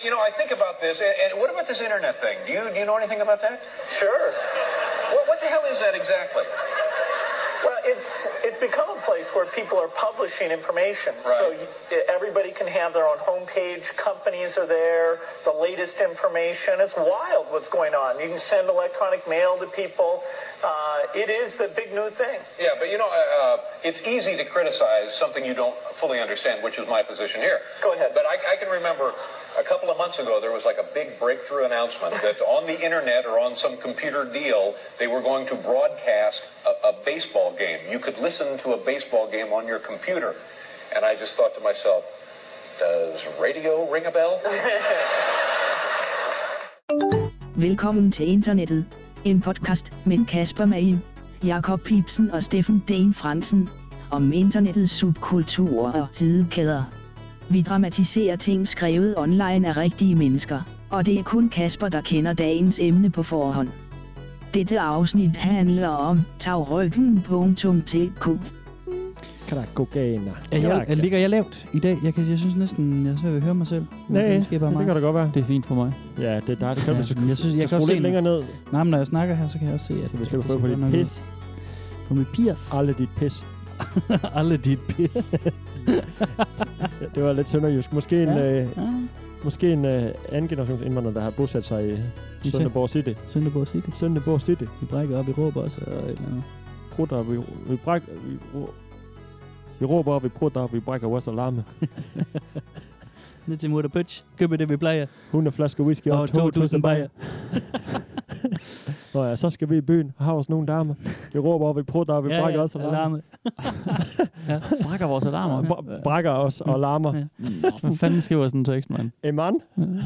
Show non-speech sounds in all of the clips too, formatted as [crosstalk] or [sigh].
You know, I think about this, and, and what about this internet thing? Do you do you know anything about that? Sure. What, what the hell is that exactly? Well, it's it's become a place where people are publishing information. So Right. you, everybody can have their own homepage. Companies are there. The latest information. It's wild what's going on. You can send electronic mail to people. Uh, it is the big new thing. Yeah, but you know, uh, uh, it's easy to criticize something you don't fully understand, which is my position here. Go ahead. But I, I can remember a couple of months ago there was like a big breakthrough [laughs] announcement that on the internet or on some computer deal they were going to broadcast a, a baseball game. You could listen to a baseball game on your computer, and I just thought to myself, does radio ring a bell? Velkommen til internettet. En podcast med Kasper Magen, Jakob Pipsen og Steffen Den Fransen. Om internettets subkulturer og tidekæder. Vi dramatiserer ting skrevet online af rigtige mennesker, og det er kun Kasper, der kender dagens emne på forhånd. Dette afsnit handler om tagryggen.dk. Karagogana. Er jeg, jeg, ligger jeg lavt i dag? Jeg, kan, jeg synes næsten, jeg er svært ved at høre mig selv. Nej, det, ja, det kan da godt være. det er fint for mig. Ja, det er dig, det kan Ja, du men jeg synes, jeg kan skrue også lidt se- længere ned. Nej, men når jeg snakker her, så kan jeg også se, at Så vi skal det prøve på ser dit godt nok pis. ud. På mit [laughs] pis. Alle dit pis. Alle dit pis. Ja, Det var lidt sønderjysk. Måske en, ja. øh, ja, måske en øh, anden generations indvandrer, der har bosat sig i Sønderborg City. Sønderborg at sige det. Sønderborg City. Vi brækker op, vi råber også. Og, øh, et eller andet. Prutter, vi, vi bræk... Vi, rå- vi råber, vi prutter, vi brækker vores alarme. Ned til Mutter Pøtsch. Købe det, vi plejer. 100 flasker whisky Og og, 2.000 bajer. [laughs] Nå ja, så skal vi i byen og har også nogle damer. Vi råber, vi prutter, vi brækker også alarme. ja. Brækker vores alarmer. Br- brækker os og alarmer. Ja. Hvad fanden skriver sådan en tekst, mand? En mand? [laughs]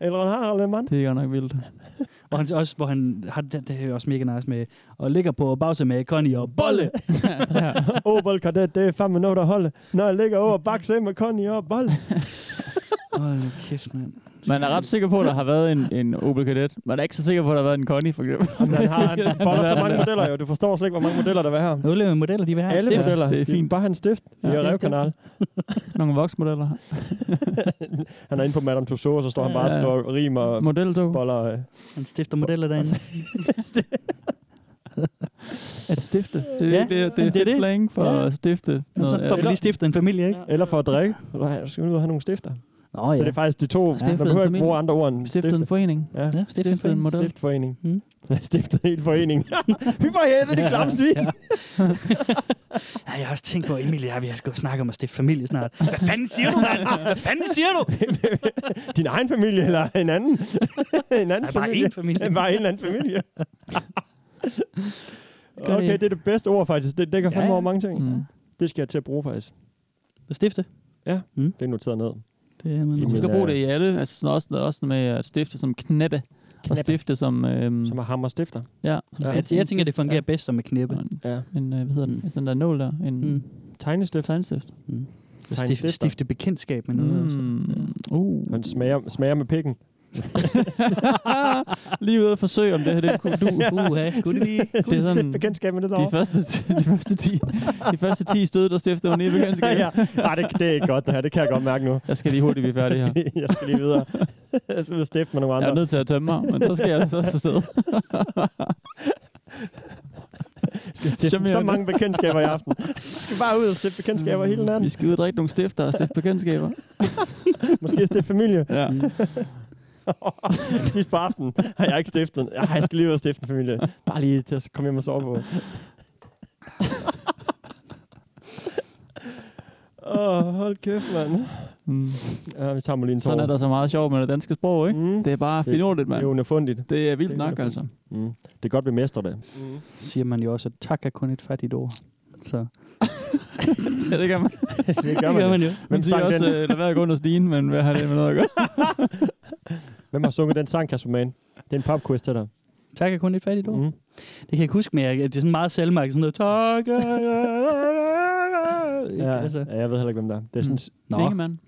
Eller en Harald, en mand? Det er godt nok vildt. Og han, også, hvor han har det, det er også mega nice med, og ligger på og bagser med Connie og [laughs] Bolle. ja. Opel Kadet, oh, det er fandme noget at holde. Når jeg ligger over bakse med Conny [laughs] og bold. Hold nu kæft, mand. Man er ret sikker på, at der har været en, en Opel Kadett. Man er ikke så sikker på, at der har været en Connie, for eksempel. Han har han boller så [laughs] mange modeller jo. Du forstår slet ikke, hvor mange modeller der er her. Nogle modeller, de vil have. Alle Stift. modeller. det er fint. Bare hans stift ja, i det er Revkanal. Nogle voksmodeller. Han er inde på Madame Tussauds, og så står han bare og Ja. skriver rim og Modeltog. boller. øh. Han stifter modeller derinde. At stifte. Det, Ja, ja, det, det, det er det er fedt det. slang for Ja. at stifte. Og Noget, så får ja. man Altså, lige stiftet en familie, ikke? Eller for at drikke. Nej, så skal vi ud og have nogle stifter. Ja. Nå ja. Så det er faktisk de to. Man Stiftet behøver ikke familie. bruge andre ord end Stiftet en stifte. forening. Ja. ja, stiftet en Stiftet en familie. model. Stiftforening. Mm. [laughs] Stiftet en forening. [laughs] Vi for helvede, det klamsvin. Ja, jeg har også tænkt på, Emilie, ja, vi skal jo snakke om at stifte familie snart. [laughs] Hvad fanden siger du, mand? Hvad fanden siger du? Din egen familie eller en anden? en anden Ja, bare familie. én familie. Bare en eller anden [laughs] familie. Gør okay, det. det er det bedste ord faktisk. Det dækker Ja, fandme ja. over mange ting. Mm. Det skal jeg til at bruge faktisk. At stifte? Det er noteret ned. Det er man. Jamen, Du skal øh, bruge det i alle. Altså sådan også, også med at stifte som knæppe. Og Knæppe. stifte som... Mm. Øhm, Som er hammer stifter. ja, som Ja. Jeg, stifte. jeg tænker, det fungerer bedst som et knæppe. Og en- Ja. En, øh, hvad hedder den? Den der nål der. En Mm. mm. Tegnestift. tegnestift. Stifte, Tegnestift. stifte bekendtskab med noget. altså. Mm. Uh. Man smager, smager med pikken. [laughs] Lige ude at forsøge, om det her det kunne du. [laughs] Uha, kunne det lige? Det er sådan, Sådan, bekendtskab med det de derovre. første, [laughs] de første 10, de første 10 stød, der stiftede hun i ja, bekendtskab. ja. Ej, det, det er ikke godt det her. Det kan jeg godt mærke nu. Jeg skal lige hurtigt blive færdig [laughs] her. jeg skal lige videre. jeg skal ud og stifte med nogle Jeg andre. er nødt til at tømme mig, men så skal jeg så [laughs] afsted. Jeg stifte så Charmerende. mange bekendtskaber i aften. Jeg skal bare ud og stifte bekendtskaber hele Vi natten. skal ud og drikke nogle stifter og stifte bekendtskaber. Mm. Måske stifte familie. Ja. [laughs] Sidst på aftenen har jeg ikke stiftet. Ej, jeg skal lige ud og stifte en familie. Bare lige til at komme hjem og sove på. [laughs] Åh, oh, hold kæft, mand. [laughs] Mm. Ja, vi tager mig lige en tår. Sådan er der så meget sjovt med det danske sprog, ikke? Mm. Det er bare Det- finurligt, Det mand. er underfundigt. Det er vildt det er nok, altså. [laughs] Mm. Det er godt, vi mestrer det. Siger man jo også, at tak er kun et fattigt ord. Så Ja, det kan man. det gør det man. det. gør man jo. Hvem Man siger sang også, den? øh, lad være at gå under stigen, men hvad har det med noget at gøre? Hvem har sunget den sang, Kasper Mann? Det er en popquiz til dig. Tak er kun et fattigt ord. Mm. Det kan jeg ikke huske, men jeg, det er sådan meget selvmærket. Sådan noget, tak. øh, øh, øh, øh." Ja, altså. ja, jeg ved heller ikke, hvem der er. Det er sådan, Nå, Ingemann.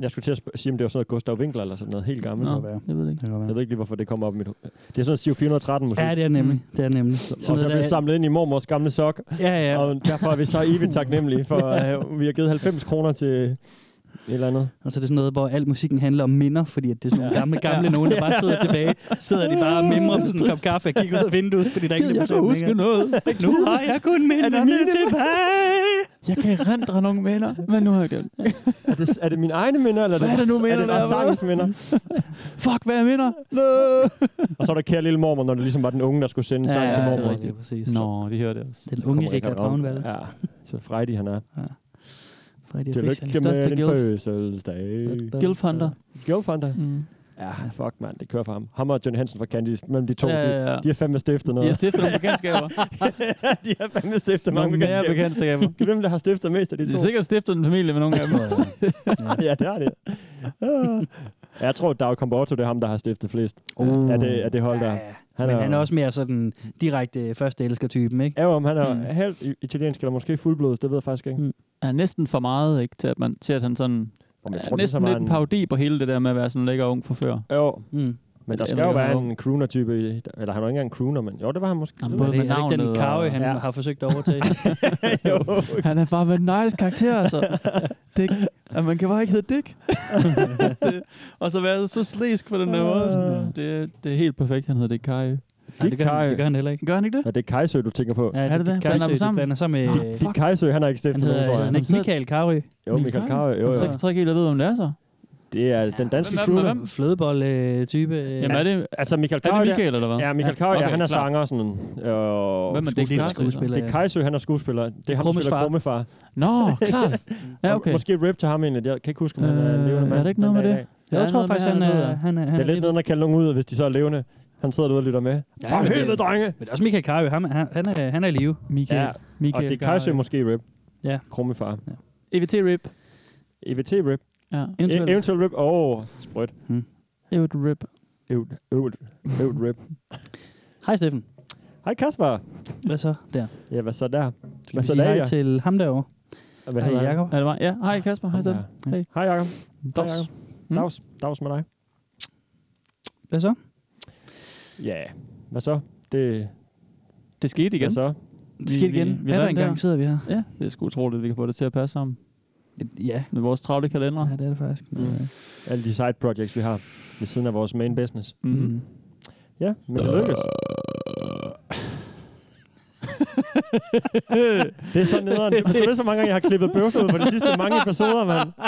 Jeg skulle til at sp- sige, om det var sådan noget Gustav Winkler eller sådan noget helt gammelt. Nå, Nå. være. jeg ved det ikke. det kan Jeg godt ved ikke lige, hvorfor det kommer op i mit hoved. Det er sådan noget 413 musik. være. Ja, det er nemlig. Det er nemlig. Sådan og så noget, blev der, samlet ind i mormors gamle sok. ja, ja. Ja. Og derfor er vi så evigt taknemmelige for, at vi har givet 90 kroner til Et eller andet. Og så er det sådan noget, hvor al musikken handler om minder, fordi at det er sådan nogle gamle, gamle nogen, der bare sidder tilbage. Sidder de bare og mimrer på sådan en kop kaffe og kigger ud af vinduet, fordi der ikke er Jeg kan besøg huske længere. noget. Nu har jeg kun minderne mine? tilbage. Jeg kan rendre nogle minder, men nu har jeg glemt. Er det, er det mine egne minder, eller Hvad er det nu, er minder, det der bare er med? sangens minder? Fuck, hvad er minder? No. Og så var der kære lille mormor, når det ligesom var den unge, der skulle sende en sang Ja, til det er mormor. rigtigt, præcis. Nå, det hørte jeg også. Den Kommer unge Rikard Ravn. Ravnvald. Ja, så frejdig han er. Fordi det er Christian, Tillykke den største med din gilf. fødselsdag. Øh. Gilf Hunter. Gilf Hunter. Mm. Ja, fuck mand, det kører for ham. Ham og John Hansen fra Candice, mellem de to, Ja, ja, ja, ja, ja. De, de har fandme stiftet De har noget. stiftet [laughs] nogle bekendtskaber. de har fandme stiftet mange Nogle mere bekendtskaber. bekendtskaber. Kan hvem der har stiftet mest af de Det to? er sikkert stiftet en familie med nogle af dem. [laughs] ja, det har de. Ah. jeg tror, Dag Comborto, det er ham, der har stiftet flest. Uh. Er det, er det hold der? Ja, Ja, ja. Men han er også mere sådan direkte førsteelsker-typen, ikke? Ja, om han er Mm. mm. halvt i- italiensk, eller måske fuldblods, det ved jeg faktisk ikke. Mm. Han er næsten for meget, ikke? Til at, man, til at han sådan... Om jeg er tror, det så næsten var lidt en parodi på hele det der med at være sådan en lækker ung forfører. Jo, Mm. men der Eller skal jo en være ung. en crooner-type. i- Eller han var ikke engang en crooner, men jo, det var han måske. Jamen, Er Både det, er med det ikke den navnet Carøe, og- han Ja. har forsøgt at [laughs] overtage? jo. Han er bare med nice karakter, [laughs] altså. Dick. At man kan bare ikke hedde Dick. det, og så være så slæsk på den der måde. Ah. Sådan, Det, det er helt perfekt, han hedder Dick Kai. Nej, det gør, han, det gør han heller ikke. Gør han ikke det? Ja, det er Kajsø, du tænker på. Ja, Er det det? Blander Kajsø, dem sammen? Du blander sammen med... Nå, øh, fuck. Kajsø, han har ikke Han stiftet hedder, nogen, tror hedder jeg. han ikke Jamen, så- Michael Carøe. Jo, Michael Kajsø. Jo, Jamen, Så jo. kan jeg så ikke helt at vide, hvem det er så. Det er den danske hvem er- crooner. hvem er- Flødebold-type. Jamen, er det, Altså, Michael er det Kajsø, Michael, eller hvad? Ja, Michael Kajø, Okay, ja, han er klar. sanger sådan. Øh, Hvem er Dick Det er Carøe? en skuespiller. Det er Kajsø, han er skuespiller. Det er ham, der Krummes spiller far. Krummefar. Nå, [laughs] klart. Ja, okay. Måske rip til ham egentlig. Jeg kan ikke huske, om han er Øh, en levende mand. er det ikke den noget med dag i det? dag. Ja, jeg tror faktisk, han er... Han er, Det han er lidt noget, når kalde nogen ud, hvis de så er levende. Han sidder derude og lytter med. Ja, Ja, men det- helvede, drenge! Men det er også Michael Carøe. Han, han, han, er, han er i live. Michael. Ja, Og Michael det er Kajsø måske rip. Ja. Krummefar. EVT E Rip. EVT rip. Ja. E- Eventuelt rip. Åh, oh, sprødt. E EVT Rip. Øvd, øvd, øvd rip. Hej Steffen. Hej Kasper. Hvad så der? Ja, hvad så der? Skal Hvad vi så sige der? hej ja? til ham derovre? Hvad Hej hedder han? Jacob. Er det mig? Ja, hej Kasper. Hej Steffen. Ja. Hey. Hej Jacob. Dags. Jacob. Mm. Dags. Dags med dig. Hvad så? Ja, hvad så? Det, Det skete igen. Hvad så? Det skete Vi- igen. vi- vi er der vandt engang der. sidder vi her? Ja, det er sgu utroligt, at vi kan få det til at passe sammen Ja, med vores travle kalendere. ja det er det faktisk. Mm. Alle de side projects, vi har ved siden af vores main business. Mm. Ja, men det lykkes. det er så nederen. Altså, Du forstår det så mange gange, jeg har klippet bøvser ud på de sidste mange episoder, mand. Det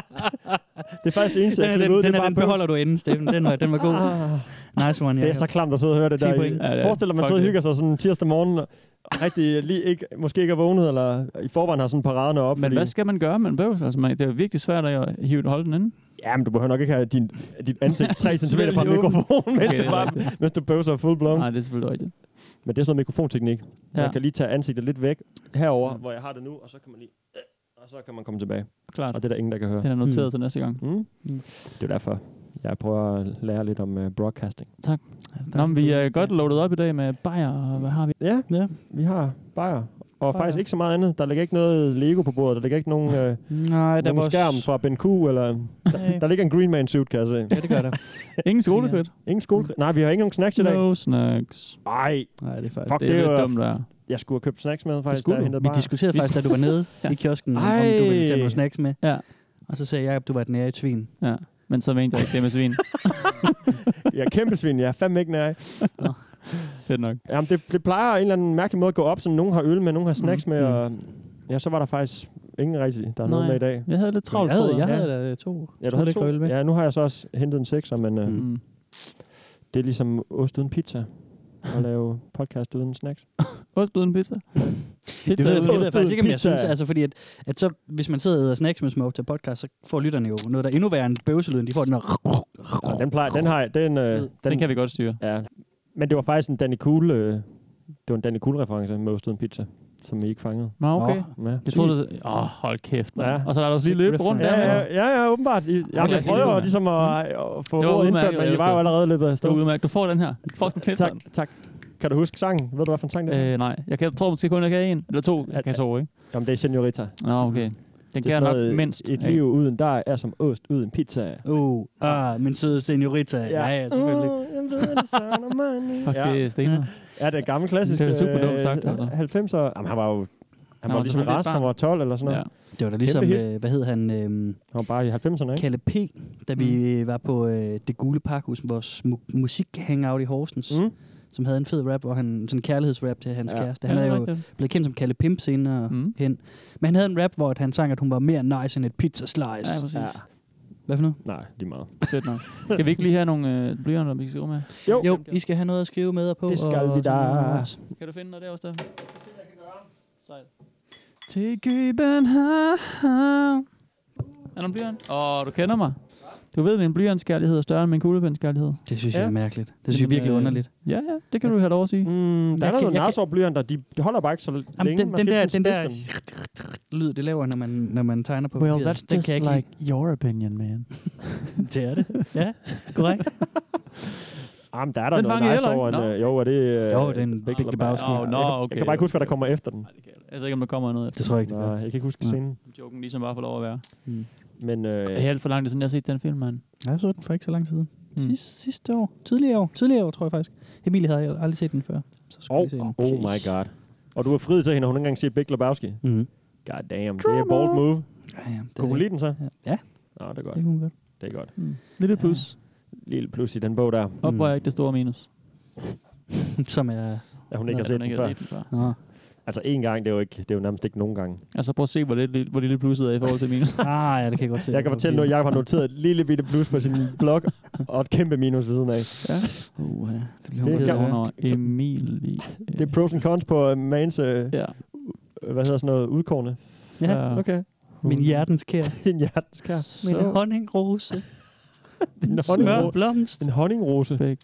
er faktisk det eneste, Den, jeg er, klipper den, ud. den, det er, er den bare beholder du inden, Steffen. Den var, den var god. Ah, Nice one, det er Jacob. så klamt at sidde og høre det 10 der. point. Ja, I, det er- forestil dig, at man fuck sidder og det. hygger sig sådan tirsdag morgen, og rigtig lige ikke, måske ikke er vågnet, eller i forvejen har sådan paraderne op. Men hvad skal man gøre med en bøvs? Altså, man, det er virkelig svært at hive et hold den inden. Ja, men du behøver nok ikke have din, dit ansigt 3 cm selvfølgelig fra åben. mikrofonen, mens, Okay, du bare, det er mens du bøvser full blown. Nej, det er selvfølgelig rigtigt. Men det er sådan noget mikrofonteknik. Ja. Ja. Mm. Man kan lige tage ansigtet lidt væk herover, hvor jeg har det nu, og så kan man lige... øh, Og så kan man komme tilbage. Klart. Og det er der ingen, der kan høre. Den er noteret til næste gang. Mm? Mm. Mm. Det er derfor, jeg prøver at lære lidt om uh, broadcasting. Nå, men vi er godt loadet op i dag med bajer, og hvad har vi? Ja, Ja. vi har bajer. Og Bajer. faktisk ikke så meget andet. Der ligger ikke noget Lego på bordet. Der ligger ikke [laughs] nogen, øh, Nej, der nogen var skærm fra Ben Q, eller... Nej. Der ligger en Green Man suit, kan jeg se. Ja, det gør der. Ingen skolekridt. Ingen skole... Nej, vi har ikke nogen snacks i dag. No snacks. Nej, Nej, det er faktisk... fuck, Det er det lidt var... dumt, der. Jeg skulle have købt snacks med, faktisk. skulle da jeg du. hentede Vi bajer. diskuterede Vi- faktisk, da du [laughs] var nede i kiosken, om du ville tage Ej. nogle snacks med. Ja. Og så sagde jeg, at du var et nære svin. Men så mente jeg ikke det med [laughs] svin. Jeg er kæmpe svin. Jeg er fandme ikke nær. Fedt nok. Jamen, det, det plejer en eller anden mærkelig måde at gå op, sådan nogen har øl med, nogen har snacks Mm. mm. med, og ja, så var der faktisk ingen rigtig, der er Nej. noget med i dag. Jeg havde lidt travlt, jeg havde, tror jeg jeg. havde da to. Ja, du to havde lækre to. øl med. Ja, nu har jeg så også hentet en sekser, men øh, Mm. mm. Mm. det er ligesom ost uden pizza at lave podcast uden snacks. Ost uden pizza. Det ved, jeg- det ved jeg Pizza. faktisk ikke, om jeg Pizza. synes. Altså, fordi at, at så, hvis man sidder og æder snacks med små til podcast, så får lytterne jo noget, der er endnu værre end bøvselyden. De får den der... Ja, den plejer, den har jeg, den, øh, den, Den kan vi godt styre. Ja. Men det var faktisk en Danny Cool, øh, det var en Danny Cool reference med ost uden pizza, som I ikke fangede. Nå, okay. Nå. Ja. Jeg troede, det... Åh, oh, hold kæft. Ja. Ja. Og så var der også lige løbet rundt der. Ja, Ja, ja, ja, ja, åbenbart. I, ja, jeg helt prøvede jo udmærket. ligesom at, at få Det var ordet indført, udmærket, men I var jo altså. allerede løbet af Det var stedet. udmærket. Du får den her. Du får den klædt Tak, tak. Kan du huske sangen? Ved du, hvad for en sang det er? Øh, nej, jeg kan, tror måske kun, jeg kan en eller to. Jeg kan to, ikke? Jamen, det er Senorita. Nå, okay. Den Det er kan jeg sådan nok noget, mindst. Et af. liv uden dig er som ost uden pizza. Oh, ah, min søde seniorita. Ja, ja, ja selvfølgelig. Uh, jeg ved, det savner mig. Fuck, ja. det er stenet. ja, det er gammel klassisk. Det er super dumt sagt, altså. 90'er. Jamen, han var jo Han var var ligesom selvfølgelig Ras, et han barn. var 12 eller sådan noget. Ja. Det var da ligesom, hit. øh, hvad hed han, øh, Han var bare i 90'erne, ikke? Mm. Kalle P., da vi var på øh, det gule parkhus, vores mu- musik-hangout i Horsens, Mm. som havde en fed rap, hvor han sådan en kærlighedsrap til hans Ja. ja. kæreste. Han er jo blevet kendt som Kalle Pimp senere Mm. mm. hen. Men han havde en rap, hvor at han sang, at hun var mere nice end et pizza slice. Ja, præcis. Ja. Ja. Hvad for noget? Nej, lige meget. Fedt nok. Skal vi ikke lige have nogle øh, blyanter, vi kan skrive med? Jo, Jo, I skal have noget at skrive med og på. Det skal og vi da. sådan noget også. Kan du finde noget der også, Steffen? Jeg skal se, hvad jeg kan gøre. Sejt. Til København. Er der en blyant? Åh, oh, du kender mig. Du ved, min blyantskærlighed er større end min kuglepenskærlighed. Det synes Ja. jeg er mærkeligt. Det synes jeg Jamen, virkelig øh, underligt. Ja, ja, det kan du have lov at sige. Mm, der Jeg er der kan- nogle jeg kan- narsår-blyanter, de, de holder bare ikke så længe. Jamen, den, Man den, skal der, ikke sådan den der spidse lyd, det laver, når man, når man tegner på Well, papiret, that's den just kan jeg ikke like your opinion, [laughs] man. lide. [laughs] Det er det. Ja, korrekt. dem. Jamen, der er der Den noget fangede jeg nice heller over en... ikke. øh, Jo, er det... øh, Jo, det er en Big Lebowski. Åh, Åh, nå, jeg kan- Jeg okay, kan bare ikke huske, hvad der okay. kommer efter den. Jeg ved ikke, om der kommer noget efter. Det tror jeg ikke, det Nå, gør. jeg kan ikke huske Nej. scenen. Joken ligesom bare får lov at være. Men øh, Det er alt for langt, siden jeg har set den film, mand. Nej, jeg så den for ikke så lang tid siden. Mm. Mm. Sidste, sidste år. Tidligere år. Tidligere år, tror jeg faktisk. Emilie havde jeg aldrig set den før. Så skulle oh, vi se den. oh my god. Mm-hmm. Og du har friet til hende, og hun har ikke engang set Big Lebowski. Mm. God damn, det er a bold move. Ja, ja, det, Kunne du lide den så? Ja, Nå, det er godt. det kunne [laughs] hun godt. Det er godt. Lille plus. plus. Lille plus i den bog der, Opvejer ikke det store minus. Som er... at hun ikke har At set man den ikke før. har set den før. Nå. Altså én gang, det er jo, ikke, det er jo nærmest ikke nogen gange. Altså prøv at se, hvor lille, hvor lille plusset er i forhold til minus. Ah, ja, det kan jeg godt se. Jeg kan fortælle nu, at Jacob har noteret et lille bitte plus på sin blog, og et kæmpe minus ved siden af. Uh, ja. Det Det bliver hun er ked gammel. af. Under Emilie. Det er pros and cons på øh, Mans, øh, Ja. hvad hedder sådan noget, udkårne. Ja, Okay. [laughs] min hjertens kær. Din hjerteskær. Min Så honningrose. [laughs] Din Smør honningrose. blomst. En honningrose. Bæk.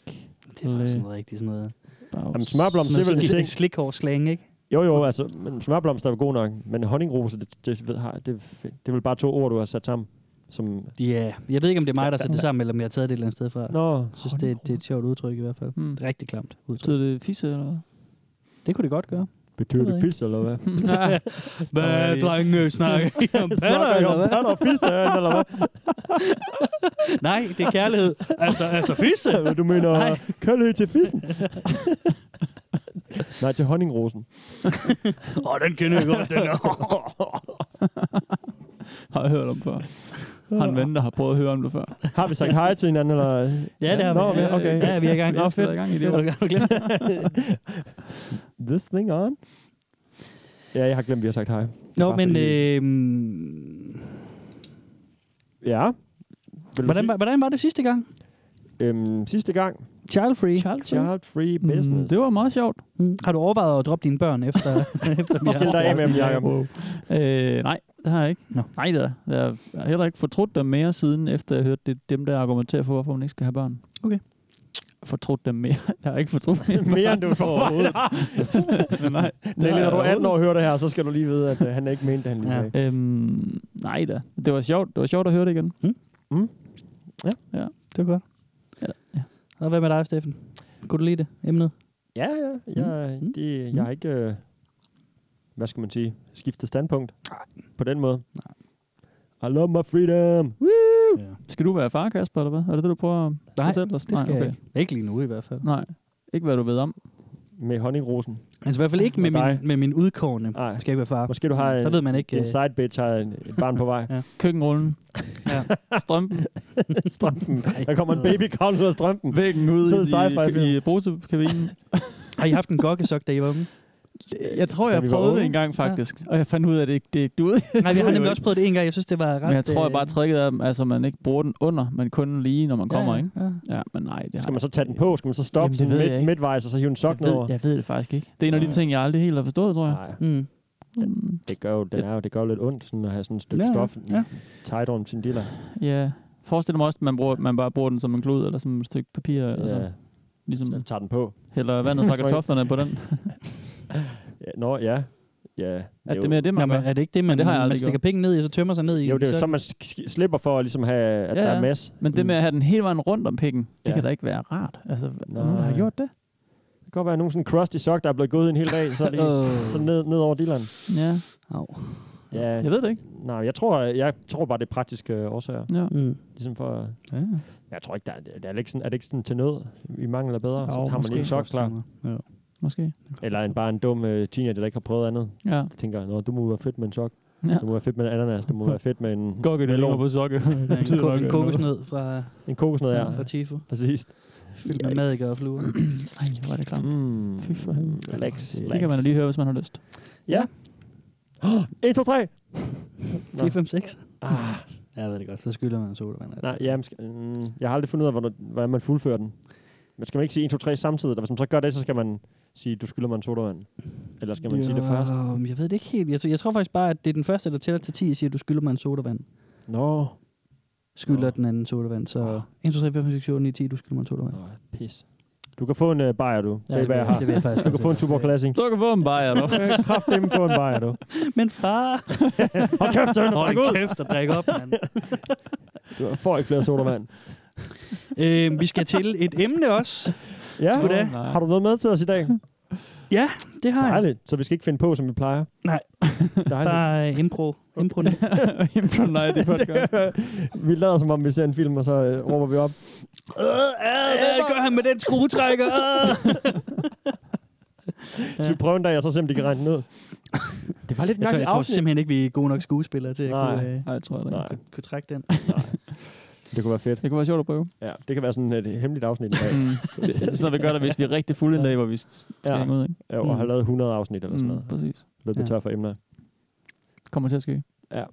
Det var sådan noget rigtigt sådan noget. Jamen, smørblomst, det er vel en Sådan ting. en slikhårsslang, ikke? Jo, jo, altså, men smørblomster er jo god nok, men honningrose, det, det, ved, har- det, det er vel bare to ord, du har sat sammen. Som, Ja, jeg ved ikke, om det er mig, der har sat det sammen, eller om jeg har taget det et eller andet sted fra. nå, Jeg synes, det er, det er et sjovt udtryk i hvert fald. Mm. Rigtig klamt udtryk. Betyder det fisse, eller hvad? Det kunne det godt gøre. betyder Jeg ved det fisk, eller [laughs] hvad? Hvad, Ej. drenge, [laughs] snakker I om patter, Snakker I om eller hvad? Patter og fisk, eller hvad? Nej, det er kærlighed. Altså, altså fisse. Hvad du mener, Nej. kærlighed til [laughs] fissen? Nej, til honningrosen. Åh, oh, den kender jeg godt, den er. Har jeg hørt om før. Har en ven, der har prøvet at høre om det før. Har vi sagt hej til hinanden, eller? Ja, det har vi. Nå, Ja, okay. Ja, vi er i gang. Nå, fedt. i gang i det. Har du- har du glemt det? This thing on? Ja, jeg har glemt, vi har sagt hej. Nå, Bare men fordi- øh, Ja. Vil du hvordan, var, hvordan var det sidste gang? sige- øhm, sidste gang, Child free. Charles, child free business. Mm, det var meget [laughs] sjovt. Mm. Har du overvejet at droppe dine børn efter, [laughs] efter vi har Skil dig af med dem, Jacob. Øh, nej, det har jeg ikke. Nå. Nej, det er. jeg har heller ikke fortrudt dem mere siden, efter jeg hørte det, dem, der argumenterer for, hvorfor man ikke skal have børn. Okay. Fortrudt dem mere. [laughs] Jeg har ikke fortrudt [laughs] mere, [laughs] Mere end du får overhovedet. Men nej, Nelly, det har når jeg du er 18 overhovedet år og hører det her, så skal du lige vide, at øh, han ikke mente, det, han lige Ja. sagde. Øhm, nej da. Det var sjovt. Det var sjovt at høre det igen. Det var godt. Ja, ja. Og hvad med dig, Steffen? Kunne du lide det, emnet? Ja, ja. Jeg, Mm. det, jeg har ikke, øh, hvad skal man sige, skiftet standpunkt på den måde. I love my freedom. Woo! Skal du være far, Kasper, eller hvad? Er det det, du prøver at fortælle os? det skal nej, jeg ikke. Ikke lige nu i hvert fald. Nej, ikke hvad du ved om. Med honningrosen. Altså i hvert fald ikke med Og dig. min, med min udkårende Nej. skæbnefar. Måske du har Så en, ved man ikke. en øh, side bitch, har en, et barn på vej. Køkkenrullen. Ja. Strømpen. [laughs] strømpen. Der kommer en baby kravlen ud af strømpen. Væggen ud Fed i, sci-fi-film. i, i brusekabinen. Har I haft en gokkesok, da I var unge? Jeg tror, Da jeg vi var prøvede det unge. en gang faktisk. Og jeg fandt ud af, at det ikke det er du. Nej, vi [laughs] Det har var nemlig jo også prøvet det en gang. Jeg synes, det var ret... Men jeg tror, jeg bare øh, trækket af, altså man ikke bruger den under, men kun lige, når man kommer, ja, ikke? Ja. Ja, men nej, det har Skal man så tage den på? Skal man så stoppe Jamen, det Jamen, ved jeg midt, ikke. midtvejs og så hive en jeg sok ned ved, over? jeg ved det faktisk ikke. Det er en af de ting, jeg aldrig helt har forstået, tror jeg. Nej, Mm. Mm, det gør jo, det er jo, det gør jo lidt ondt sådan at have sådan et stykke Ja, ja, stof ja. tight om sin diller. Ja. Forestil mig også, at man, bruger, man bare bruger den som en klud, eller som et stykke papir, eller sådan. Ja, Ligesom så tager den på. hælder vandet [laughs] fra kartoflerne på den. Ja, Nå, ja. Ja, Er jo- det mere det, man Jamen, gør? er det ikke det, man, Men det har jeg man aldrig stikker gjort. penge ned i, og så tømmer sig ned i? Jo, det er jo så, så, man sk- sk- slipper for at ligesom have, at Ja, ja, der ja. er mas. Men det med at have den hele vejen rundt om pikken, det Ja. kan da ikke være rart. Altså, er der nogen, der har Nej. gjort det? Det kan godt være, at nogen sådan crusty sok, der er blevet gået en hel dag, så er [laughs] det Øh. så ned, ned over dilleren. Ja, Au. Ja, jeg ved det ikke. nej, jeg tror, jeg tror bare, det er praktiske øh, årsager. Ja. Mm. Ligesom for, Ja, jeg tror ikke, der er, er, det ikke sådan, er det ikke sådan til nød i mangel af bedre, Jo, så tager man måske. lige en sok klar. Ja. måske. Eller en, bare en dum øh, teenager, der ikke har prøvet andet. Ja. Så tænker jeg, "Nå, du må være fedt med en sok. Ja. Du må være fedt med en ananas. Du må være fedt med en... Gokke, der melon." ligger på sokke. Der er en, betyder ko- nok en noget. kokosnød fra, En kokosnød, ja. ja. fra Tifo. Præcis. Fyldt med maddiker og fluer. Ej, hvor er det klamt. Mm. Fy for helvede. Relax, Det kan man jo lige høre, hvis man har lyst. Ja. 1, 2, 3! 4, 5, 6. Ah, Ja, jeg ved det godt. Så skylder man en sodavand. altså. nej, ja, men skal, mm, jeg har aldrig fundet ud af, hvordan, hvordan man fuldfører den. Men skal man ikke sige 1, 2, 3 samtidig? Hvis man så gør det, så skal man sige, du skylder mig en sodavand. Eller skal man sige det først? men Jeg ved det ikke helt. Jeg, tror- jeg tror faktisk bare, at det er den første, der tæller til 10, og siger, du skylder mig en sodavand. Nå. Skylder Nå. den anden sodavand. Så 1, 2, 3, 4, 5, 6, 7, 8, 9, 10, du skylder mig en sodavand. Nå, pis. Du kan få en uh, bajer, du. Ja, det er, hvad jeg har. Det vil jeg faktisk Du kan få en Tuborg Classic. Du kan få en bajer, [laughs] du. Kraft dem få en bajer, du. Men far! Hold kæft, Søren, Hold drik ud! kæft og drik op, mand. Du får ikke flere sodavand. øh, vi skal til et emne også. Ja, Sgu da. har du noget med til os i dag? Ja, det har jeg. Dejligt. Så vi skal ikke finde på, som vi plejer. [laughs] Nej. Dejligt. Bare øh, impro. Impro nu. Impro Night i podcast. [laughs] vi lader som om, vi ser en film, og så øh, råber vi op. Øh, øh, hvad gør han med den skruetrækker? Øh. Så vi prøver en dag, og så ser, om de kan regne den [laughs] ud. Det var lidt Jeg tror, jeg mærkeligt tror afsnit. simpelthen ikke, vi er gode nok skuespillere til at Nej. kunne, øh, Nej, jeg tror jeg da ikke. Nej, kunne, kunne trække den. det kunne være fedt. Det kunne være sjovt at prøve. Ja, det kan være sådan et hemmeligt afsnit i [laughs] dag. Mm. så vi gør det, hvis vi er rigtig fulde en dag, hvor vi s- skal Ja. hænge ud. Ikke? Ja, og har lavet 100 afsnit eller sådan Mm, noget. præcis. Løbet Ja. tør for [laughs] emner. Kommer til at ske. Ja. Jeg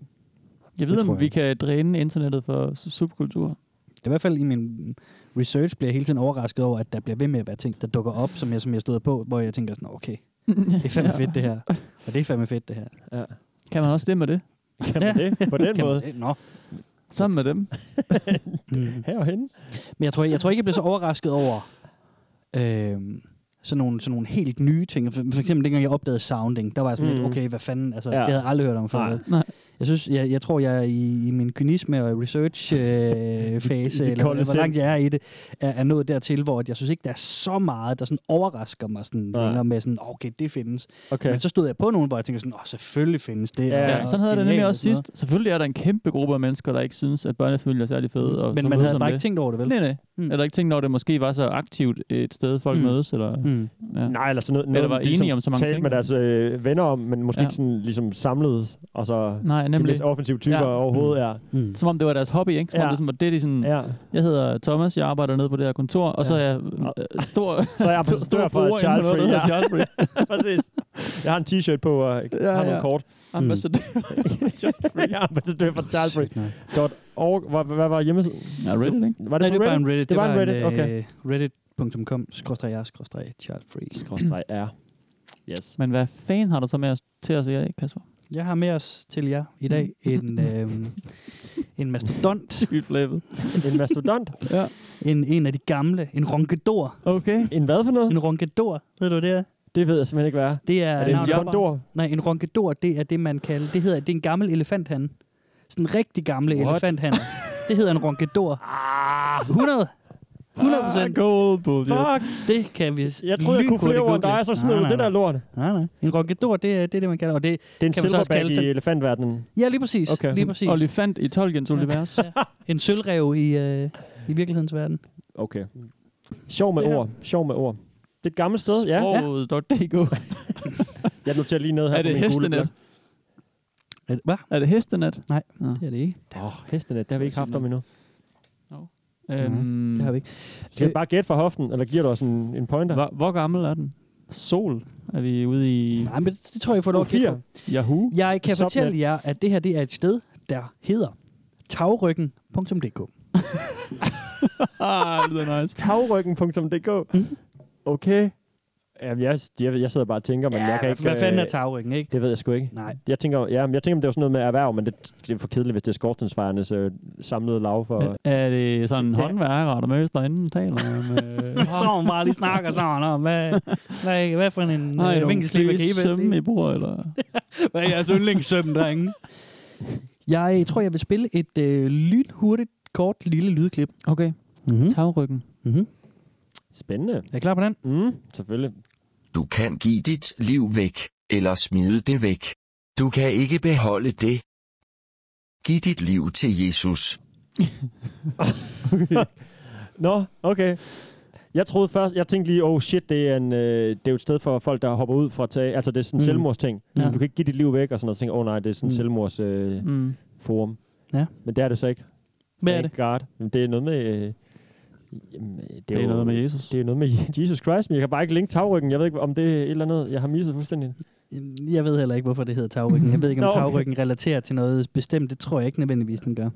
ved, Det tror om jeg vi ikke. kan dræne internettet for su- subkulturer. Det er i hvert fald i min research bliver jeg hele tiden overrasket over, at der bliver ved med at være ting, der dukker op, som jeg, som jeg stod på, hvor jeg tænker sådan, "Nå, okay, det er [laughs] fandme fedt det her. Og det er fandme fedt det her. Ja. Kan man også det med det? Kan man det? På den Kan man måde. det? Nå. Sammen med dem? Mm. Her og henne. Men jeg tror, jeg tror ikke, jeg bliver så overrasket over øh, sådan, nogle, sådan nogle helt nye ting. For, for eksempel dengang jeg opdagede sounding, der var jeg sådan mm. Mm. lidt, okay, hvad fanden, altså, Ja. ja. det havde jeg aldrig hørt om før. Nej. Nej. Jeg, synes, jeg, jeg tror, jeg i, i min kynisme og [laughs] research-fase, øh, fase, det eller kolde hvor langt jeg er i det, er, er nået dertil, hvor at jeg synes ikke, der er så meget, der sådan overrasker mig sådan Nej. længere med sådan, okay, det findes. Okay. Men så stod jeg på nogen, hvor jeg tænkte sådan, åh, selvfølgelig findes det. Ja, Ja, og sådan havde jeg det nemlig genialt også og sådan sidst. Selvfølgelig er der en kæmpe gruppe af mennesker, der ikke synes, at børnefamilier er særlig fede. Og noget. Men så man mødes havde om bare det. ikke tænkt over det, vel? Nej, nej. Mm. Mm. Er der ikke tænkt, når det måske var så aktivt et sted, folk Mm. mm. mødes? Eller, Mm. ja. Nej, eller sådan noget, Eller noget var de enige ligesom om så mange talte ting. med deres øh, venner om, men måske ja. Ja. ikke sådan ligesom samledes, og så Nej, de nemlig. mest offensive typer ja. Ja. overhovedet er. Mm. Som om det var deres hobby, ikke? Som Ja. om det sådan var det, de sådan... Ja. Jeg hedder Thomas, jeg arbejder nede på det her kontor, og så er jeg øh, Så er stor, [laughs] jeg stor, ambassadør stor for bruger inden Child for noget, der Free. hedder Ja, Child Free. [laughs] præcis. Jeg har en t-shirt på, og jeg Ja, har nogle ja. [laughs] kort. Ambassadør. jeg er ambassadør for Child Free. Sygt nok. Og hvad, hvad var hjemmesiden? Ja, Reddit, ikke? Var Nej, det, det på var bare Reddit? en Reddit. Det Det var var en Reddit, en øh, okay. okay. reddit.com, skråstrej er, skråstrej child free. Skråstreg R. Yes. Men hvad fanden har du så med os til os i dag, Kasper? Jeg har med os til jer i [laughs] dag en, øh, en mastodont, Sygt flæbet. En mastodont. en, en af de gamle, en ronkedor. Okay. En hvad for noget? En ronkedor, ved du hvad det er? Det ved jeg simpelthen ikke, hvad er. Det er, Er det en navnet- kondor? Nej, en ronkedor, det er det, man kalder, det hedder, det er en gammel elefanthan. Sådan en rigtig gamle What? Ah. elefanthan. Det hedder en [laughs] ronkedor. 100? 100 procent. Gold bullshit. Fuck! Det kan vi s- Ah, Jeg troede, jeg kunne lynhurtigt flere ord end google. dig, så smed Nej, du nej, det der nej. lort. Nej, nej. En ronkedor, det er det, er det man kalder. Og det, Det er en Kan man så også silverback kalde i til- elefantverdenen. ja, lige præcis. Okay. Lige præcis. Olifant i Tolkiens univers. En sølvrev i, øh, i virkelighedens verden. Okay. Sjov med Det her. ord. Sjov med ord. Det er et gammelt sted, ja. ja. Sproget.dk. Jeg noterer lige ned her Er det på min gule hestenet? blok. Er det- Hvad? Er det hestenet? Det er det ikke. Åh, oh, hestenet, det har vi ikke haft om endnu. Øhm, Det har vi ikke. Skal vi bare gætte fra hoften, eller giver du os en, en pointer? Hvor, hvor gammel er den? Sol er vi ude i Nej, men det, det tror jeg, I får lov at U4. gætte på. Yahoo. Jeg kan Subnet. fortælle jer, at det her det er et sted, der hedder tagryggen.dk. Ah, det lyder nice. Tagryggen.dk Okay. Jamen, jeg, jeg, jeg sidder bare og tænker, men jeg kan ikke... Hvad fanden er øh, tagryggen, ikke? Det ved jeg sgu ikke. Nej. Jeg tænker, ja, men jeg tænker, om det var sådan noget med erhverv, men det, det er for kedeligt, hvis det er skorstensfejernes øh, samlede lav for... Er, [laughs] er det sådan en håndværker, der mødes derinde taler om? Øh, [laughs] Så hun bare lige snakker sådan om, hvad, hvad, hvad for en nej, øh, nogle vinkelsliber kan I fede bedst sømme i lide? bord, eller? Hvad er jeres yndlingssøm, drenge? Jeg tror, jeg vil spille et øh, lynhurtigt, kort, lille lydklip. Okay, Hmm? Mm-hmm. tagryggen. Mm-hmm. Spændende. Er I klar på den? Mm, selvfølgelig. Du kan give dit liv væk, eller smide det væk. Du kan ikke beholde det. Giv dit liv til Jesus. Nå, okay. Jeg troede først, jeg tænkte lige, oh shit, det er, en, øh, det er jo et sted for folk, der hopper ud fra tage. Altså, det er sådan en Mm. mm. selvmordsting. Ja. Ja. Du kan ikke give dit liv væk og sådan noget. Så tænker, jeg, åh oh, nej, det er sådan en Mm. mm. selvmordsforum. Øh, Mm. forum. Ja. Men det er det så ikke. Hvad er Thank God. Jamen, det er noget med... Øh, jamen, øh, det, er Det er jo, noget med Jesus. Det er noget med [laughs] Jesus Christ, men jeg kan bare ikke linke tagryggen. Jeg ved ikke, om det er et eller andet, jeg har misset fuldstændig. Øhm, Jeg ved heller ikke, hvorfor det hedder tagryggen. Jeg ved ikke, om Nå, okay. tagryggen relaterer til noget bestemt. Det tror jeg ikke nødvendigvis, den gør.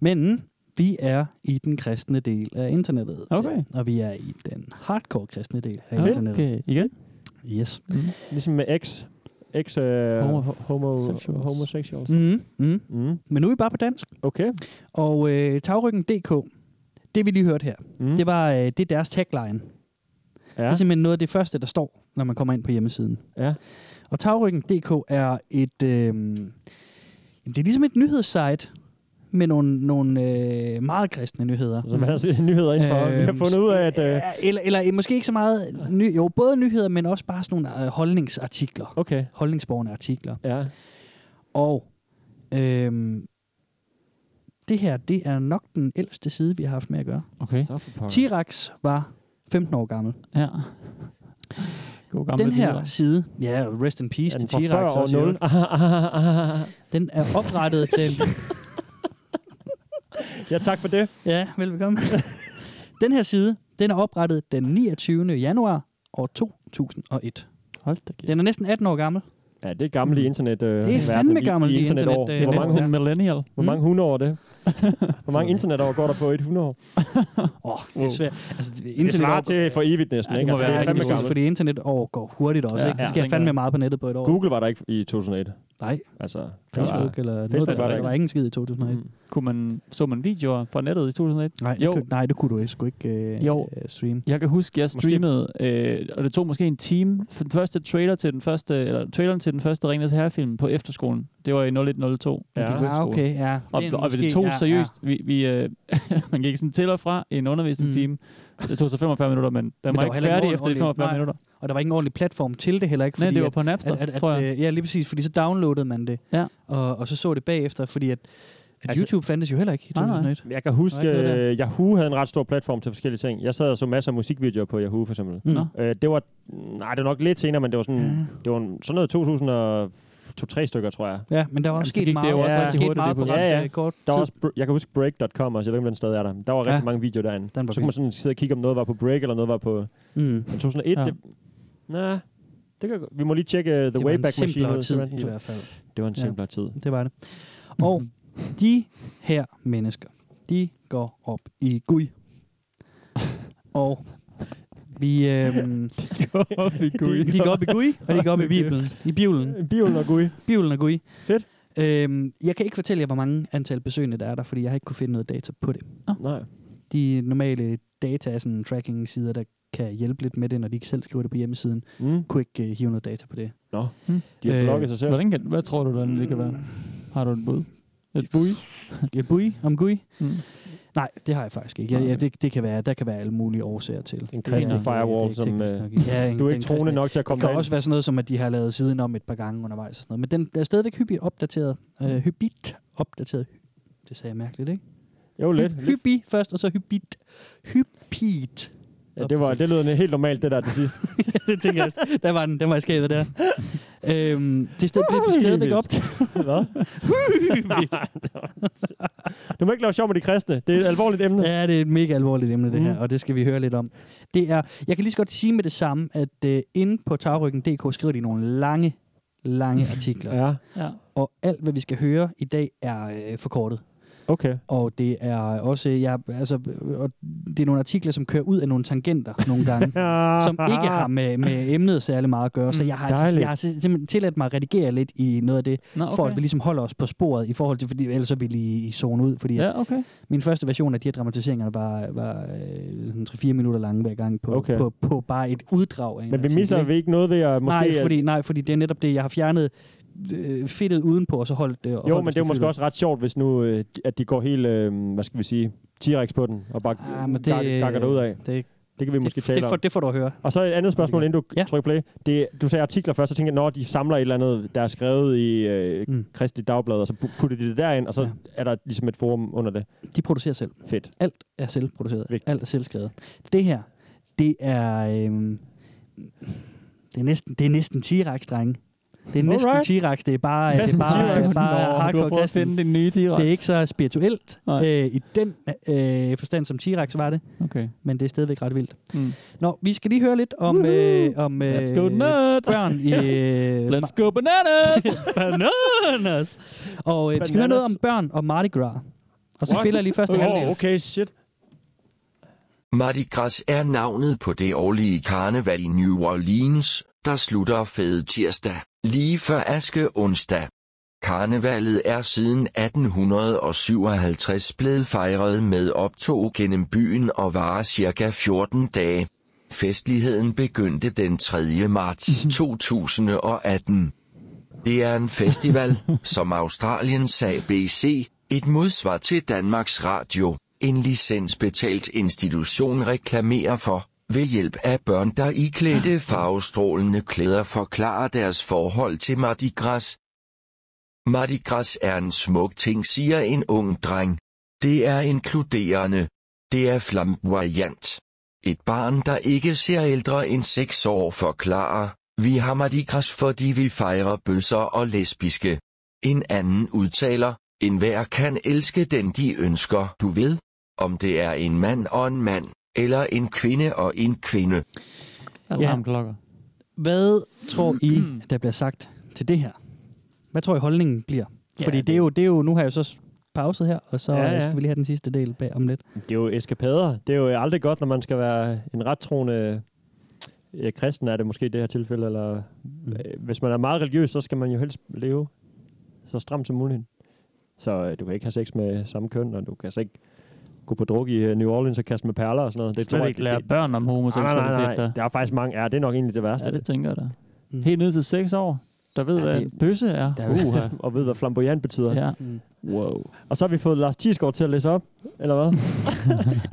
Men vi er i den kristne del af internettet. Okay. Og vi er i den hardcore kristne del af Okay. internettet. okay, igen. Yes. Mm. Ligesom med X. X øh, Homo- homo, homo, sexuals. homosexuals. Mm. Mm-hmm. Mm. Mm. Men nu er vi bare på dansk. Okay. Og øh, tagryggen.dk, det vi lige hørte her, Mm. det, var, øh, det er deres tagline. Ja. Det ja. er simpelthen noget af det første, der står, når man kommer ind på hjemmesiden. Ja. Og tagryggen.dk er et... Øh, jamen, det er ligesom et nyhedssite med nogle, nogle øh, meget kristne nyheder. Så man har set nyheder ind for. Øh, vi har Øhm, fundet ud af, at... Øh, Øh, eller, eller øh, måske ikke så meget... Ny, jo, både nyheder, men også bare sådan nogle øh, holdningsartikler. okay. Holdningsborgende artikler. Ja. Og øhm, det her, det er nok den ældste side, vi har haft med at gøre. Okay. Så for pokker. Tirax var 15 år gammel. Ja. God gamle Den her tider. side, ja, rest in Er peace den fra til T-Rex. før år Ah. også, i 0? øvrigt. Den er oprettet den... [laughs] ja, tak for det. Ja, velbekomme. [laughs] den her side, den er oprettet den 29. januar år 2001. Hold da kæft. Den er næsten 18 år gammel. Ja, det er gamle Mm. internet. Øh, Det er fandme gammelt, i, de i internetår. internet, øh, Det er Hvor næsten mange, en millennial. hvor mange 100 år er det? Hvor mange internetår går der på et 100 år? Åh, oh, det er Wow. svært. Altså, det- Det internet svarer til for evigt næsten, Ja, det ikke? må Altså, være det er Ja, rigtig fandme lige præcis, gammelt. fordi internet år går hurtigt også. Ja, Ja, ikke? ja, Der sker tænker fandme jeg. meget på nettet på et år. Google var der ikke i 2001. Nej, Altså, det Facebook eller noget. Facebook der, var der der, ikke. var ingen skid i 2001. Mm. Kunne man, så man videoer fra nettet i 2001? Nej, det Jo. kunne, nej, det kunne du ikke, sgu ikke øh, Jo. øh, streame. Jeg kan huske, jeg Måske- streamede, øh, og det tog måske en time, for den første trailer til den første, eller traileren til den første Ringnes Herre-film på efterskolen. Det var i 0102. Ja. Jeg gik på Ah, efterskole. okay, ja. Og, Det er og måske- det tog seriøst, ja. vi, vi, øh, [laughs] man gik sådan til og fra i en undervisningstime. Mm. Det tog så 45 minutter, men den der var var ikke heller ikke færdig nogen efter de ordentlig- 45 nej. minutter. Og der var ingen ordentlig platform til det heller ikke, fordi Nej, det var at- på Napster, at, at, tror jeg. at, øh, ja, lige præcis, fordi så downloadede man det, Ja. og, og så så det bagefter, fordi at, at Altså- altså, YouTube fandtes jo heller ikke i Nej, nej. 2001. Men Jeg kan Der huske, var ikke noget øh, Yahoo havde en ret stor platform til forskellige ting. Jeg sad og så masser af musikvideoer på Yahoo, for eksempel. Mm. Nå. Øh, det var, nej, det var nok lidt senere, men det var sådan, Ja. det var en- sådan noget 2002-3 stykker, tror jeg. Ja, men der var Jamen, også så sket gik meget, det jo også ja, rigtig sket hurtigt, meget det på program. ret Ja, ja. øh, kort Der var tid. også, Br- jeg kan huske break.com også, jeg ved ikke, om den stadig er der. Der var rigtig Ja. mange videoer derinde. Den var Så kunne man sådan sidde og kigge, om noget var på break, eller noget var på Mm. men 2001. Ja. Ja. Det, nej, det kan, vi må lige tjekke uh, The Det var en Wayback Machine. simplere ud. tid Det var en- i hvert fald. Det var en Ja. simplere [laughs] tid. Det var det. [laughs] Og de her mennesker, de går op i gud. Og vi... Øhm, [laughs] de, de går op i gud, og de går op [laughs] i Bibelen. I Bibelen. Bibelen og Gui. Bibelen og gud. Fedt. Øhm, jeg kan ikke fortælle jer, hvor mange antal besøgende der er der, fordi jeg har ikke kunne finde noget data på det. Nej. De normale data, sådan tracking-sider, der kan hjælpe lidt med det, når de ikke selv skriver det på hjemmesiden, Mm. kunne ikke øh, hive noget data på det. Nå, Mm. de har Øh, blokket sig selv. Hvordan kan, hvad tror du, den det kan Mm. være? Har du et bud? Et bud? Et bui om gui? Mm. Nej, det har jeg faktisk ikke. Jeg, Nej. jeg, det, det kan være, der kan være alle mulige årsager til. En kristne Ja. firewall, Det er som, teknisk øh, nok ikke. ja, en- Du er den ikke troende kristne- nok til at komme Det kan derind. også være sådan noget som, at de har lavet siden om et par gange undervejs. Og sådan noget. Men den er stadigvæk hyppigt opdateret. Øh, hyppigt opdateret. Det sagde jeg mærkeligt, ikke? Jo, lidt. Hy- lidt. Hyppigt først, og så hyppigt. Hyppigt. Ja, det, var, det lød helt normalt, det der til [laughs] sidst. [laughs] det tænker jeg også. Der var den, den var i skabet der. øhm, det er sted, det er stadigvæk Hyppigt. op til. Hvad? [laughs] Du må ikke lave sjov med de kristne. Det er et alvorligt emne. Ja, det er et mega alvorligt emne, det her, Mm. og det skal vi høre lidt om. Det er, jeg kan lige så godt sige med det samme, at øh, inde på tagryggen.dk skriver de nogle lange, lange artikler. [laughs] Ja, Ja. Og alt, hvad vi skal høre i dag, er øh, forkortet. okay. Og det er også, jeg, altså, øh, og det er nogle artikler, som kører ud af nogle tangenter nogle [laughs] gange, som ikke har med, med emnet særlig meget at gøre. Så jeg har, Mm, Dejligt. Ah, jeg har simpelthen tilladt mig at redigere lidt i noget af det, Nå, okay. for at vi ligesom holder os på sporet i forhold til, fordi ellers så ville I zone ud, fordi ja. Ja, okay. min første version af de her dramatiseringer var, var øh, sådan 3-4 minutter lange hver gang på, okay. Okay. på, på bare et uddrag. Af en Men vi artikel, misser ikke? vi ikke noget ved at måske... altså, nej, fordi, nej, fordi det er netop det, jeg har fjernet øh, fedtet udenpå, og så holdt det. og at, øh, jo, holdt men det er jo måske fedtet. også ret sjovt, hvis nu, øh, at de går helt, øh, hvad skal vi sige, T-Rex på den, og bare Ah, men gakker det, gakker det ud af. Det, Det kan vi det, måske det, tale det, for, om. det får du at høre. Og så et andet spørgsmål, inden du Ja. ja. trykker play. Det, du sagde artikler først, så tænker jeg, når de samler et eller andet, der er skrevet i øh, Mm. mm. Kristelig Dagblad, og så pu- putter de det derind, og så Ja. ja. er der ligesom et forum under det. De producerer selv. Fedt. Alt er selvproduceret. Vigtigt. Alt er selvskrevet. Det her, Det er... Øhm, det er næsten, det er næsten T-Rex, drenge. Det er næsten Alright. T-Rex. Det er bare, det er Næsten bare, T-Rex. det er Nå, bare du har hardcore prøvet at kristen. finde den nye T-Rex. Det er ikke så spirituelt Nej. øh, i den øh, forstand, som T-Rex var det. Okay. Men det er stadigvæk ret vildt. Mm. Nå, vi skal lige høre lidt om, øh, om øh, Let's go nuts! børn [laughs] i øh, Let's go bananas! [laughs] bananas. Og øh, vi skal høre noget om Bananas. børn og Mardi Gras. Og så What? spiller jeg lige første halvdel. Åh, oh, okay, shit. Mardi Gras er navnet på det årlige karneval i New Orleans, der slutter fede tirsdag, lige før aske onsdag. Karnevalet er siden 1857 blevet fejret med optog gennem byen og varer cirka 14 dage. Festligheden begyndte den 3. marts 2018. Det er en festival, som Australiens ABC, et modsvar til Danmarks Radio, en licensbetalt institution reklamerer for, ved hjælp af børn, der iklædte farvestrålende klæder forklarer deres forhold til Mardi Gras. Mardi Gras er en smuk ting, siger en ung dreng. Det er inkluderende. Det er flamboyant. Et barn, der ikke ser ældre end 6 år, forklarer, vi har Mardi Gras, fordi vi fejrer bøsser og lesbiske. En anden udtaler, enhver kan elske den de ønsker, du ved, om det er en mand og en mand, eller en kvinde og en kvinde. Alarmklokker. Hvad tror [clears throat] I, der bliver sagt til det her? Hvad tror I, holdningen bliver? Ja, Fordi det, er det- jo, det er jo, nu har jeg jo så s- pauset her, og så Ja, ja, ja. ja. skal vi lige have den sidste del bag om lidt. Det er jo eskapader. Det er jo aldrig godt, når man skal være en rettroende ja, kristen, er det måske i det her tilfælde. Eller, Mm. øh, Hvis man er meget religiøs, så skal man jo helst leve så stramt som muligt. Så øh, du kan ikke have sex med samme køn, og du kan altså ikke gå på druk i øh, New Orleans og kaste med perler og sådan noget. Det er tror slet jeg- ikke lære det- børn om Nej, nej, nej, homoseksualitet. nej. der. Der er faktisk mange. Ja, det er nok egentlig det værste. Ja, det tænker jeg da. Mm. Helt ned til 6 år, der ved, Ja, hvad det- en bøsse er. der- Uha. og ved, hvad flamboyant betyder. Ja. Wow. Og så har vi fået Lars Thiesgaard til at læse op, eller hvad?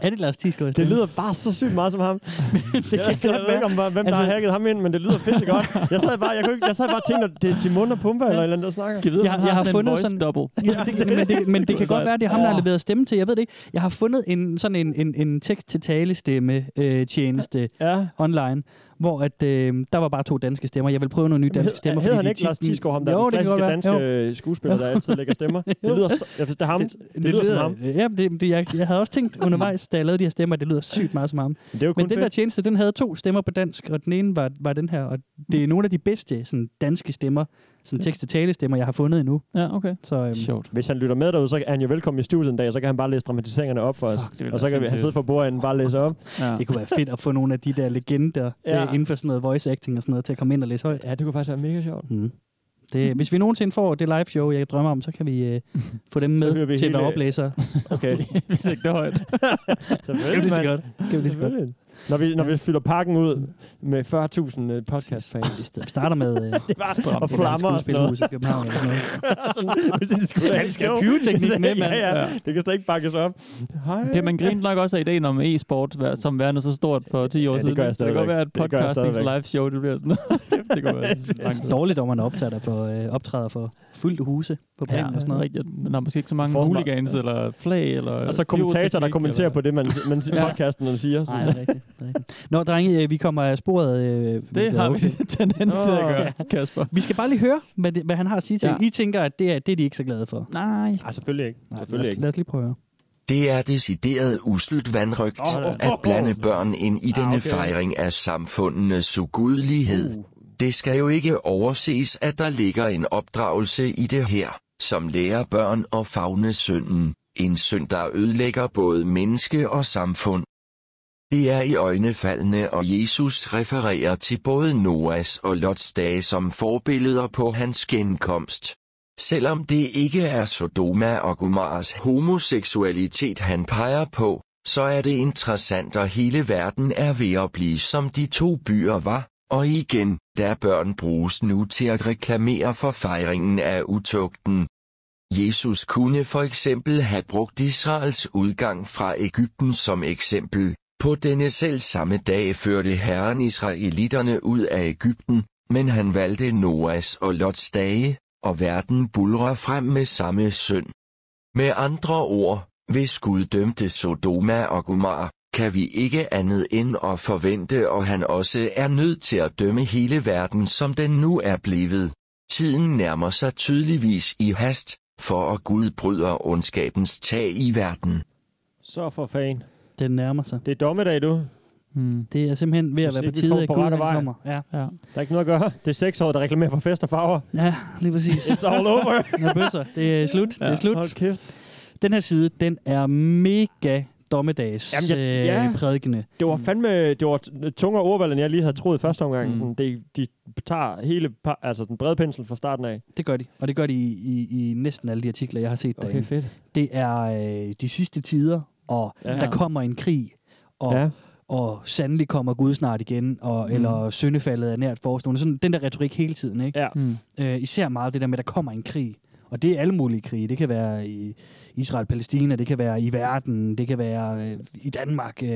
Er det Lars Tisgaard? Det [laughs] lyder bare så sygt meget som ham. det jeg ved ikke, om, hvem der Altså- har hacket ham ind, men det lyder fedt godt. Jeg sad bare, jeg kunne ikke, jeg sad bare og tænkte, at det er Timon og Pumba eller et eller andet, der snakker. Jeg, ved, Jeg- jeg, jeg jeg har, har sådan en fundet voice sådan- double. Ja, det, men det, men det kan godt Sejt. være, det er ham, der har leveret stemme til. Jeg ved det ikke. Jeg har fundet en, sådan en, en, en tekst-til-tale-stemme-tjeneste øh, Ja. online, hvor at, øh, der var bare to danske stemmer. Jeg vil prøve nogle nye danske stemmer. Hedder fordi han de ikke tit- Lars Thiesgaard, ham der Jo, jo, den det kan godt klassiske være. danske Jo. øh, skuespiller, der altid lægger stemmer? Det lyder så, jeg, det er ham. Det, det, lyder som ham. Ja, det, det, jeg, jeg havde også tænkt undervejs, da jeg lavede de her stemmer, at det lyder sygt meget som ham. Det er jo kun Men den fedt. der tjeneste, den havde to stemmer på dansk, og den ene var, var den her. Og det er Mm. nogle af de bedste sådan, danske stemmer, sådan tekst tale stemmer, jeg har fundet endnu. Ja, okay. Så øhm, Sjovt. Hvis han lytter med derude, så er han jo velkommen i studiet en dag, og så kan han bare læse dramatiseringerne op for os. Fuck, det ville Og så være kan vi, han sindssygt. sidde for bordenden og bare læse op. [laughs] Ja. det kunne være fedt at få nogle af de der legender Ja. ja. øh, inden for sådan noget voice acting og sådan noget til at komme ind og læse højt. Ja, det kunne faktisk være mega sjovt. Mm. Mm-hmm. Det, hvis vi nogensinde får det live show, jeg drømmer om, så kan vi øh, [laughs] få dem hører med vi vi til at være hele- [laughs] oplæsere. Okay, Hvis ikke det er [laughs] højt. Det kan vi selvfølgelig, lige så mand. godt. Det Kan vi lige så godt. Selvfølgelig. Når vi, når vi fylder pakken ud med 40.000 øh, [laughs] podcast-fans. Vi st- starter med øh, det var- stramt, og flammer og sådan noget. Altså, i København eller sådan noget. [laughs] sådan, hvis de skulle Ja, vi skal have pyroteknik med, mand. [laughs] Ja, ja. Det kan slet ikke bakkes op. Hej. Det, man grinte nok også af ideen om e-sport, vær- som værende så stort for 10 år Ja, det siden. gør det jeg kan stadigvæk. godt være, at Det gør jeg podcastings stadigvæk. live show, det bliver sådan [laughs] noget. det kunne være langt. Dårligt, om man optager der for, øh, optræder for fuldt huse på planen ja, og sådan noget. Rigtigt. Men der er måske ikke så mange Forstår mig. hooligans eller flag eller... Og så kommentatorer, der pyroteknik, kommenterer eller- på det, man, man siger Ja. podcasten, når siger. Nej, det er rigtigt. det er rigtigt. Nå, drenge, øh, vi kommer af sporet. Øh, Det har vi okay. en [laughs] tendens til at gøre, Kasper. Vi skal bare lige høre, hvad, det, hvad han har at sige til. Ja. Ja. I tænker, at det er, det er de ikke så glade for. Nej. Nej, selvfølgelig ikke. lad, Selvfølgelig os, ikke. lad os lige prøve at høre. Det er decideret uslydt vandrygt at blande børn ind i denne fejring af samfundenes ugudelighed. Uh. Det skal jo ikke overses, at der ligger en opdragelse i det her, som lærer børn at fagne synden. En synd, der ødelægger både menneske og samfund. Det er i øjnefaldene, og Jesus refererer til både Noas og Lots dage som forbilleder på hans genkomst. Selvom det ikke er Sodoma og Gomorras homoseksualitet han peger på, så er det interessant, at hele verden er ved at blive som de to byer var, og igen, der børn bruges nu til at reklamere for fejringen af utugten. Jesus kunne for eksempel have brugt Israels udgang fra Ægypten som eksempel. På denne selv samme dag førte Herren israelitterne ud af Ægypten, men han valgte Noas og Lots dage, og verden bulrer frem med samme synd. Med andre ord, hvis Gud dømte Sodoma og Gomorra, kan vi ikke andet end at forvente, og han også er nødt til at dømme hele verden, som den nu er blevet. Tiden nærmer sig tydeligvis i hast, for at Gud bryder ondskabens tag i verden. Så for fan. Den nærmer sig. Det er dommedag, du. Mm. Det er simpelthen ved at Hvis være på ikke vi tide, kommer at på Gud rette han vej. kommer. Ja. Ja. Der er ikke noget at gøre. Det er seks år, der reklamerer for fest og farver. ja, lige [laughs] præcis. It's all over. Nå, bøsser. Det er slut. Ja. Det er slut. Hold kæft. Den her side, den er mega dommedags Jamen, Jamen, jeg- jeg, ja. ja. øh, prædikende. Det var fandme det var t- tungere ordvalg, end jeg lige havde troet i første omgang. Mm. Mm. Sådan, de, de tager hele pa- altså den brede pensel fra starten af. Det gør de. Og det gør de i, i, i næsten alle de artikler, jeg har set okay. derinde. fedt. Det er øh, de sidste tider, og Ja. ja. der kommer en krig, og, ja. Ja. Mm. og sandelig kommer Gud snart igen, og, mm. eller syndefaldet er nært forestående. Sådan den der retorik hele tiden, ikke? ja. Mm. Øh, især meget det der med, at der kommer en krig. Og det er alle mulige krige. Det kan være i Israel-Palæstina, det kan være i verden, det kan være øh, i Danmark, øh,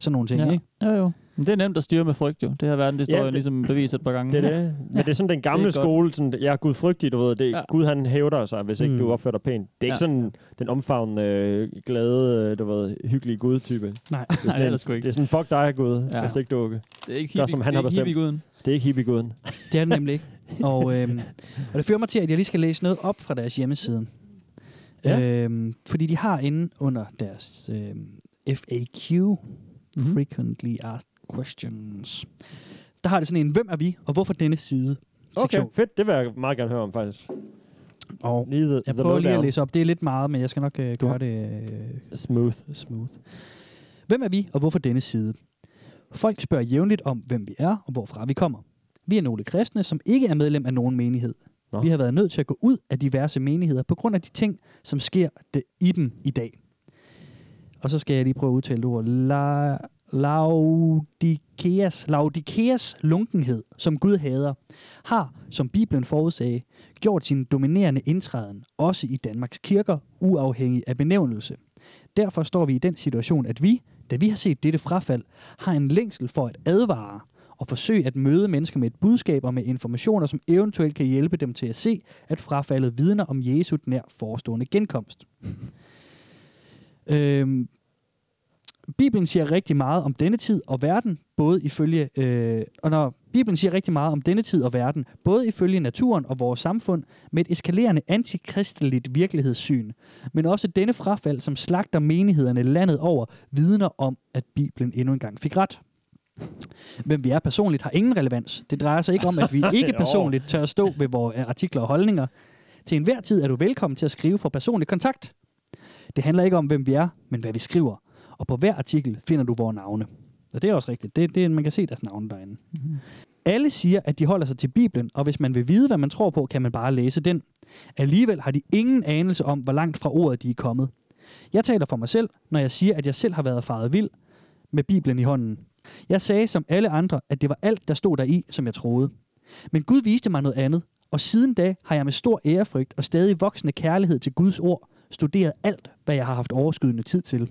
sådan nogle ting, ja. Ja. ikke? ja, jo. Men det er nemt at styre med frygt, jo. Det her verden, det står Ja, ja, jo det- ligesom bevist et par gange. [laughs] Det er det. Men det er sådan den gamle godt. skole, sådan, jeg er gudfrygtig, du ved. Det, Ja. ja. Gud han hævder sig, hvis ikke Mm. mm. du opfører dig pænt. Det er ikke Ja. sådan den omfavnende, øh, glade, øh, du ved, hyggelige Gud-type. Det Nej. er Nej, det er en- der sgu ikke. Det er sådan, fuck dig, Gud, Ja. ja. hvis ikke du okay. Det er ikke Gør, som han har bestemt. uden. Det er ikke hippie-guden. Det er det nemlig ikke. Og, øhm, og det fører mig til, at jeg lige skal læse noget op fra deres hjemmeside. Ja. Ja. Øhm, fordi de har inde under deres øhm, FAQ, Mhm. mm-hmm. Frequently Asked Questions, der har det sådan en, hvem er vi, og hvorfor denne side? Okay, Sektion. fedt. Det vil jeg meget gerne høre om, faktisk. Og Lige the, jeg the prøver lige at lowdown. læse op. Det er lidt meget, men jeg skal nok øh, Du har- gøre det øh, Smooth. smooth. Hvem er vi, og hvorfor denne side? Folk spørger jævnligt om, hvem vi er, og hvorfra vi kommer. Vi er nogle kristne, som ikke er medlem af nogen menighed. Nå. Nå. Vi har været nødt til at gå ud af diverse menigheder på grund af de ting, som sker de- i dem i dag. Og så skal jeg lige prøve at udtale det ord. La Laudikeas, Laudikeas lunkenhed, som Gud hader, har, som Bibelen forudsagde, gjort sin dominerende indtræden, også i Danmarks kirker, uafhængig af benævnelse. Derfor står vi i den situation, at vi, da vi har set dette frafald, har en længsel for at advare og forsøge at møde mennesker med et budskab og med informationer, som eventuelt kan hjælpe dem til at se, at frafaldet vidner om Jesu nær forestående genkomst. øhm, Bibelen siger rigtig meget om denne tid og verden, både ifølge øh, og når Bibelen siger rigtig meget om denne tid og verden, både ifølge naturen og vores samfund, med et eskalerende antikristeligt virkelighedssyn, men også denne frafald, som slagter menighederne landet over, vidner om, at Bibelen endnu engang fik ret. Hvem vi er personligt har ingen relevans. Det drejer sig ikke om, at vi ikke Jo. personligt tør stå ved vores øh, artikler og holdninger. Til enhver tid er du velkommen til at skrive for personlig kontakt. Det handler ikke om, hvem vi er, men hvad vi skriver. Og på hver artikel finder du vores navne. Og det er også rigtigt. Det, det, man kan se deres navne derinde. Mm-hmm. Alle siger, at de holder sig til Bibelen, og hvis man vil vide, hvad man tror på, kan man bare læse den. Alligevel har de ingen anelse om, hvor langt fra ordet de er kommet. Jeg taler for mig selv, når jeg siger, at jeg selv har været faret vild med Bibelen i hånden. Jeg sagde som alle andre, at det var alt, der stod der i, som jeg troede. Men Gud viste mig noget andet, og siden da har jeg med stor ærefrygt og stadig voksende kærlighed til Guds ord studeret alt, hvad jeg har haft overskydende tid til.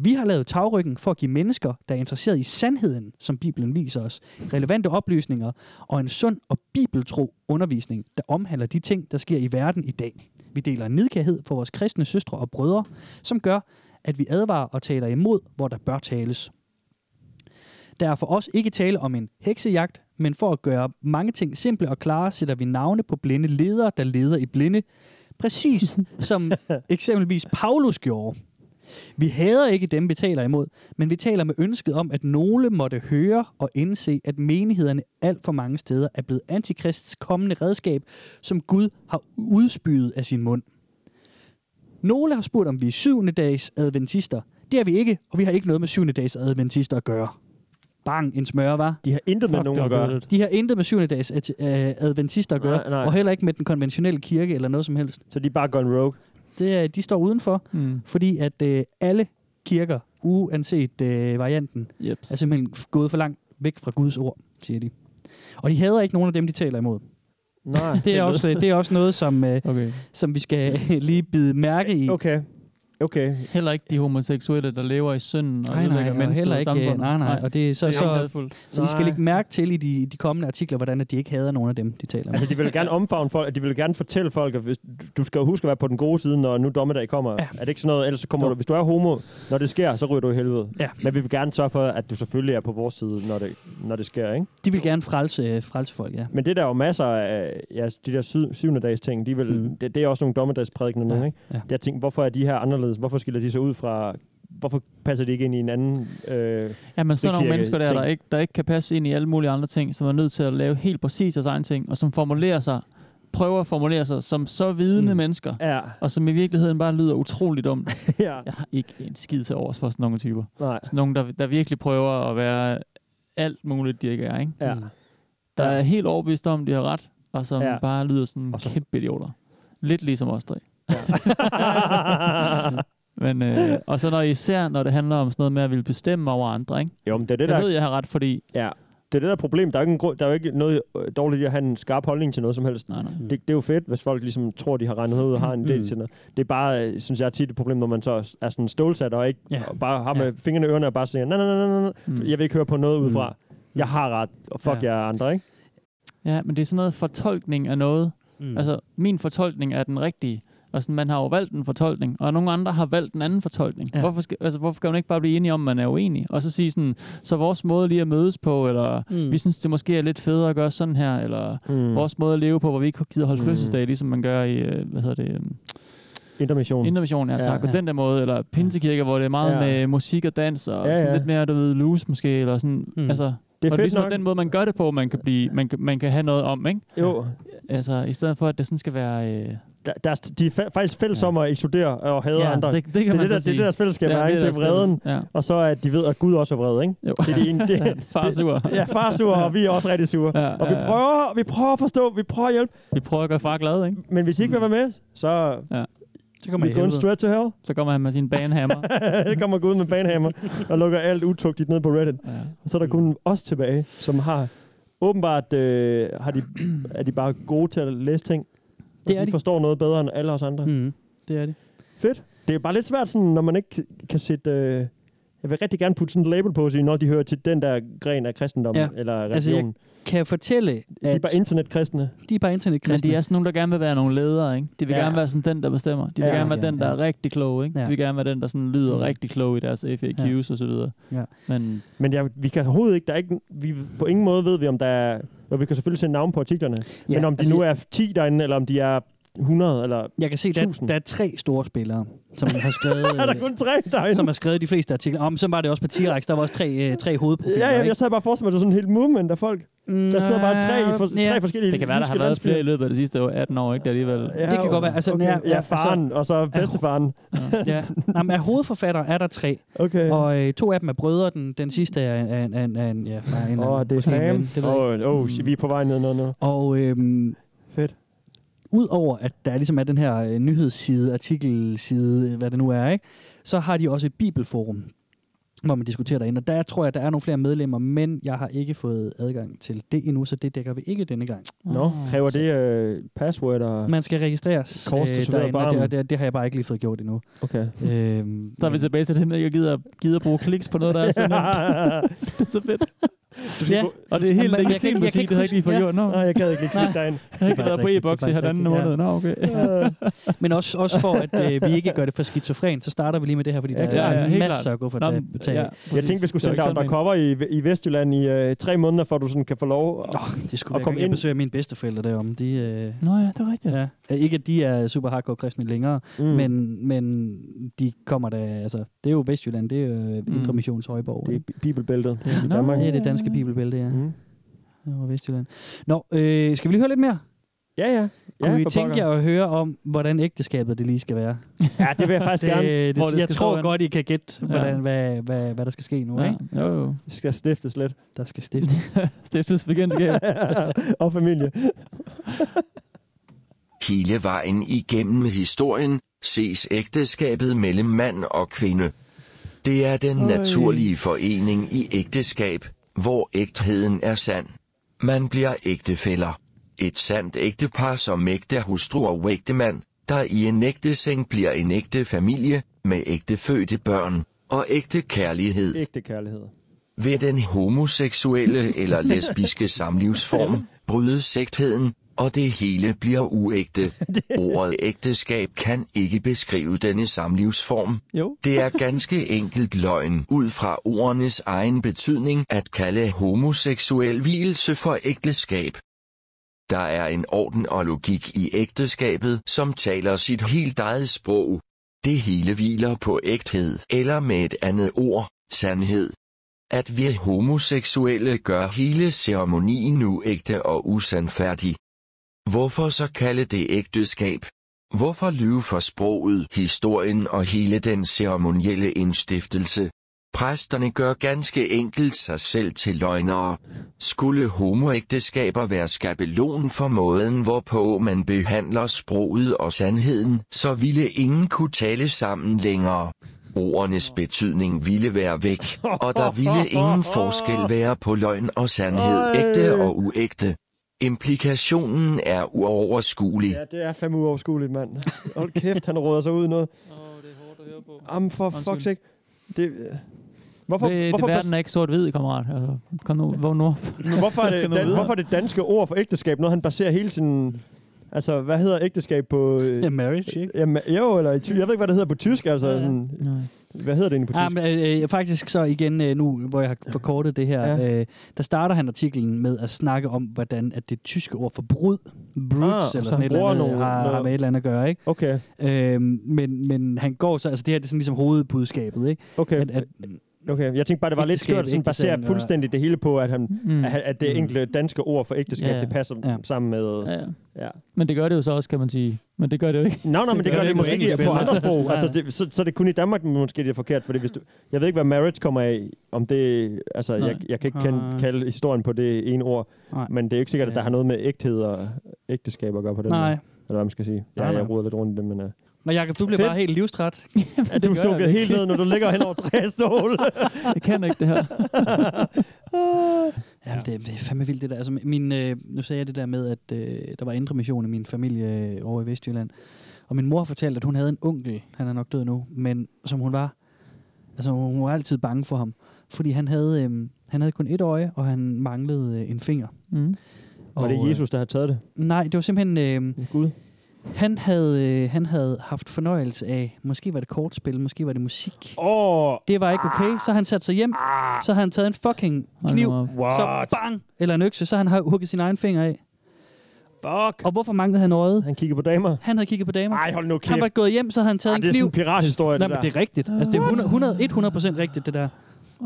Vi har lavet tagryggen for at give mennesker, der er interesseret i sandheden, som Bibelen viser os, relevante oplysninger og en sund og bibeltro undervisning, der omhandler de ting, der sker i verden i dag. Vi deler en nidkærhed for vores kristne søstre og brødre, som gør, at vi advarer og taler imod, hvor der bør tales. Der er for os ikke tale om en heksejagt, men for at gøre mange ting simple og klare, sætter vi navne på blinde ledere, der leder i blinde, præcis som eksempelvis Paulus gjorde. Vi hader ikke dem, vi taler imod, men vi taler med ønsket om, at nogle måtte høre og indse, at menighederne alt for mange steder er blevet antikrists kommende redskab, som Gud har udspyet af sin mund. Nogle har spurgt, om vi er syvende dags adventister. Det er vi ikke, og vi har ikke noget med syvende dags adventister at gøre. Bang, en smør, var. De har intet med Fuck, nogen det at var gøre. kedeligt. De har intet med syvende dags at- øh, adventister at gøre, Nej, nej. og heller ikke med den konventionelle kirke eller noget som helst. Så de er bare gone rogue. Det er, de står udenfor, Mm. fordi at øh, alle kirker, uanset øh, varianten, Jeps. er Altså- simpelthen f- gået for langt væk fra Guds ord, siger de. Og de hader ikke nogen af dem, de taler imod. Nej, [laughs] Det er, også, øh, det er også noget, som, øh, okay. [laughs] som vi skal øh, lige bide mærke i. Okay. Okay. Heller ikke de homoseksuelle, der lever i synden Nej, og nej, ødelægger og mennesker heller og ikke, samfundet. nej, nej. Og det, er så, det er jo så, hadfuldt. så I skal Nej. lægge mærke til i de, de kommende artikler, hvordan at de ikke hader nogen af dem, de taler om. Altså, de vil gerne omfavne folk, og de vil gerne fortælle folk, at hvis, du skal jo huske at være på den gode side, når nu dommedag kommer. Ja. Er det ikke sådan noget? Ellers så kommer Jo. du, hvis du er homo, når det sker, så ryger du i helvede. Ja. Men vi vil gerne sørge for, at du selvfølgelig er på vores side, når det, når det sker, ikke? De vil gerne frelse, øh, frelse folk, ja. Men det der er jo masser af ja, de der sy- syvende dags ting, de vil, Mm. mm. det, det, er også nogle dommedagsprædikener nu, Ja, ikke? ja. Jeg tænkte, hvorfor er de her anderledes? Hvorfor skiller de sig ud fra... Hvorfor passer de ikke ind i en anden... Øh, Ja, men sådan nogle kirke- mennesker der, der ting. ikke, der ikke kan passe ind i alle mulige andre ting, som er nødt til at lave helt præcis deres egen ting, og som formulerer sig, prøver at formulere sig som så vidende Mm. mm. mennesker, ja, og som i virkeligheden bare lyder utroligt dumt. [laughs] ja, Jeg har ikke en skid til overs for sådan nogle typer. nej, Sådan nogle, der, der virkelig prøver at være alt muligt, de ikke er, ikke? ja. Der er helt overbevist om, de har ret, og som Ja. ja. bare lyder sådan Og så- kæmpe idioter. Lidt ligesom os tre. Men, øh, og så når især, når det handler om sådan noget med at ville bestemme over andre, ikke? [laughs] jo, men det er det, Jeg der ved, jeg har ret, fordi... Ja, det er det der problem. Der er, jo ikke en grund, der er jo ikke noget øh, dårligt i at have en skarp holdning til noget som helst. Nej, nej. Det, det er jo fedt, hvis folk ligesom tror, de har regnet ud og har en del Mm. til noget. Det er bare, øh, synes jeg, tit et problem, når man så er sådan stålsat og ikke Ja. ja. og bare har med ja. fingrene i ørerne og bare siger, nej, nej, nej, nej, nej, Mm. jeg vil ikke høre på noget udefra. Mm. Jeg har ret, og fuck Ja. ja. jer andre, ikke? Ja, men det er sådan noget fortolkning af noget. Mm. Mm. Altså, min fortolkning er den rigtige. Og sådan, man har jo valgt en fortolkning, og nogle andre har valgt en anden fortolkning. Ja. Ja. Hvorfor, skal, altså, hvorfor kan man ikke bare blive enige om, at man er uenig? Og så sige sådan, så vores måde lige at mødes på, eller Mm. mm. vi synes, det måske er lidt federe at gøre sådan her, eller Mm. mm. vores måde at leve på, hvor vi ikke gider holde Mm. mm. fødselsdag, ligesom man gør i, øh, hvad hedder det, øhm, Intermission. Intermission, ja, Ja, tak. Ja, ja. På den der måde, eller Pinsekirker, hvor det er meget Ja. ja. med musik og dans, og Ja, ja, sådan ja. lidt mere, du ved, loose måske, eller sådan, Mm. mm. altså... det er og fedt ligesom nok. den måde, man gør det på, man kan, blive, man, kan, man kan have noget om, ikke? Jo, Altså, i stedet for, at det sådan skal være... Øh, der, der, er st- de er fa- faktisk fælles Ja. om at ekskludere og hader ja, andre. det, Det, det kan det, er det, man så der, det er sige. det, deres fællesskab er, ikke? Det er deres fælles. vreden. Ja. Og så at de ved, at Gud også er vred, ikke? Jo. [laughs] Det er det ene. Det, Far er det- sur. Ja, far er sur, og vi er også rigtig sure. Ja, Og vi Øh. ja, ja. prøver, vi prøver at forstå, vi prøver at hjælpe. Vi prøver at gøre far glad, ikke? Men hvis I ikke vil være med, så Så kommer vi I går helvede. straight to hell. Så kommer han med sin banehammer. Det kommer Gud med [laughs] banehammer og lukker alt utugtigt ned på Reddit. ja. Og så er der kun os tilbage, som har åbenbart øh, har de, er de bare gode til at læse ting. Og Det er de, de. forstår noget bedre end alle os andre. Mm. Mm. Det er det. Fedt. Det er bare lidt svært, sådan, når man ikke kan sætte... Øh, jeg vil rigtig gerne putte sådan et label på, og sige, når de hører til den der gren af kristendommen, Ja. ja. eller religion. Altså, Altså, jeg- jeg, Kan jeg fortælle, de er at bare internetkristne. de er bare Men internetkristne? de er sådan nogen, der gerne vil være nogle ledere, ikke? De vil Ja. ja. gerne være sådan den, der bestemmer. De vil Ja. ja, gerne være Ja, den, der ja. er rigtig klog, ikke? Ja. Ja. De vil gerne være den, der sådan lyder Mm. rigtig klog i deres FAQs Ja. ja. og så videre. Ja. Men Men jeg, vi kan overhovedet ikke, der er ikke, vi, på ingen måde ved vi, om der er, og vi kan selvfølgelig sende navn på artiklerne, ja, men om de altså, nu er 10 derinde, eller om de er 100, eller... Jeg kan se, der, 1000. der er tre store spillere, som har Er [laughs] der skrevet, øh, kun tre derinde? som har skrevet de fleste artikler. Om, så var det også på T-Rex, der var også tre, øh, tre hovedprofiler. Ja, ja, ikke? jeg sad bare og forestillede mig, at det var sådan en helt movement af folk. Der sidder bare tre, for, Ja. tre forskellige det kan være, der har jyske været flere i landsbyer. løbet af de sidste år- 18 år, ikke? Det er alligevel... Ja, Det kan godt være. Altså, okay. nær- ja, faren, og så bedstefaren. Ja. Nå, men af hovedforfatter er der tre, Okay. Åh, og øh, to af dem er brødre. Den, den sidste er en, en, en, en ja, fra en oh, det er måske en ven, fam. det ved jeg Åh, oh, oh, shit, vi er på vej ned noget nu. Og øhm, Fedt. Udover at der ligesom er den her øh, nyhedsside, artikelside, øh, hvad det nu er, ikke? så har de også et bibelforum, hvor man diskuterer derinde. Og der tror jeg, der er nogle flere medlemmer, men jeg har ikke fået adgang til det endnu, så det dækker vi ikke denne gang. Nå, Mm. kræver det øh, password og... Man skal registreres Kors, du serverer derinde, og det, barmen. og det, det har jeg bare ikke lige fået gjort endnu. Okay. [laughs] øhm, Så er vi tilbage til det med, at jeg gider, gider bruge kliks på noget, der er [laughs] så nemt. [laughs] Det er så fedt. Du skal Ja. gå- Og det er Jamen, helt jeg kan ikke- legitimt jeg at sige, kan det har jeg ikke ikke lige fået huske- gjort. Nå, Nå, jeg jeg gad ikke lige klikke dig ind. har ikke været rigtigt, på det er e-boks i faktisk halvanden rigtigt, måned. Nå, okay. [laughs] Men også, også for, at øh, vi ikke gør det for skizofren, så starter vi lige med det her, fordi Ja, der ja, klart. er Ja, en helt masse klart. at gå for Nå, til. men, til. ja, Jeg tænkte, vi skulle sende dig undercover i, i Vestjylland i øh, tre måneder, for at du sådan kan få lov. at- Det skulle Og være, kom kom jeg ind. besøger mine bedsteforældre derom. De, øh, Nå ja, det er rigtigt. Ja. Ikke at de er super hardcore kristne længere, mm. men, men de kommer da, altså, det er jo Vestjylland, det er jo mm. Mm. Indre Missions Højborg. Det Det, er bi- bibelbæltet i Nå, Danmark. det er det danske bibelbælte, ja. Mm. Det var Vestjylland. Nå, øh, skal vi lige høre lidt mere? Ja, ja. Kunne ja, I for tænke pokker. jer at høre om, hvordan ægteskabet det lige skal være? Ja, det vil jeg faktisk Altså, gerne. det, hvor det jeg skal tror stå hen. godt, I kan gætte, hvordan, ja. hvad, hvad, hvad der skal ske nu. Ja. Ja, Ikke? jo, jo. Det skal stiftes [laughs] lidt. Der skal [laughs] stifte. Stiftes bekendtskab. og familie. Hele vejen igennem historien ses ægteskabet mellem mand og kvinde. Det er den naturlige forening i ægteskab, hvor ægtheden er sand. Man bliver ægtefæller. Et sandt ægtepar som ægte hustru og ægtemand, der i en ægte seng bliver en ægte familie, med ægtefødte børn og ægte kærlighed. Ægte kærlighed. Ved den homoseksuelle eller lesbiske samlivsform brydes sægtheden, og det hele bliver uægte. Ordet ægteskab kan ikke beskrive denne samlivsform. Jo. Det er ganske enkelt løgn ud fra ordenes egen betydning at kalde homoseksuel hvilelse for ægteskab. Der er en orden og logik i ægteskabet, som taler sit helt eget sprog. Det hele hviler på ægthed, eller med et andet ord, sandhed. At vi homoseksuelle gør hele ceremonien uægte og usandfærdig. Hvorfor så kalde det ægteskab? Hvorfor lyve for sproget, historien og hele den ceremonielle indstiftelse? Præsterne gør ganske enkelt sig selv til løgnere. Skulle homoægteskaber være skabelon for måden, hvorpå man behandler sproget og sandheden, så ville ingen kunne tale sammen længere. Ordenes betydning ville være væk, og der ville ingen forskel være på løgn og sandhed, ægte og uægte. Implikationen er uoverskuelig. Ja, det er fandme uoverskueligt, mand. Hold kæft, han råder sig ud i noget. Åh, det er hårdt at høre på. Jamen, for Undskyld. fuck's sake. Det, øh, hvorfor, Ved, hvorfor, hvorfor verden er ikke sort-hvid, kammerat. Altså, kom nu, vågn nu. op. bas- hvorfor, er det, Find noget dan, videre. hvorfor er det danske ord for ægteskab, når han baserer hele sin... Altså, hvad hedder ægteskab på... øh, Ja, marriage, ikke? Jamen, jo, eller i ty- jeg ved ikke, hvad det hedder på tysk, altså. Ja, ja. Sådan, Nej. hvad hedder det egentlig på tysk? [laughs] Ja, men, øh, øh, faktisk så igen øh, nu, hvor jeg har forkortet det her, Ja. ja. øh, der starter han artiklen med at snakke om, hvordan at det tyske ord for brud, bruds Ah, ah, eller så sådan han et bruger eller andet, nogle- har, har noget- med et eller andet at gøre, ikke? Okay, Øh, men, men han går så, altså det her det er sådan ligesom hovedbudskabet, ikke? okay. At, at, Okay, jeg tænkte bare, det var lidt Ægteskab, skørt, sådan basere ægtesag, og- fuldstændig det hele på, at, han, Mm. at, at det Mm. enkelte danske ord for ægteskab, Ja, ja. det passer Ja. sammen med... Ja, ja. Ja. Men det gør det jo så også, kan man sige. Men det gør det jo ikke. Nå, nej, men det gør det måske ikke på andre [laughs] sprog. Nej. Altså, det, så, så er det kun i Danmark, måske det er forkert, fordi hvis du, jeg ved ikke, hvad marriage kommer af, om det, altså, Nej. jeg, jeg kan ikke kende, Nej. kalde historien på det ene ord, Nej. men det er jo ikke sikkert, at der Ja. har noget med ægthed og ægteskab at gøre på den måde, nej. eller hvad man skal sige. Ja, Nej, nej. jeg roder lidt rundt i det, men uh, Men Jacob, du bliver Fedt. bare helt livstræt. [laughs] er du gør jeg sunket da helt ikke. ned, når du ligger hen over træstol? Jeg kan ikke [laughs] det her. Ja. Jamen, det, det er fandme vildt det der. Altså, min, øh, nu sagde jeg det der med, at øh, der var indre mission i min familie øh, over i Vestjylland. Og min mor fortalte, at hun havde en onkel, han er nok død nu, men som hun var, altså hun var altid bange for ham. Fordi han havde, øh, han havde kun et øje, og han manglede øh, en finger. Mm. Var og, det Jesus, der har taget det? Øh, nej, det var simpelthen, øh, Gud? han, havde, øh, han havde haft fornøjelse af, måske var det kortspil, måske var det musik. Åh, Det var ikke okay, så han satte sig hjem, så havde han taget en fucking Hold kniv, nu op. så what? bang, eller en økse, så han har hugget sin egen finger af. Fuck. Og hvorfor manglede han øjet? Han kigger på damer. Han havde kigget på damer. Ej, hold nu kæft. han var gået hjem, så havde han taget Ej, en det er sådan kniv. en pirathistorie, Nej, det men der. det er rigtigt. Altså, det er 100, 100 rigtigt, det der.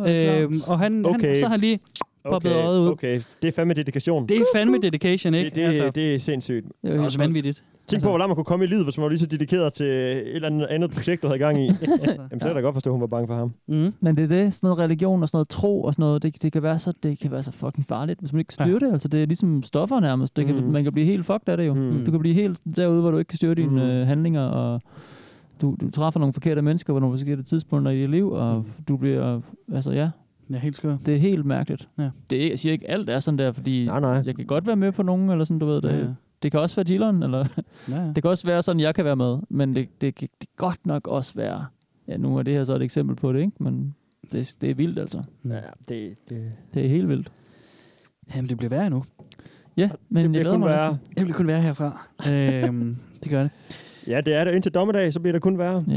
Øhm, og han, okay. Okay. han, så har han lige poppet øjet ud. okay, det er fandme dedikation. Det er fandme dedication, ikke? Det, det, altså. det er sindssygt. Det er det jo er helt også vanvittigt. vanvittigt. Tænk altså. på, hvor langt man kunne komme i livet, hvis man var lige så dedikeret til et eller andet, andet projekt, du havde gang i. Jamen, så er jeg da godt forstå, at hun var bange for ham. Mm. Men det er det, sådan noget religion og sådan noget tro og sådan noget, det, det, kan, være så, det kan være så fucking farligt, hvis man ikke styrer ja. det. Altså, det er ligesom stoffer nærmest. Det kan, Mhm. mm. Man kan blive helt fucked af det jo. Mhm. Mm. Du kan blive helt derude, hvor du ikke kan styre dine Mhm. mm. øh, handlinger, og du, du træffer nogle forkerte mennesker på nogle forkerte tidspunkter i dit liv, og mm. du bliver, altså ja, Ja, helt skør. det er helt mærkeligt. Ja. Det er, jeg siger ikke, alt er sådan der, fordi Nej, nej. jeg kan godt være med på nogen, eller sådan, du ved det. Ja, ja. Det kan også være dealeren, eller [laughs] Ja, ja. det kan også være sådan, jeg kan være med, men det, det, kan- det kan godt nok også være, ja, nu er det her så et eksempel på det, ikke? Men det, det er vildt altså. Ja, det, det, Det er helt vildt. Jamen, det bliver værre nu. Ja, men det jeg bliver glæder kun mig værre. næsten. Det bliver kun værre herfra. [laughs] øhm, det gør det. Ja, det er det. Indtil dommedag, så bliver det kun værre. Ja.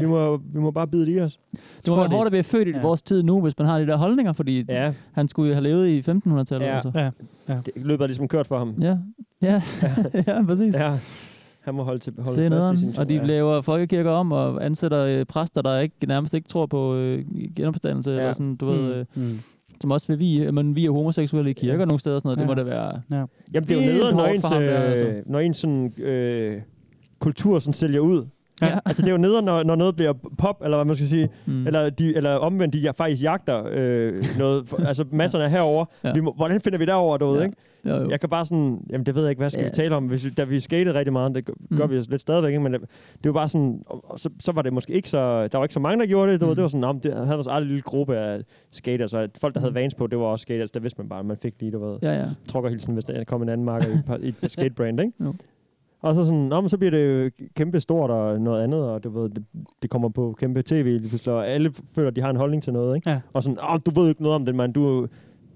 Vi, må, vi må bare bide det i os. Det må Tror være det. hårdt at blive født i Ja. vores tid nu, hvis man har de der holdninger, fordi ja. Ja, han skulle jo have levet i 1500-tallet. Ja. Altså. det løbet er ligesom kørt for ham. ja. Ja, [laughs] ja, præcis. Ja. Ja, han må holde, til, holde Det er fast i noget, sin tro. og de ja. laver folkekirker om og ansætter øh, præster, der ikke, nærmest ikke tror på øh, genopstandelse, ja. Ja. eller sådan, du mm. ved, øh, Mm. som også vil vi, men vi er homoseksuelle i kirker ja. nogle steder og sådan noget. Ja. Det Ja. må da være Jamen, det er jo vildt nederen, når hårdt ens, for ham, det er, øh, altså. når ens sådan, øh, kultur sådan sælger ud. Ja. Ja. [laughs] Altså, det er jo nederen, når, når noget bliver pop, eller hvad man skal sige. Mm. Eller, de, eller omvendt, de ja- faktisk jagter øh, [laughs] noget. For, altså, masserne er herovre. Ja. Ja. Vi må, hvordan finder vi derover, du ved, Ja. ikke? Jo, jo. Jeg kan bare sådan, jamen det ved jeg ikke, hvad skal ja. Ja. vi tale om? Hvis, vi- da vi skatede rigtig meget, det g- gør mm. Mm. vi lidt stadigvæk, ikke? men det, det var bare sådan, og, og så, så, var det måske ikke så, der var ikke så mange, der gjorde det. Det var, mm. Mm. det var sådan, om det havde vores egen lille gruppe af skaters, og at folk, Mhm. der havde vans på, det var også skaters. Der vidste man bare, man fik lige, du ved, ja. Ja, ja. [laughs] trukkerhilsen, hvis der kom en anden marker i, et par- i et skatebrand, ikke? Jo. Og så sådan, nå, men så bliver det jo kæmpe stort og noget andet, og du ved, det, det kommer på kæmpe tv lige pludselig, og alle føler, at de har en holdning til noget, ikke? Ja. Og sådan, åh, du ved ikke noget om den mand, du,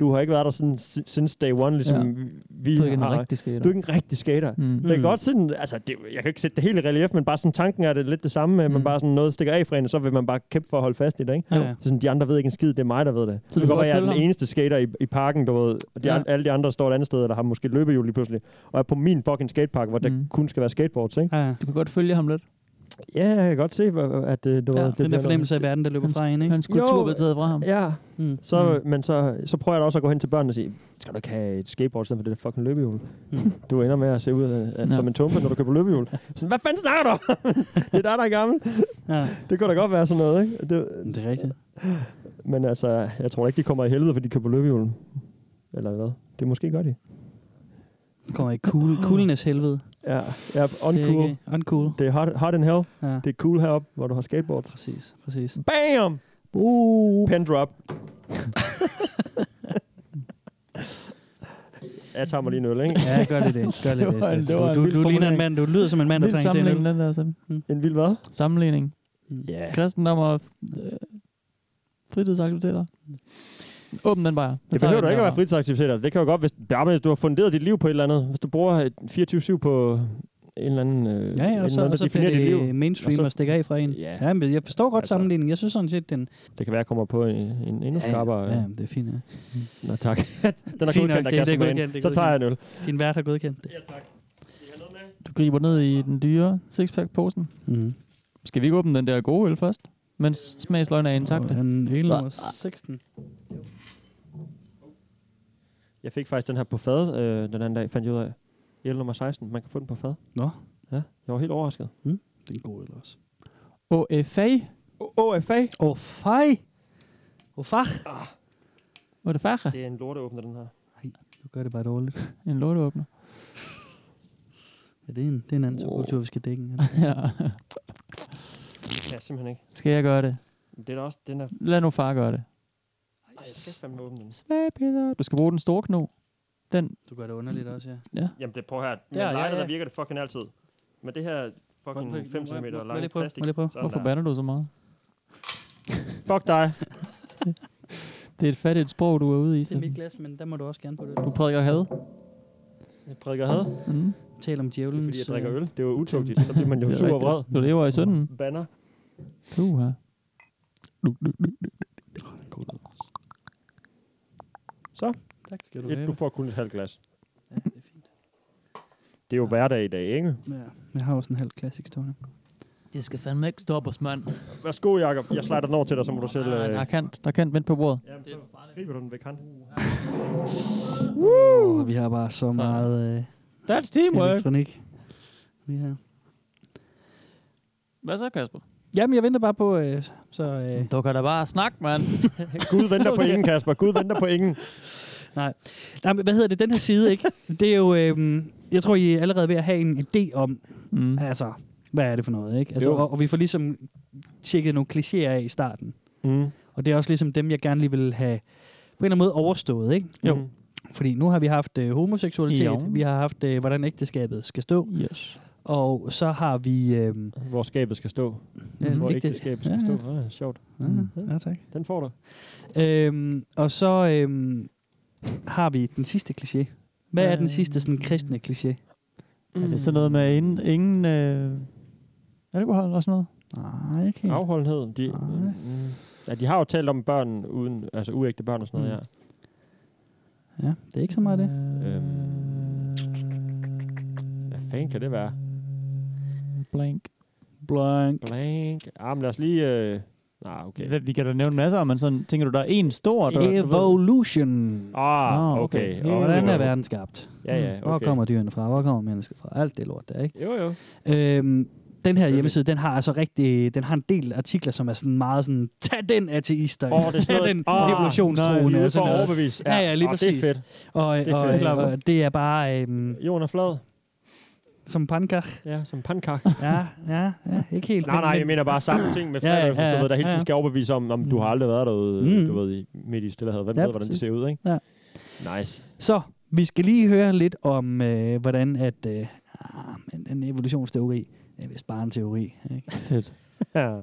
du har ikke været der siden, since day one, ligesom Ja. ja. vi Du er ikke en har. rigtig skater. Du er ikke en rigtig skater. Mm. Mm. Jeg kan godt sådan, altså, det, jeg kan ikke sætte det hele i relief, men bare sådan tanken er det lidt det samme med, at man Mm. bare sådan noget stikker af fra en, og så vil man bare kæmpe for at holde fast i det, ikke? Ja. Så sådan, de andre ved ikke en skid, det er mig, der ved det. Så det du kan kan godt godt være, jeg er følge den ham. eneste skater i, i parken, du ved. Og De, Ja. ja. Alle de andre står et andet sted, eller har måske løbehjul lige pludselig. Og er på min fucking skatepark, hvor mm. Mm. der kun skal være skateboards, ikke? Ja, ja. Du kan godt følge ham lidt. Ja, jeg kan godt se, hva- at øh, du ja ved, den der bliver fornemmelse af verden, der løber fra en, ikke? Hans kultur Jo. blev taget fra ham. noget- Ja, Mm. så, mm. men så, så prøver jeg da også at gå hen til børnene og sige, skal du ikke have et skateboard, i stedet for det der fucking løbehjul? Mm. Du ender med at se ud af, Ja. ja. som en tumpe, når du køber [laughs] løbehjul. Sådan, hvad fanden snakker du om? [laughs] det er dig, der er gammel. Ja, Det kunne da godt være sådan noget, ikke? Det, det er rigtigt. men altså, jeg tror ikke, de kommer i helvede, fordi de køber løbehjul. Eller hvad? Det måske gør de. Kommer i [laughs] cool, coolness helvede. Ja, ja Det er uncool. ikke uncool. Det er hot, hot in hell. Ja, Det er cool heroppe, hvor du har skateboards. præcis, præcis. Bam! Uh. Pen [laughs] drop. jeg tager mig lige en øl, ikke? Ja, gør lige det. [laughs] Gør lige Det var en- det. det var Steffen. Du, en vild du, du ligner en formulering. mand. Du lyder som en mand, der Lidt altså. trænger til en sammenligning, øl. den der Sam. En vild hvad? sammenligning. Ja. Yeah. Kristendom og øh, fritidsaktiviteter. Åbn den bare. Det behøver du ikke at være fritidsaktiviteter. Det kan jo godt, hvis, ja, men hvis du har funderet dit liv på et eller andet. Hvis du bruger et 24-7 på en eller anden... Øh, Ja, ja, og noget, så, og så bliver dit liv. det mainstream Og og, så- stikker af fra en. Ja. Ja, men jeg forstår godt Altså. sammenligningen. Jeg synes sådan set, den... Det kan være, at jeg kommer på en, en endnu skarpere... ja, det er fint. Ja. Nå, tak. [laughs] Den er Fint godkendt, nok, det- det er af det, godkendt, det er Så tager jeg en øl. Din vært har godkendt det. Du griber ned i den dyre sixpack-posen. Mm. Skal vi ikke åbne den der gode øl først? Mens smagsløgene er intakte. Den øl nummer Hva? 16. Jeg fik faktisk den her på fad øh, den anden dag, fandt jeg ud af. El nummer 16, man kan få den på fad. Nå. Ja, jeg var helt overrasket. Det er en god øl også. OFA. OFA? Åh, oh, fej! Åh, oh, fach! Var det færre? Det er en lorteåbner, den her. Du gør det bare dårligt. En lorteåbner. Ja, det er en, det er en anden subkultur, vi skal dække. ja. Det kan jeg simpelthen ikke. Skal jeg gøre det? Men Det er da også den der... Ej, Lad nu far gøre det. jeg skal fandme åbne den. Svag, Peter. Du skal bruge den store kno. Den. Du gør det underligt også, ja. Jamen, det prøver her. Med Ja, ja, lighter, ja. der virker det fucking altid. Men det her Må jeg- fucking må 5 jeg- cm må jeg- må jeg lange lige prøve? plastik. Må jeg lige prøve? Sådan Hvorfor der. bander du så meget? Fuck dig. Det er et fattigt sprog, du er ude i. Det er mit Steffen. glas, men der må du også gerne på det. Du prædiker had. Jeg prædiker had, Mm. Tal om djævelens... fordi jeg drikker øh, øl. Det er jo utugtigt. Så bliver man jo Det er super rigtigt. vred. Du lever i synden. Banner. Du her. Tak skal du Et, have. du får kun et halvt glas. Ja, det er fint. Det er jo hverdag i dag, ikke? Ja, jeg har også en halv klassik stående. Det skal fandme ikke stoppe os, mand. Værsgo, Jacob. Jeg slider den over til dig, så må du selv... Nej, øh, der er kant. Der er kant vendt på bordet. Jamen, så griber du den ved kanten. Uh, vi har bare så, meget øh, That's teamwork. elektronik. Vi har. Hvad så, Kasper? Jamen, jeg venter bare på, øh, så... Øh, Du kan da bare snakke, mand. Gud venter på ingen, Kasper. Gud venter på ingen. nej, men hvad hedder det? Den her side, ikke? Det er jo... Øh, jeg tror, I er allerede ved at have en idé om, Mm. altså, hvad er det for noget, ikke? Altså, Jo. og, og vi får ligesom tjekket nogle klichéer af i starten. Mm. Og det er også ligesom dem, jeg gerne lige vil have på en eller anden måde overstået, ikke? Jo. Mm. Fordi nu har vi haft øh, homoseksualitet, Jo. vi har haft, øh, hvordan ægteskabet skal stå, Yes. og så har vi... Øh, mm, Hvor skabet skal stå. Hvor ægte- ægteskabet skal Ja, stå. Ah, sjovt. Ja, ja, tak. Den får du. Øhm, og så øhm, har vi den sidste kliché. Hvad er den sidste sådan Øhm. kristne kliché? Mm. Er det sådan noget med ingen, ingen øh, alkohol og sådan noget? Nej, ikke helt. Afholdenhed. De, Nej. mm, ja, de har jo talt om børn uden, altså uægte børn og sådan noget, Mm. ja. Ja, det er ikke så meget det. Øhm. Øhm. Hvad fanden kan det være? Blank. Blank. Blank. Ah, men lad os lige... Øh... Nej, okay. Hvad- Vi kan da nævne masser, men sådan tænker du, der er en stor, der... Evolution. Ah, Nå, okay. okay. Åh, Hvordan jo, er jo. verden skabt? Ja, ja, Hvor okay. Mm. kommer dyrene fra? Hvor kommer mennesker fra? Alt det lort der, ikke? Jo, jo. Øhm, den her hjemmeside, den har altså rigtig, den har en del artikler, som er sådan meget sådan, tag den ateister, Åh, det er sådan tag noget- Ah, den Åh, evolutionstroende Ude og for sådan noget. overbevis. Ja, ja, lige Åh, præcis. Det er fedt. Og, Det er og, fedt. og, og det er bare øhm, Jorden er flad. som pankar. Ja, som [laughs] pandekak. Ja, ja, ja, ikke helt. Nej, men- nej, men- jeg mener bare samme ting med Ja, ja, Flatøf, ja, ja, ja, ja, du ved, der hele ja, tiden ja. skal overbevise om, om du har aldrig været derude, Mm. mm. du ved, i, midt i stillehavet. Hvem Ja, ja, ved, hvordan det præcis. ser ud, ikke? Ja. Nice. Så vi skal lige høre lidt om, øh, hvordan at... Øh, ah, men, en evolutionsteori. Det er vist bare en teori. Ikke? Fedt. Ja.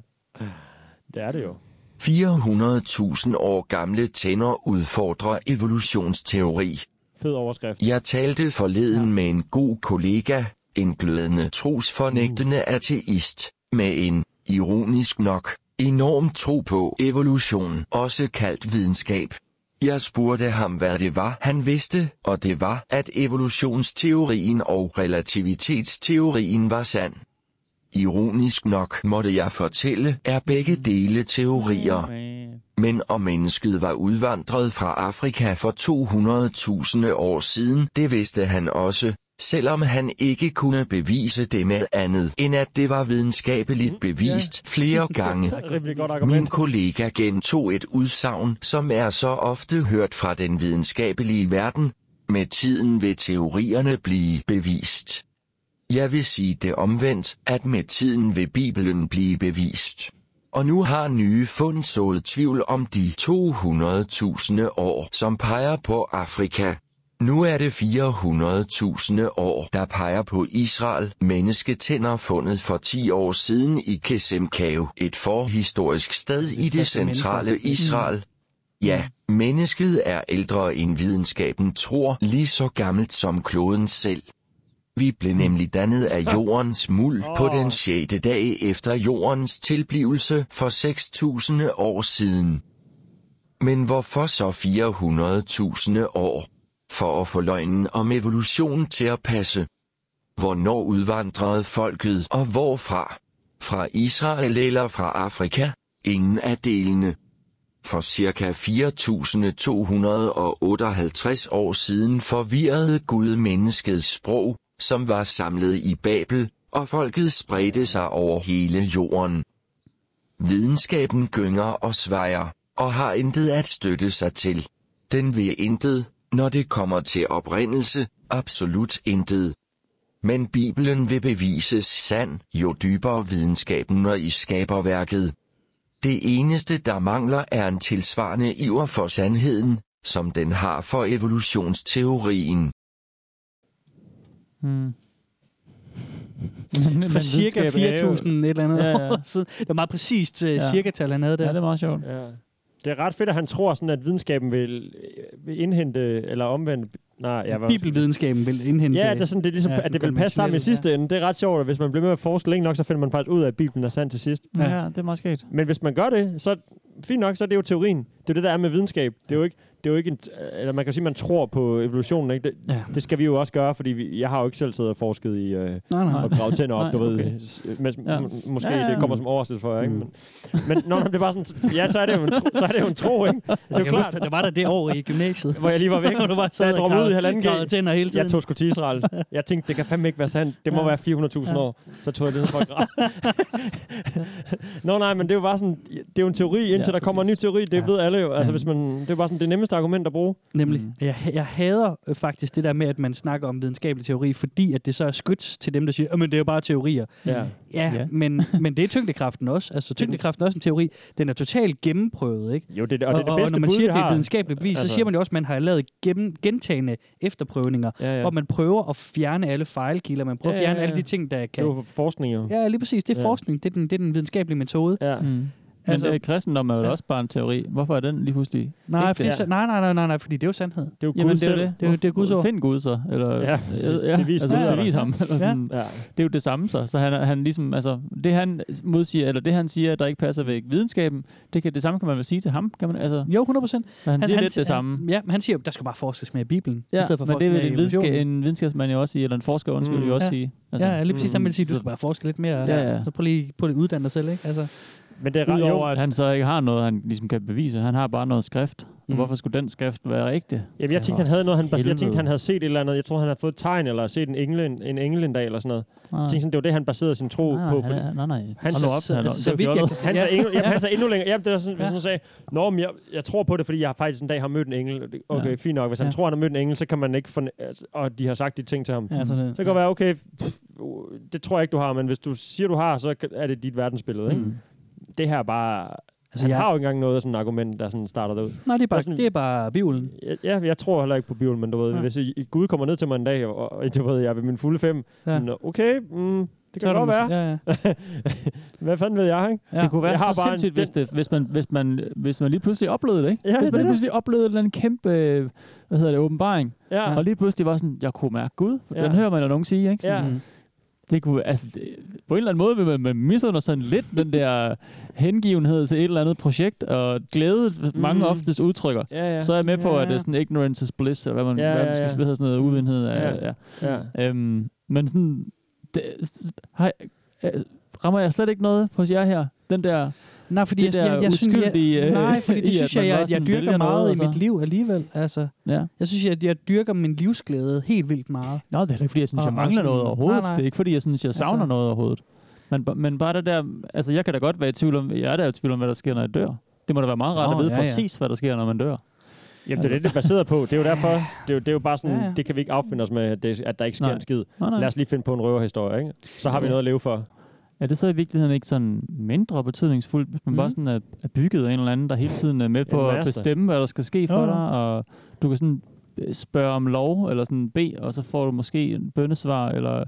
Det er det jo. 400.000 år gamle tænder udfordrer evolutionsteori. Fed overskrift. Jeg talte forleden med en god kollega, en glødende trosfornægtende ateist, med en, ironisk nok, enorm tro på evolution, også kaldt videnskab. Jeg spurgte ham, hvad det var, han vidste, og det var, at evolutionsteorien og relativitetsteorien var sand. Ironisk nok måtte jeg fortælle, er begge dele teorier. Man. Men om mennesket var udvandret fra Afrika for 200.000 år siden, det vidste han også, selvom han ikke kunne bevise det med andet end at det var videnskabeligt bevist flere gange. Rimelig godt Min argument. kollega gentog et udsagn, som er så ofte hørt fra den videnskabelige verden. Med tiden vil teorierne blive bevist. Jeg vil sige det omvendt, at med tiden vil Bibelen blive bevist. Og nu har nye fund sået tvivl om de 200.000 år, som peger på Afrika. Nu er det 400.000 år, der peger på Israel. Mennesketænder fundet for 10 år siden i Kesemkave, et forhistorisk sted i det centrale Israel. Ja, mennesket er ældre end videnskaben tror, lige så gammelt som kloden selv. Vi blev nemlig dannet af jordens muld på den 6. dag efter jordens tilblivelse for 6.000 år siden. Men hvorfor så 400.000 år? For at få løgnen om evolution til at passe. Hvornår udvandrede folket og hvorfra? Fra Israel eller fra Afrika? Ingen af delene. For ca. 4258 år siden forvirrede Gud menneskets sprog, som var samlet i Babel, og folket spredte sig over hele jorden. Videnskaben gynger og svejer, og har intet at støtte sig til. Den vil intet, når det kommer til oprindelse, absolut intet. Men Bibelen vil bevises sand, jo dybere videnskaben når i skaberværket. Det eneste, der mangler, er en tilsvarende iver for sandheden, som den har for evolutionsteorien. Hmm. [laughs] For cirka 4.000 et eller andet ja, Ja, ja. ja. år siden. Det var meget præcist uh, Ja. cirka-tal, han havde Ja, der. det er meget sjovt. Ja. Det er ret fedt, at han tror sådan, at videnskaben vil, øh, vil indhente, eller omvendt... Nej, jeg var... Bibelvidenskaben vil indhente Ja, det er sådan, det er ligesom, Ja, ja, at det vil konventionelle, passe sammen i ja. sidste ende. Det er ret sjovt, at hvis man bliver med at forske længe nok, så finder man faktisk ud af, at Bibelen er sand til sidst. Ja, ja det er meget skægt. Men hvis man gør det, så fint nok, så er det jo teorien. Det er jo det, der er med videnskab. Det er jo ikke, det er jo ikke en, eller man kan sige, at man tror på evolutionen. Ikke? Det, Ja. det, skal vi jo også gøre, fordi vi, jeg har jo ikke selv siddet og forsket i øh, Nej, nej. og gravet tænder op, Nej, du ved. okay. Okay. Men, Ja. ja. måske Ja, ja, ja, ja. det ja. kommer som overraskelse for jer. Ikke? Men, men når det er bare sådan, ja, så er det jo en tro, så er det jo en tro ikke? Det er jo jeg klart, Huske, der var der det år i gymnasiet, hvor jeg lige [laughs] var væk. hvor du bare sad jeg og droppede ud i halvanden gravede gang. tænder hele tiden. Jeg tog sgu til Israel. Jeg tænkte, det kan fandme ikke være sandt. Det må Ja. ja. være 400.000 Ja. ja. år. Så tog jeg det ned fra grav. [laughs] Nå nej, men det er jo bare sådan, det er jo en teori, indtil Ja, ja, der kommer en ny præcis. teori. Det Ja. ja. ved alle jo. Altså, Ja. hvis man, det er bare sådan det nemmeste argument at bruge. Nemlig. Mm. Mm. Jeg, jeg hader øh, faktisk det der med, at man snakker om videnskabelig teori, fordi at det så er skyts til dem, der siger, at det er jo bare teorier. Ja. Ja, ja. Ja. Men, men det er tyngdekraften også. Altså tyngdekraften er også en teori. Den er totalt gennemprøvet, ikke? Jo, det, er- og det er det bedste og når man bud, siger, vi at det er har. videnskabeligt bevis, så Altså. siger man jo også, at man har lavet gen, gentagende efterprøvninger, Ja, ja. hvor man prøver at fjerne alle fejlkilder. Man prøver at Ja, ja, fjerne ja. alle de ting, der Det er kan... jo forskning jo. Ja, lige præcis. Det er Ja. forskning. Det er den, det er den videnskabelige metode. Ja. Mm. Men Altså- altså, øh, kristendom er jo Ja. ja. også bare en teori. Hvorfor er den lige pludselig? Nej, Ikke fordi, det. så, nej, nej, nej, nej, nej, fordi det er jo sandhed. Det er jo Jamen, Gud det er jo selv. det. Det er jo- det er Guds ord. Find Gud så. Eller, Ja, præcis. Bevis altså, Gud er der. bevis ham. Eller sådan. Ja. Det er jo det samme så. Så han, er- han ligesom, altså, det han modsiger, eller det han siger, der ikke passer ved videnskaben, det, kan, det samme kan man vel sige til ham. Kan man, altså, Jo, 100 procent. han, han siger lidt det samme. Ja, men han siger, at der skal bare forskes mere i Bibelen. Ja, i stedet for men det forskning vil en, i evolutionen. videnska- en videnskabsmand jo også sige, eller en forsker, undskyld, Mm. jo også Ja. sige. Altså, ja, lige præcis. Mm, han vil sige, du så- skal bare forske lidt mere. Ja, ja. Så prøv lige, prøv lige at uddanne dig selv, ikke? Altså, Men det er ret, Udover jo. at han så ikke har noget, han ligesom kan bevise. Han har bare noget skrift. Mm. Mm. Hvorfor skulle den skrift være rigtig? Jamen, jeg tænkte, han havde noget. Han, jeg tænkte, Helvede. han havde set et eller andet. Jeg tror, han havde fået et tegn, eller set en engel, en, en engel en dag, eller sådan noget. Nej, Jeg tænkte, sådan, det var det, han baserede sin tro nej, på. nej, fordi- nej, nej, nej. Han- altså, Hold nu op, så- han er- så det er vidt jeg fjollet. kan Han tager endnu, jamen, han tager endnu længere. Jamen, det er sådan, hvis Ja. ja. han sagde, Nå, men jeg, jeg tror på det, fordi jeg faktisk en dag har mødt en engel. Okay, Ja. ja. fint nok. Hvis han Ja. tror, han har mødt en engel, så kan man ikke forne- altså, Og de har sagt de ting til ham. Ja. ja, så det, Så kan Mm. det være, okay, pff, uh, det tror jeg ikke, du har, men hvis du siger, du har, så kan- er det dit verdensbillede. Ikke? Mm. Det her er bare Altså, han jeg... har jo ikke engang noget sådan argument, der sådan starter derud. Nej, det er bare, sådan- det er bare Bibelen. Ja, jeg tror heller ikke på Bibelen, men du ved, Ja. ja. hvis I- Gud kommer ned til mig en dag, og, og du ved, jeg er ved min fulde fem, Ja. ja. Nå, okay, mm, det er kan der godt måske- være. Ja, ja. Hvad fanden ved jeg, ikke? Ja. Det kunne være Jeg har så bare en- sindssygt, hvis, det, hvis, man, hvis, man, hvis man lige pludselig oplevede det, ikke? Ja, hvis det er man lige det. pludselig oplevede en eller anden kæmpe, øh, hvad hedder det, åbenbaring, Ja. og lige pludselig var sådan, jeg kunne mærke Gud, ja. Ja. den hører man jo nogen sige, ikke? Sådan, Ja. Mm. Det kunne, altså, det, på en eller anden måde vil man, man misunder sådan lidt den der hengivenhed til et eller andet projekt, og glæde mange Mm. oftest udtrykker. Ja, ja. Så er jeg med på, ja, at det er sådan ignorance is bliss, eller hvad man, Ja, hvad ja, man ja. skal hedder sådan noget uvidenhed af. Ja. Ja. Ja. Øhm, men sådan, det, s- har, jeg- øh, rammer jeg slet ikke noget på jer her? Den der, Nej, fordi Det jeg, der jeg, jeg, synes, uskyldige, jeg, øh, nej, fordi det i, synes jeg, at man bare jeg, jeg sådan dyrker vælger noget, meget og så- i mit liv alligevel. Altså, ja. jeg synes, jeg, jeg dyrker min livsglæde helt vildt meget. Nå, det er heller ikke, fordi jeg Og- synes, jeg og mangler sådan- noget overhovedet. Nej, nej. Nej, nej. Det er ikke, fordi jeg synes, jeg savner Altså- altså. noget overhovedet. Men, ba- men bare det der... Altså, jeg kan da godt være i tvivl om... Jeg er da i tvivl om, hvad der sker, når jeg dør. Det må da være meget rart Nå, at vide ja, ja, ja. præcis, hvad der sker, når man dør. Jamen, det er det, det er baseret på. Det er jo derfor, det er jo, det er jo bare sådan, Ja, ja, ja. ja. det kan vi ikke affinde os med, at, det, at der ikke sker Nej. en skid. Nå, nej. Lad os lige finde på en røverhistorie, ikke? Så har vi Ja. noget at leve for. Er det så i virkeligheden ikke sådan mindre betydningsfuldt, hvis man Mhm. mm. bare sådan er, er bygget af en eller anden, der hele tiden [laughs] er med En på at master. bestemme, hvad der skal ske for Jo, jo. dig, og du kan sådan øh, spørge om lov, eller sådan bede, og så får du måske en bønnesvar, eller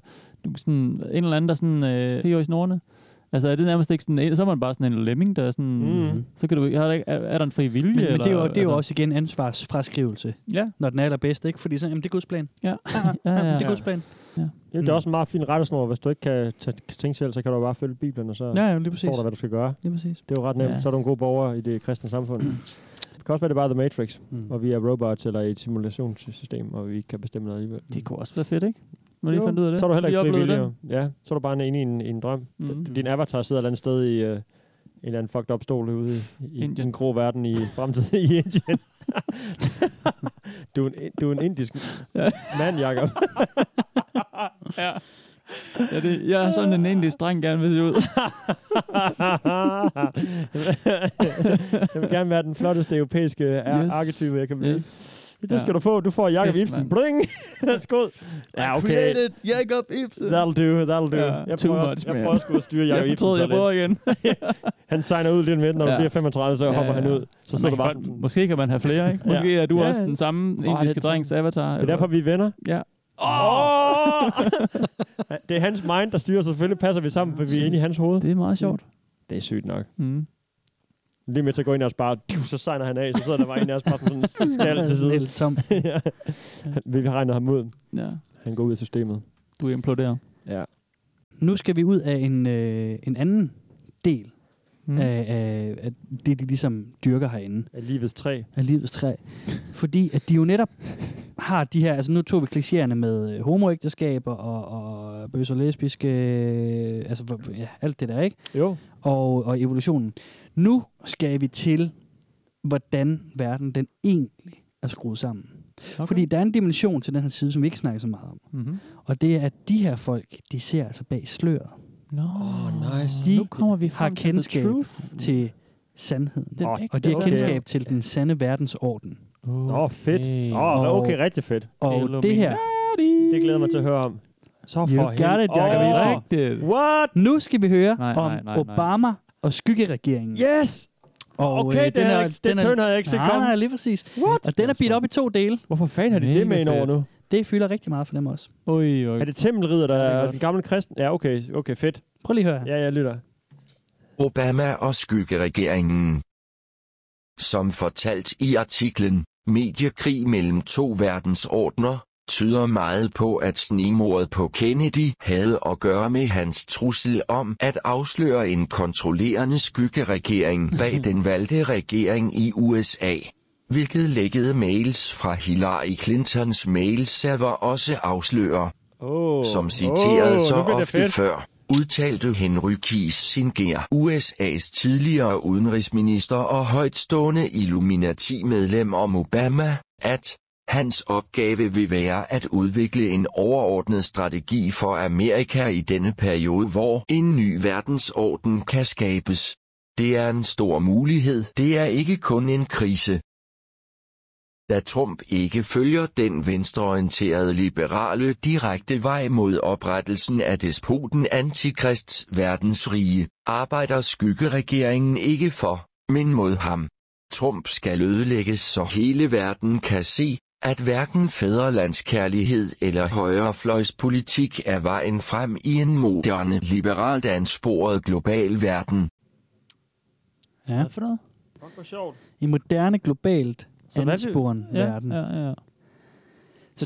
du kan sådan, en eller anden, der sådan øh, hiver i snorene. Altså er det nærmest ikke sådan, en- så er man bare sådan en lemming, der er sådan, Mhm. mm. så kan du ikke, har der ikke, er, er der en fri vilje? Men, men det er jo, eller, det er jo altså, også igen ansvarsfraskrivelse, Ja, når den er allerbedst, ikke? Fordi så, jamen, det er Guds plan. ja, Ja, ja, ja, ja. det er Guds plan. Ja, det Mm. er også en meget fin rettesnor. Hvis du ikke kan t- tænke selv, så kan du bare følge Bibelen, og så Ja, ja, ja, lige præcis. står der, hvad du skal gøre. Lige præcis. Det er jo ret nemt. Ja. Ja. Så er du en god borger i det kristne samfund. Det kan også være, det er bare The Matrix, Mm. og vi er robots eller i et simulationssystem, og vi ikke kan bestemme noget alligevel. Det kunne også være fedt, ikke? Må lige fandt ud af det. Så er du heller Lige ikke oplevede frivillig. det. jo. Ja, så er du bare inde i en, i en drøm. Mhm. Mm. Din avatar sidder et eller andet sted i øh, en eller anden fucked up stol ude i, i Indien. en grå verden i fremtiden i [laughs] Indien. du, er en, du er en indisk mand, [laughs] Jacob. Ja, det, jeg er sådan en egentlig dreng gerne vil se ud. jeg vil gerne være den flotteste europæiske ar- Yes. arketype, jeg kan blive. Yes. Yes. Det skal du få. Du får Jacob Fedt, Ibsen. mand. Bling! Skål. Ja, okay. Jacob Ibsen. That'll do, that'll do. Ja, jeg too prøver, much, også, jeg man. prøver sgu at styre Jacob jeg Ibsen. fortrød, så jeg lidt. prøver igen. Han signer ud lidt med, når Ja. du bliver 35, så Ja, hopper ja, han ja. ud. Så sidder Man du kan bare... godt- Måske kan man have flere, ikke? Ja. Måske er du Ja, også ja. den samme Åh, indiske det er drengs avatar. Det er derfor, vi er venner. Ja. Oh! det er hans mind, der styrer, så selvfølgelig passer vi sammen, for vi er inde i hans hoved. Det er meget sjovt. Det er sygt nok. Mm. Lige med til at gå ind og spare, div, så signer han af, så sidder der bare en af os bare [laughs] sådan en skal til siden. Helt tom. [laughs] ja. Vi har regnet ham ud. Ja. Han går ud af systemet. Du imploderer. Ja. Nu skal vi ud af en, øh, en anden del Mm. mm. af, af, af det, de ligesom dyrker herinde, Af livets træ. af livets træ. Fordi at de jo netop har de her, altså nu tog vi klichéerne med øh, homoægteskaber og, og bøs og lesbiske, øh, altså hvor- ja, alt det der, ikke? Jo. Og, og evolutionen. Nu skal vi til, hvordan verden den egentlig er skruet sammen. Okay. Fordi der er en dimension til den her side, som vi ikke snakker så meget om. Mm-hmm. Og det er, at de her folk, de ser altså bag sløret. No. Åh, nice. De nu kommer vi har frem til the kendskab truth. til sandheden. Den Åh, ægte Og de har okay. kendskab til den sande verdensorden. Åh, oh, fedt. Åh, Og- oh, okay, rigtig fedt. Og Illuminati. det her, Det glæder jeg mig til at høre om. Så for You got it, Jacob Åh, Ibsen. Rigtigt. What? nu skal vi høre Nej, nej, om nej, nej. Obama og skyggeregeringen. Yes! Og, øh, Okay, det, er- havde jeg ikke- den er- turn havde jeg ikke set Nej, nej, komme. lige præcis. What? Og den er bidt op i to dele. Hvorfor fanden har de Mega det med ind over fedt. nu? Det fylder rigtig meget for dem også. Oj, oj. Er det Temmelridder, der Ja, det er er godt. den gamle kristen? Ja, okay, okay, fedt. Prøv lige at høre her. Ja, jeg lytter. Obama og skyggeregeringen. Som fortalt i artiklen, Mediekrig mellem to verdensordner, tyder meget på, at snigmordet på Kennedy havde at gøre med hans trussel om at afsløre en kontrollerende skyggeregering bag den valgte regering i USA. Hvilket lækkede mails fra Hillary Clintons mailserver også afslører. Oh. Som citeret oh, så nu bliver det ofte fedt. før, udtalte Henry Kissinger, USA's tidligere udenrigsminister og højtstående Illuminati-medlem om Obama, at hans opgave vil være at udvikle en overordnet strategi for Amerika i denne periode, hvor en ny verdensorden kan skabes. Det er en stor mulighed, det er ikke kun en krise. Da Trump ikke følger den venstreorienterede liberale direkte vej mod oprettelsen af despoten Antikrists verdensrige, arbejder skyggeregeringen ikke for, men mod ham. Trump skal ødelægges, så hele verden kan se, at hverken fædrelandskærlighed eller højrefløjspolitik er vejen frem i en moderne, liberalt ansporet global verden. Ja. Hvad for noget? Fuck, hvor sjovt. I moderne, globalt Så hvad vi- ansporen Ja, verden. ja, ja. Så,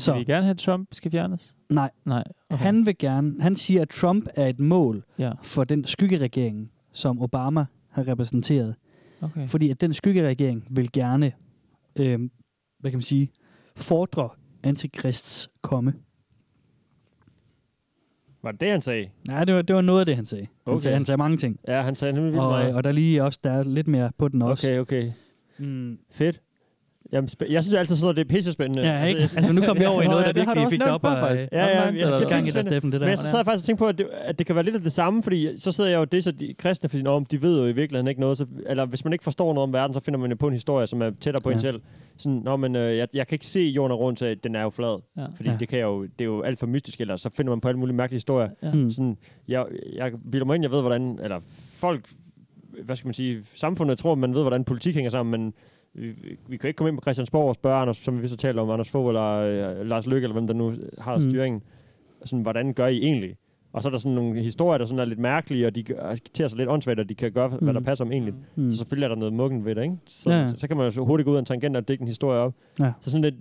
Så. så. de vil gerne have, at Trump skal fjernes? Nej, Nej. okay. han vil gerne... Han siger, at Trump er et mål Ja, for den skyggeregering, som Obama har repræsenteret. okay. Fordi at den skyggeregering vil gerne, øh, hvad kan man sige, fordre antikrists komme. Var det det, han sagde? Nej, det var, det var noget af det, han sagde. Han, Okay. sagde, han sagde mange ting. Ja, han sagde nemlig vildt Og, meget. og der er lige også, der er lidt mere på den også. Okay, okay. Mm, Fedt. Jamen, spæ- jeg synes altid, sådan noget, det er pisse spændende. Altså, ja, ikke? Altså, nu kom vi over i Nå, noget, ja, der det har du virkelig også fik nævnt op før, og faktisk. Ja, ja, jeg skal jeg gang lige i dig, finde- Steffen, det Men jeg så sad der. jeg faktisk og tænkte på, at det, at det kan være lidt af det samme, fordi så sidder jeg jo det, så de kristne, fordi om de ved jo i virkeligheden ikke noget, så, eller hvis man ikke forstår noget om verden, så finder man jo på en historie, som er tættere på ja. Ja. en selv. Sådan, nå, men øh, jeg, jeg kan ikke se jorden er rundt, så den er jo flad, Ja. fordi Ja. ja. det, kan jeg jo, det er jo alt for mystisk, eller så finder man på alle mulige mærkelige historier. Ja. Mm. Sådan, jeg, jeg bilder mig ind, jeg ved, hvordan, eller folk, hvad skal man sige, samfundet tror, man ved, hvordan politik hænger sammen, men vi, vi kan ikke komme ind på Christiansborg og spørge Anders, som vi så taler om, Anders Fogh eller øh, Lars Løkke, eller hvem der nu har Mm. styringen. Sådan, hvordan gør I egentlig? Og så er der sådan nogle historier, der sådan er lidt mærkelige, og de gør- tager sig lidt åndssvagt, og de kan gøre, hvad Mm. der passer om egentlig. Mm. Så selvfølgelig er der noget muggen ved det, ikke? Så, Ja, ja. ja. så, så kan man jo så hurtigt gå ud af en tangent og dække en historie op. Ja. Så sådan lidt,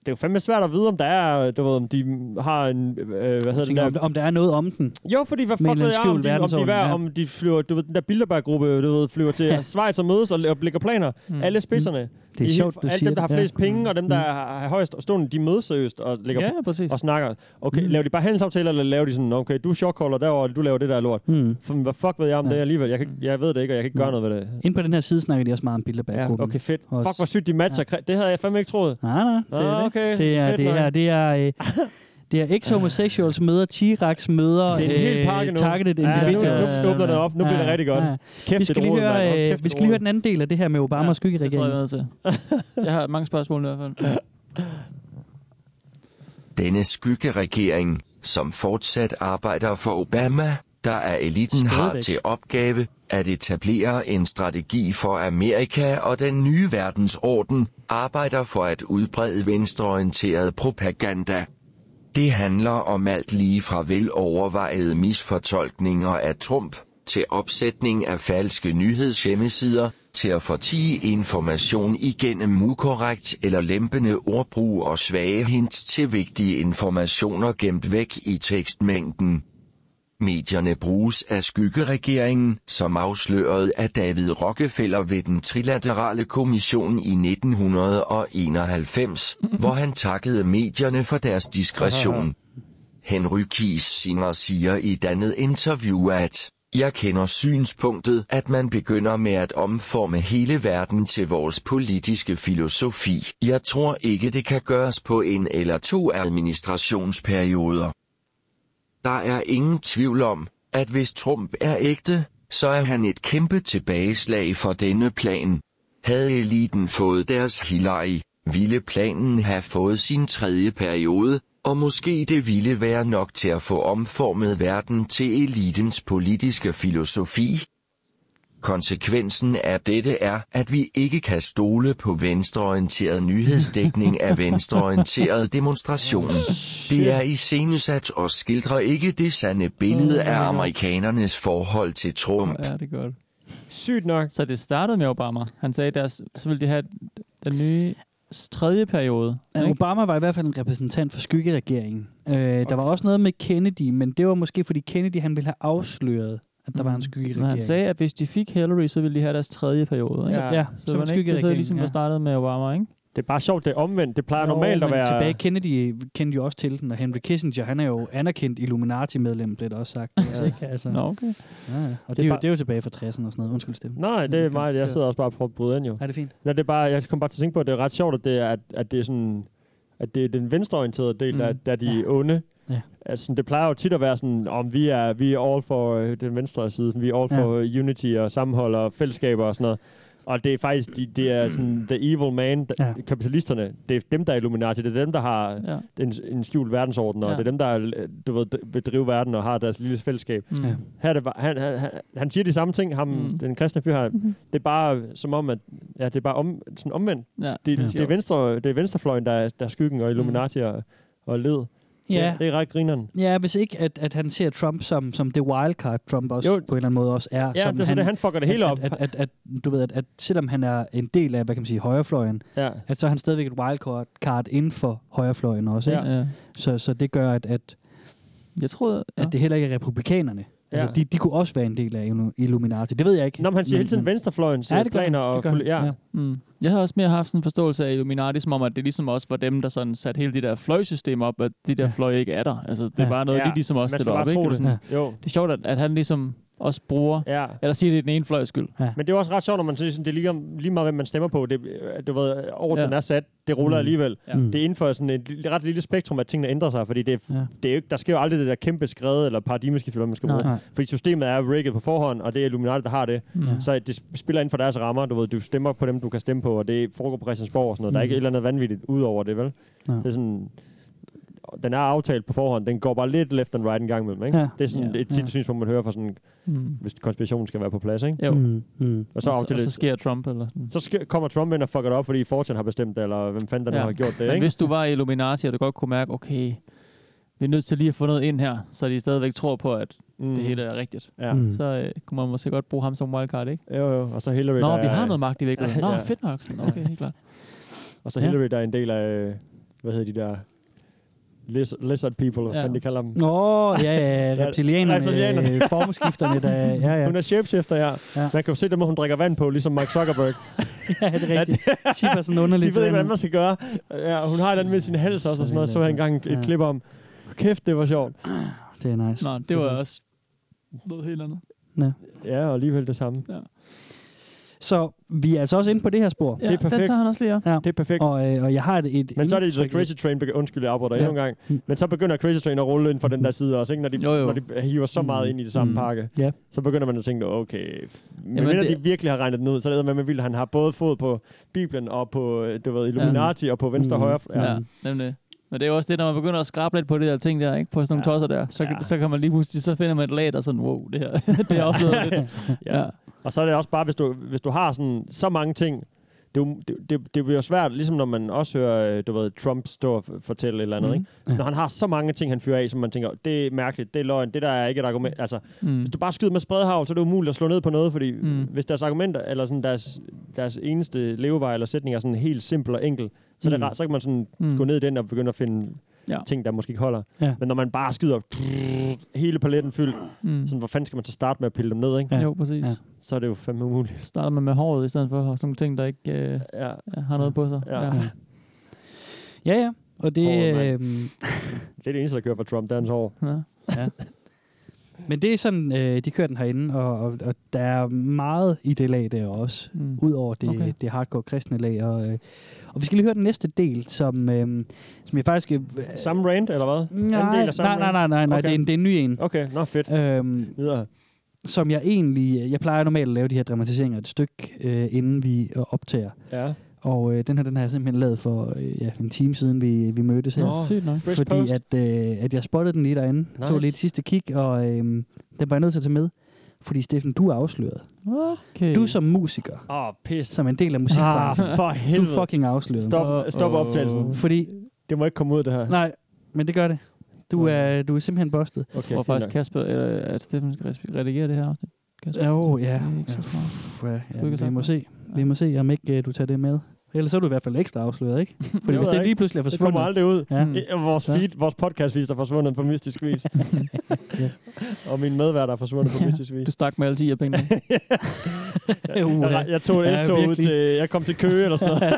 det er jo fandme svært at vide, om der er, du ved, om de har en, øh, hvad hedder den Tænker, der, om, om der er noget om den. jo, fordi hvad Med fuck en ved eller jeg, anden om de, skjult om de, verdensorden, hver, ja. om de flyver, du ved, den der Bilderberg-gruppe, du ved, flyver til Ja. Schweiz og mødes og, la- og blikker planer. Mm. Mm. Alle spidserne. Det er I- sjovt, du Alle siger dem, der har det, ja. flest penge, og dem, der Mm. har, har højst stående, de mødes seriøst og ligger Ja, præcis. og snakker. Okay, Mm. mm. laver de bare handelsaftaler, eller laver de sådan, "Nå, okay, du er shortcaller derovre, og du laver det der lort. Mm. For, hvad fuck ved jeg om Ja. det alligevel? Jeg, kan, ikke- jeg ved det ikke, og jeg kan ikke gøre Mm. noget ved det. Inde på den her side snakker de også meget om Ja, Bilderberg-gruppen. okay, fedt. Også. Fuck, hvor sygt de matcher. Ja. Det havde jeg fandme ikke troet. Nej, nej, det er Ah, det. okay. Det er, Fedt det nok. her, det er, øh, det er ex-homosexuals møder, T-Rex møder, Det er en hel pakke nu. Øh, targeted Ja, nu- nu- individuals. nu åbner det op. Nu bliver det rigtig godt. Kæft, vi skal et lige rod, mand. Hold høre, kæft, øh, vi et skal lige høre rod. den anden del af det her med Obamas ja, Det tror jeg, jeg er skyggeregering. nødt til. [laughs] Jeg har mange spørgsmål i hvert fald. Denne skyggeregering, som fortsat arbejder for Obama, der er eliten har Stadigvæk. til opgave at etablere en strategi for Amerika og den nye verdensorden, arbejder for at udbrede venstreorienteret propaganda. Det handler om alt lige fra velovervejede misfortolkninger af Trump, til opsætning af falske nyhedshjemmesider, til at fortige information igennem ukorrekt eller lempende ordbrug og svage hints til vigtige informationer gemt væk i tekstmængden. Medierne bruges af skyggeregeringen, som afslørede af David Rockefeller ved den trilaterale kommission i 1991, hvor han takkede medierne for deres diskretion. Henry Kissinger siger i et andet interview, at jeg kender synspunktet, at man begynder med at omforme hele verden til vores politiske filosofi. Jeg tror ikke, det kan gøres på en eller to administrationsperioder. Der er ingen tvivl om, at hvis Trump er ægte, så er han et kæmpe tilbageslag for denne plan. Havde eliten fået deres Hillary, ville planen have fået sin tredje periode, og måske det ville være nok til at få omformet verden til elitens politiske filosofi. Konsekvensen af dette er, at vi ikke kan stole på venstreorienteret nyhedsdækning af venstreorienteret demonstration. Det er i senesat og skildrer ikke det sande billede af amerikanernes forhold til Trump. Ja, det er godt. Sygt nok. Så det startede med Obama. Han sagde, deres, så ville de have den nye s- tredje periode. Ja, ikke? Obama var i hvert fald en repræsentant for skyggeregeringen. Øh, der var også noget med Kennedy, men det var måske, fordi Kennedy han ville have afsløret, at der var en Men skyggeregering. Mm. han sagde, at hvis de fik Hillary, så ville de have deres tredje periode. Ikke? ja, ja, Så, så, så, var man ikke, det så skyggeregering. ligesom ja. startede med Obama, ikke? Det er bare sjovt, det er omvendt. Det plejer Jo, normalt at men være... Tilbage Kennedy kendte jo også til den, og Henry Kissinger, han er jo anerkendt Illuminati-medlem, blev der også sagt. Ja. Ikke? Altså, Nå, okay. ja, ja. og det, Det er er jo, bare- det er jo tilbage fra 60'erne og sådan noget. Undskyld, Steffen. Nej, det er mig. Jeg sidder også bare og prøver at bryde ind, jo. Er det fint? Nej, det Mm. er bare, jeg kom bare til at tænke på, at det er ret sjovt, at det er, at, at det er sådan, at det er den venstreorienterede del, Mm. mm. der, der er de Ja. ja. onde. Ja. Altså, det plejer jo tit at være sådan, om vi er, vi er all for øh, den venstre side, vi er all Ja. for ja. unity og sammenhold og fællesskaber og sådan noget. Og det er faktisk, de, det er sådan, the evil man, der, ja. Ja. kapitalisterne, det er dem, der er Illuminati, det er dem, der har Ja. en, en skjult verdensorden, og ja. Ja. det er dem, der er, du ved, d- vil drive verden og har deres lille fællesskab. Mm. Ja. Her er det bare, han, han, han- han siger de samme ting, ham, mm. Mm. den kristne fyr her. Mm-hmm. Det er bare som om, at ja, det er bare om, sådan omvendt. Ja. Det, Ja. ja. det, er venstre, det er venstrefløjen, der er, der er skyggen og Illuminati og, og led. Ja. Det, det er ret grineren. Ja, hvis ikke, at, at han ser Trump som, som det wildcard, Trump også Jo. jo. på en eller anden måde også er. Ja, som det er sådan, at han fucker det hele at, op. At, at, at, at, du ved, at, at selvom han er en del af, hvad kan man sige, højrefløjen, Ja. at så er han stadigvæk et wildcard card inden for højrefløjen også. Ikke? Ja. Ja. Ja. Så, så det gør, at, at, Jeg troede... at det heller ikke er republikanerne. Ja. Ja. Altså, de, de kunne også være en del af Illu- Illuminati. Det ved jeg ikke. Nå, men han siger hele tiden venstrefløjens ja, det gør planer. han. Og Det gør han. kol- ja. Ja. Mm. Jeg havde også mere haft sådan en forståelse af Illuminati, som om, at det ligesom også var dem, der sådan satte hele det der fløjsystem op, at de der Ja. fløje ikke er der. Altså, det er Ja. bare noget, Ja. de ligesom også Man skal stiller op. bare Ikke? tro Eller det. sådan, Ja. Jo. Det er sjovt, at, at han ligesom også bruger... Ja. Eller siger, at det er den ene fløjs skyld. Men det er også ret sjovt, når man siger, sådan, det er lige, lige meget, hvem man stemmer på. Det, øh, du ved, ordenen ja. Ja. er sat, det ruller Mm. alligevel. Ja. Det er inden for sådan et li- ret lille spektrum, at tingene ændrer sig, fordi det, er- Ja. det er jo ikke, der sker jo aldrig det der kæmpe skred eller paradigmeskift, eller hvad man skal Nej. bruge. Nej. Fordi systemet er rigget på forhånd, og det er Illuminati, der har det. Ja. Så det sp- spiller inden for deres rammer. Du ved, du stemmer på dem, du kan stemme på, og det foregår på Christiansborg og sådan noget. Der er Mm. ikke et eller andet vanvittigt ud over det, vel? Ja. Det er sådan, den er aftalt på forhånd. Den går bare lidt left and right en gang imellem, ikke? Ja. Det er sådan Ja. et tit Ja. synspunkt, man hører fra sådan, Mm. hvis konspirationen skal være på plads, ikke? Jo. Mm. Mm, mm. Og så, og, så, aftaler, og så sker Trump, eller... sådan. så sk- kommer Trump ind og fucker det op, fordi Fortune har bestemt det, eller hvem fanden der ja. Ja. har gjort det, Men ikke? hvis du var i Illuminati, og du godt kunne mærke, okay, vi er nødt til lige at få noget ind her, så de stadigvæk tror på, at Mm. mm. det hele er rigtigt. Ja. Mm. Så øh, kunne man måske godt bruge ham som wildcard, ikke? Jo, jo. Og så Hillary, Nå, der vi er, har noget magt [laughs] i virkeligheden. Nå, Ja. fedt nok. Sådan, Okay, helt klart. Og så Ja. Hillary, der er en del af, øh, hvad hedder de der, Liz- lizard people, hvad Ja. fanden de kalder dem. Åh, oh, ja, [laughs] Ja, ja, reptilianerne, reptilianerne. øh, formeskifterne, der, ja, [laughs] ja. Hun er shapeshifter, ja. Ja. Man kan jo se dem, hvor hun drikker vand på, ligesom Mark [laughs] Zuckerberg. ja, det er rigtigt. Tipper sådan De ved underligt. ikke, til hvordan hinanden. man skal gøre. Ja, hun har den med sin hals også, og sådan noget. Så jeg engang et Ja. klip om. Kæft, det var sjovt. Det er nice. Nå, det [laughs] var også noget helt andet. Ja, og alligevel det samme. Så vi er altså også inde på det her spor. Ja, det er perfekt. perfekt. den tager han også lige op. Det er perfekt. Og, øh, og jeg har et, et Men så er det så indtryk- Crazy Train, begy- undskyld, jeg afbryder endnu en gang. Mm. Men så begynder Crazy Train at rulle ind fra den der side også, ikke? Når de, Jo, jo. Når de hiver så meget Mm. ind i det samme Mm. pakke. Ja. Så begynder man at tænke, okay, men Jamen, Jamen, det- de virkelig har regnet den ud, så er det med, vildt. Han har både fod på Bibelen og på, øh, du ved, Illuminati og på venstre og Mm. højre. Ja, ja nemlig. Men det er jo også det, når man begynder at skrabe lidt på det der ting der, ikke? På sådan nogle Ja. tosser der, så, Ja. ja. så kan man lige pludselig, så finder man et lag, der er sådan, wow, det her, [laughs] det er oplevet [laughs] lidt. Ja. Og så er det også bare, hvis du, hvis du har sådan, så mange ting, det, er jo- det, det, det bliver jo svært, ligesom når man også hører, øh, du ved, Trump stå og f- fortælle et eller andet, mm. Mhm. ikke? Når han har så mange ting, han fyrer af, som man tænker, det er mærkeligt, det er løgn, det der er ikke et argument. Altså, Mm. hvis du bare skyder med spredhavl, så er det umuligt at slå ned på noget, fordi mm. Mm. hvis deres argumenter, eller sådan deres, deres eneste levevej eller sætning er sådan helt simpel og enkel, så, er det Mm. rart, så kan man sådan mm. Mm. gå ned i den og begynde at finde ja. Ja. ting, der måske ikke holder. Ja. Men når man bare skyder hele paletten fyldt, Mm. sådan, hvor fanden skal man så starte med at pille dem ned, ikke? Ja. Ja. Jo, præcis. Ja. Ja. Så er det jo fandme umuligt. Starter man med håret i stedet for at have sådan nogle ting, der ikke øh, Ja. ja, har noget på sig. Ja. Ja. Ja, ja. Og det, Håret, mand. øh, Det er det eneste, der kører for Trump, det er hans hår. Ja. men det er sådan, øh, de kører den herinde, og, og, og der er meget i det lag der også. Mm. Udover det, okay. Okay. det hardcore kristne lag. Og, øh, og vi skal lige høre den næste del, som, øh, som jeg faktisk... Øh, Samme rant, eller hvad? Anden nej, del af samme nej, nej, rant? nej, nej, nej Okay. det, er en, det er en ny en. Okay, nå fedt. Øhm, Videre. som jeg egentlig... Jeg plejer normalt at lave de her dramatiseringer et stykke, øh, inden vi øh, optager. Ja. Og øh, den her, den har jeg simpelthen lavet for øh, ja, for en time siden, vi, vi mødtes her. Nå, sygt nok. Fresh fordi post. at, øh, at jeg spottede den lige derinde. Nice. Tog Nice. lige et sidste kig, og øh, den var jeg nødt til at tage med. Fordi Steffen, du er afsløret. Okay. Du som musiker, Åh, oh, pis. som en del af Ah, musikbranchen, for du helvede. er fucking afsløret. Stop, stop Åh. optagelsen. Fordi, Det må ikke komme ud, det her. nej, men det gør det. Du er, du er simpelthen bustet. okay, Jeg tror fint faktisk, nok. Kasper, eller, at Steffen skal resp- redigere det her afsnit. Kasper, Jo, oh, det ja. er ikke så smart. Pff, ja, ja ikke vi sagt må noget. se. Vi må se, om ikke øh, du tager det med. Ellers så er du i hvert fald ekstra afsløret, ikke? Fordi ved hvis jeg det lige pludselig er det kommer [laughs] forsvundet. aldrig ud. Ja. Mm. I- Vores, Ja. feed, vores podcast-vis er forsvundet på mystisk vis. [laughs] Ja. Og min medværter er forsvundet på Ja. mystisk vis. Du stak med alle 10 af [laughs] pengene. Uha. Jeg, jeg tog et Ja, S-tog ud virkelig. til... Jeg kom til Køge eller sådan noget.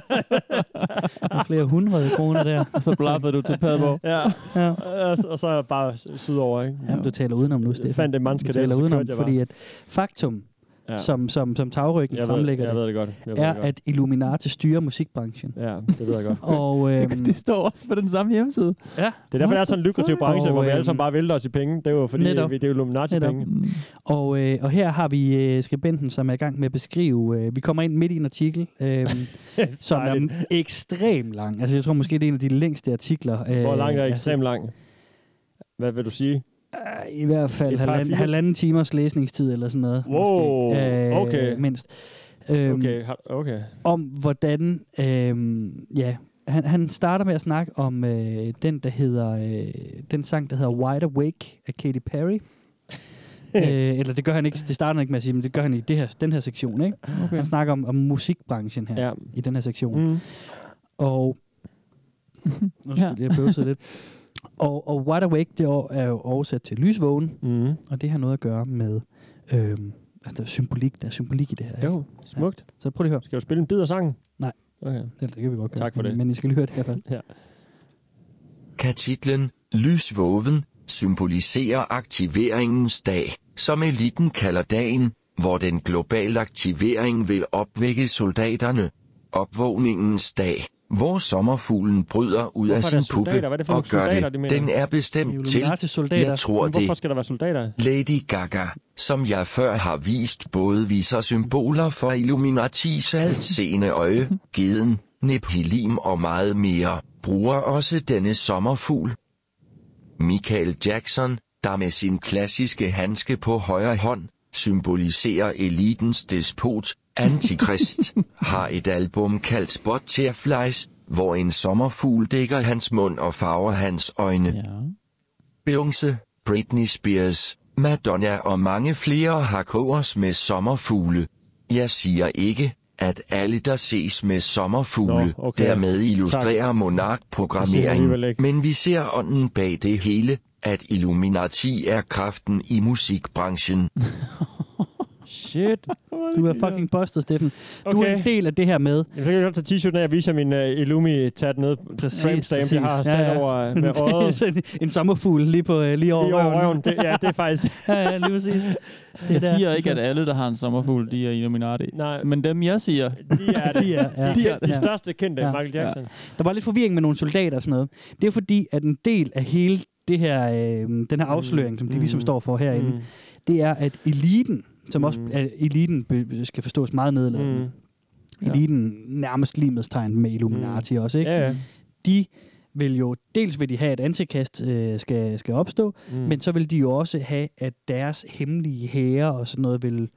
Der er flere hundrede kroner der. og så blaffede du til Padborg. Ja. Ja. Og så- Og så bare sydover, ikke? Jamen, du taler udenom nu, Jeg Steffen. fandt en Du mandskadel, taler så udenom, kørte jeg bare. fordi at faktum, ja. som, som, som tagryggen Jeg ved- fremlægger jeg det, ved det godt. Jeg ved det er, godt. at Illuminati styrer musikbranchen. Ja, det ved [laughs] jeg godt. Og, øhm, Det står også på den samme hjemmeside. Det ja. er derfor, det er sådan en lukrativ branche, Og, hvor vi øhm, alle sammen bare vælter os i penge. Det er jo fordi, netop. vi, det er jo Illuminati-penge. Mm. Og, øh, og her har vi øh, skribenten, som er i gang med at beskrive. Øh, vi kommer ind midt i en artikel, [laughs] øh, som er Dejligt. ekstremt lang. Altså, jeg tror måske, det er en af de længste artikler. Øh, Hvor langt er altså, Øh, ekstremt lang? Hvad vil du sige? I hvert fald Et par halvanden, fire- halvanden timers læsningstid eller sådan noget. Wow, måske, Øh, okay. Mindst. Øhm, Okay, har- okay. Om hvordan... Øhm, ja, han, han starter med at snakke om øh, den, der hedder, øh, den sang, der hedder Wide Awake af Katy [laughs] Perry. øh, eller det gør han ikke, det starter han ikke med at sige, men det gør han i det her, den her sektion, ikke? Okay. Han snakker om, om musikbranchen her, Ja. i den her sektion. Mm. [laughs] Og... Nu skal jeg bøvse lidt. Og, og Wide Awake, det er jo oversat til lysvågen, Mm. og det har noget at gøre med... Øhm, altså, der er symbolik, der er symbolik i det her. Ikke? Jo, smukt. Så prøv lige at høre. Skal du spille en bid af sangen? Nej. Okay. Det, det kan vi godt gøre. Tak for det. Men I skal lige høre det her først. kan titlen Lysvåven symbolisere aktiveringens dag, som eliten kalder dagen, hvor den globale aktivering vil opvække soldaterne. Opvågningens dag, hvor sommerfuglen bryder ud af Hvorfor er sin der puppe soldater? Hvad er det for og nogle gør soldater, de det. mener? Den er bestemt til, Illuminati soldater. jeg tror Men hvorfor det, skal der være soldater? Lady Gaga, som jeg før har vist både viser symboler for Illuminatis altseende øje, geden, Nephilim og meget mere, bruger også denne sommerfugl. Michael Jackson, der med sin klassiske handske på højre hånd, symboliserer elitens despot, [laughs] Antikrist, har et album kaldt Butterflies, hvor en sommerfugl dækker hans mund og farver hans øjne. Ja. Beyoncé, Britney Spears, Madonna og mange flere har kors med sommerfugle. Jeg siger ikke, at alle der ses med sommerfugle Nå, okay. dermed illustrerer Det siger jeg alligevel monarkprogrammering, ikke. men vi ser ånden bag det hele, at Illuminati er kraften i musikbranchen. Shit. Du er fucking busted, Steffen. Du er Okay. en del af det her med. Jamen, så kan jeg godt tage t-shirten af og vise jer min uh, Illumi-tat nede. Præcis, Ramsdam, præcis. jeg har sat Ja, ja. over [laughs] øh, med øjet. en, en sommerfugl lige, på, øh, lige over, Lige over røven. Det, ja, det er faktisk... [laughs] ja, ja, lige [laughs] præcis. Jeg siger ikke, at alle, der har en sommerfugl, de er Illuminati. Nej, Men dem, jeg siger, de er det. De er, ja. De, er, de Ja. største kendte, Ja. Michael Jackson. Der var lidt forvirring med nogle soldater og sådan noget. Det er fordi, at en del af hele det her, øh, den her afsløring, som de ligesom står for herinde, Mm. det er, at eliten, som også at eliten be- skal forstås meget nedladende, Mm. ja. Mm. eliten nærmest limets tegn med Illuminati også, ikke? Ja, ja. de vil jo, dels vil de have, at antikast øh, skal, skal opstå, mm. men så vil de jo også have, at deres hemmelige hære og sådan noget vil,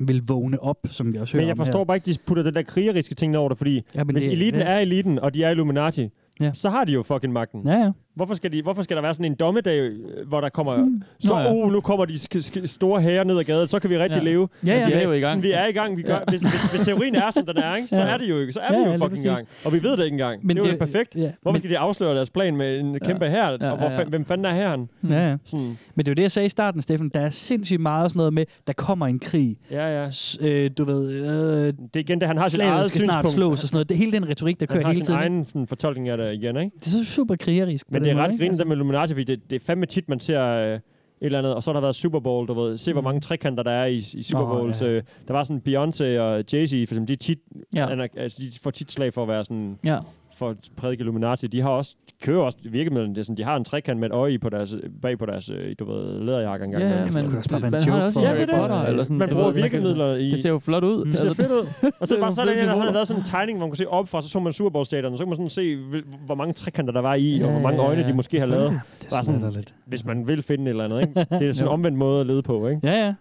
vil vågne op, som vi også hører Men jeg om her. forstår bare ikke, de putter den der krigeriske ting over det, fordi Ja, men hvis det- eliten ja. er eliten, og de er Illuminati, Ja. så har de jo fucking magten. Ja, ja. Hvorfor skal, de, hvorfor skal der være sådan en dommedag, øh, hvor der kommer... Hmm. Mm. Så, Nå ja. oh, nu kommer de sk- sk- store herrer ned ad gaden, så kan vi rigtig Ja. leve. Ja, ja. vi Vi er jo i gang. Sådan, vi er i gang. Vi gør, hvis, hvis, hvis, teorien er, som den er, ikke, så Ja. er det jo ikke. Så er Ja, vi ja, jo lige fucking i præcis. gang. Og vi ved det ikke engang. Men Men det er jo det- det, perfekt. ja, Ja, hvorfor men- skal de afsløre deres plan med en kæmpe hær? Ja, Og hvor, ja, ja. fa- hvem fanden er herren? ja, ja. Sådan, Men det er jo det, jeg sagde i starten, Steffen. Der er sindssygt meget sådan noget med, der kommer en krig. ja, ja. S- øh, du ved, øh, Det er igen det, han har sit slaget eget skal snart synspunkt. slås og sådan noget. Det, hele den retorik, der Han kører har hele sin tiden. egen sådan, fortolkning af det igen, ikke? Det er så super krigerisk. på Men den det er måde, ret ikke? Altså- grinende der med Illuminati, fordi det, det er fandme tit, man ser øh, et eller andet, og så har der været Super Bowl, du ved. Mm. Se, hvor mange trekanter der er i, i Super Åh, Bowls. ja. Oh, ja. Der var sådan Beyoncé og Jay-Z, for eksempel, de, er tit, Ja. ja. altså, de får tit slag for at være sådan ja. for at prædike Illuminati. De har også, de kører også virkemidlen. Det er sådan, de har en trekant med et øje i på deres, bag på deres, øh, du ved, læderjakke engang. Ja, ja, imellem. men Det kunne også bare være en man har joke det også i for- Ja, det er Harry det. Potter, eller sådan. man Jeg bruger ved, kan- virkemidler i... Det ser jo flot ud. Det ser fedt ud. Og så Det er bare sådan, fede at han symboler. havde lavet sådan en tegning, hvor man kunne se op fra, så så man Super Bowl-stadion, og så kunne man sådan se, hvil- hvor mange trekanter der var i, og Ja, hvor mange ja, øjne ja. de måske har lavet. Det Bare er sådan- sådan, der lidt. hvis man vil finde et eller andet. Ikke? Det er sådan en Jo. omvendt måde at lede på, ikke? Ja, ja.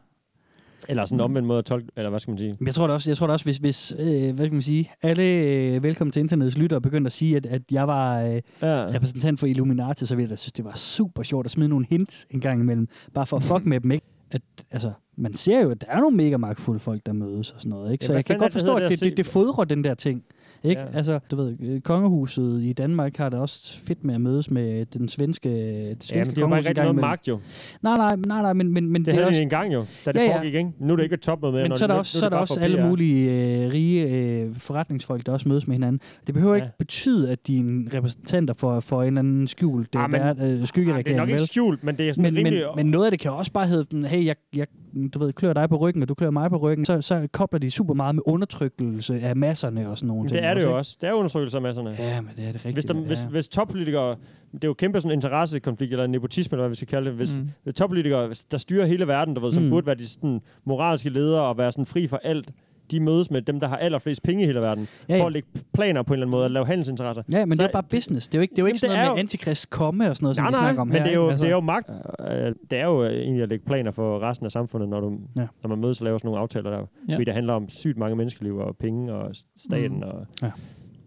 Eller Mm. sådan en omvendt måde at tolke, eller hvad skal man sige? Men Jeg tror da også, jeg tror da også hvis, hvis øh, hvad kan man sige, alle øh, velkommen til internettets lyttere begyndte at sige, at, at jeg var øh, Ja. repræsentant for Illuminati, så ville jeg da synes, det var super sjovt at smide nogle hints en gang imellem, bare for at fuck med dem, ikke? At, altså, man ser jo, at der er nogle mega magtfulde folk, der mødes og sådan noget, ikke? Ja, Så hvad jeg kan fanden godt er det, forstå, der at det, hedder det, det at se- fodrer den der ting. Ikke? Ja. Altså, du ved, øh, kongehuset i Danmark har det også fedt med at mødes med den svenske, det Ja, men svenske det er jo bare kongehus ikke en rigtig gang noget imellem. magt, jo. Det, Nej, nej, nej, nej, men, men, men det det, det er havde også... de engang, jo, da det Ja, ja, ja. foregik, ikke? Nu er det ikke et topmøde mere. Men når så er det- der nu- også, nu så er der bare også for alle PR. mulige øh, rige øh, forretningsfolk, der også mødes med hinanden. Det behøver ja. Ja. ikke betyde, at de er repræsentanter for, for en eller anden skjult Ah, ah, men- men, øh, Ah, Det er nok skyggeregering. ikke vel? skjult, men det er sådan Men, rimelig... men, men noget af det kan også bare hedde, den, hey, jeg, jeg du ved, klør dig på ryggen, og du klør mig på ryggen, så, så kobler de super meget med undertrykkelse af masserne og sådan nogle Men ting. det er det jo ikke? også. Det er undersøgelser af masserne. Ja, men det er det rigtigt. Hvis, der, ja. hvis, hvis toppolitikere, det er jo kæmpe sådan interessekonflikt, eller nepotisme, eller hvad vi skal kalde det, hvis Mm. mm. toppolitikere, hvis der styrer hele verden, du ved, som Mm. mm. burde være de sådan, moralske ledere og være sådan fri for alt, de mødes med dem, der har allerflest penge i hele verden, ja, Ja, ja. ja. for at lægge planer på en eller anden måde, og lave handelsinteresser. ja, men så, så- det er jo bare business. Det er jo ikke, det er jo ikke Jamen, sådan det er noget med jo- antikrist komme og sådan noget, som Nej, vi nej, snakker om men her. altså. det er jo, ikke? det er jo magt. Øh, det er jo øh, egentlig at lægge planer for resten af samfundet, når, du, Ja. ja. når man mødes og laver sådan nogle aftaler der. Ja. Ja. Fordi det handler om sygt mange menneskeliv og penge og s- staten Mm. mm. og Ja. ja.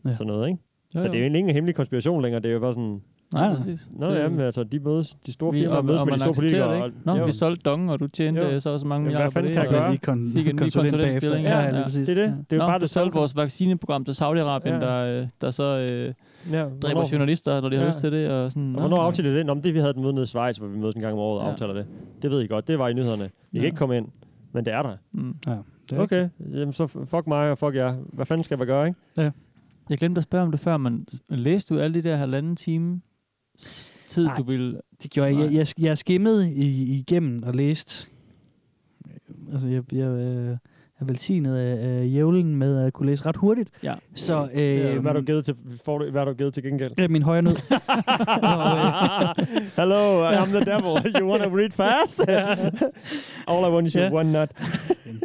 Ja. sådan noget, ikke? Jo, Så det er jo egentlig ingen hemmelig konspiration længere. Det er jo bare sådan, Nej, nej. præcis. Nå ja, men altså, de mødes, de store firmaer og- mødes og med de man store accepterer politikere. det, ikke? Nå, jo. vi solgte Dong, og du tjente Jo. så og så mange Jamen, hvad milliarder på fanden det. kan og- jeg gøre? Lige kon- Fik en ny konsulent bagefter. konsulentstilling, Ja, ja, lige ja. præcis. det er det. Det er Nå, jo bare du det solgte samme. vores vaccineprogram til Saudi-Arabien, Ja. der, øh, der så øh, Ja, dræber hvornår- journalister, når de har Ja. lyst til det. Og sådan, Og hvornår aftalte I det? Nå, men det vi havde et møde nede i Schweiz, hvor vi mødes en gang om året og Ja. aftaler det. Det ved I godt, det var i nyhederne. I Ja. kan ikke komme ind, men det er der. Mm. Det er Okay, jamen, så f- fuck mig og fuck jer. Hvad fanden skal jeg gøre, ikke? Jeg glemte at spørge om det før, men s- læste du alle de der halvanden time s- tid, Nej. du ville... Det gjorde jeg. Jeg, jeg, jeg skimmede i, igennem og læste. Altså, jeg, jeg, øh, jeg er velsignet af, af jævlen med at kunne læse ret hurtigt. Ja. Så øh, Øhm. Hvad har du givet til, får du, hvad har du givet til [laughs] gengæld? det er min [laughs] højre øh, nød. øh. Hello, I'm the devil. You want to read fast? All I want is your Ja. one nut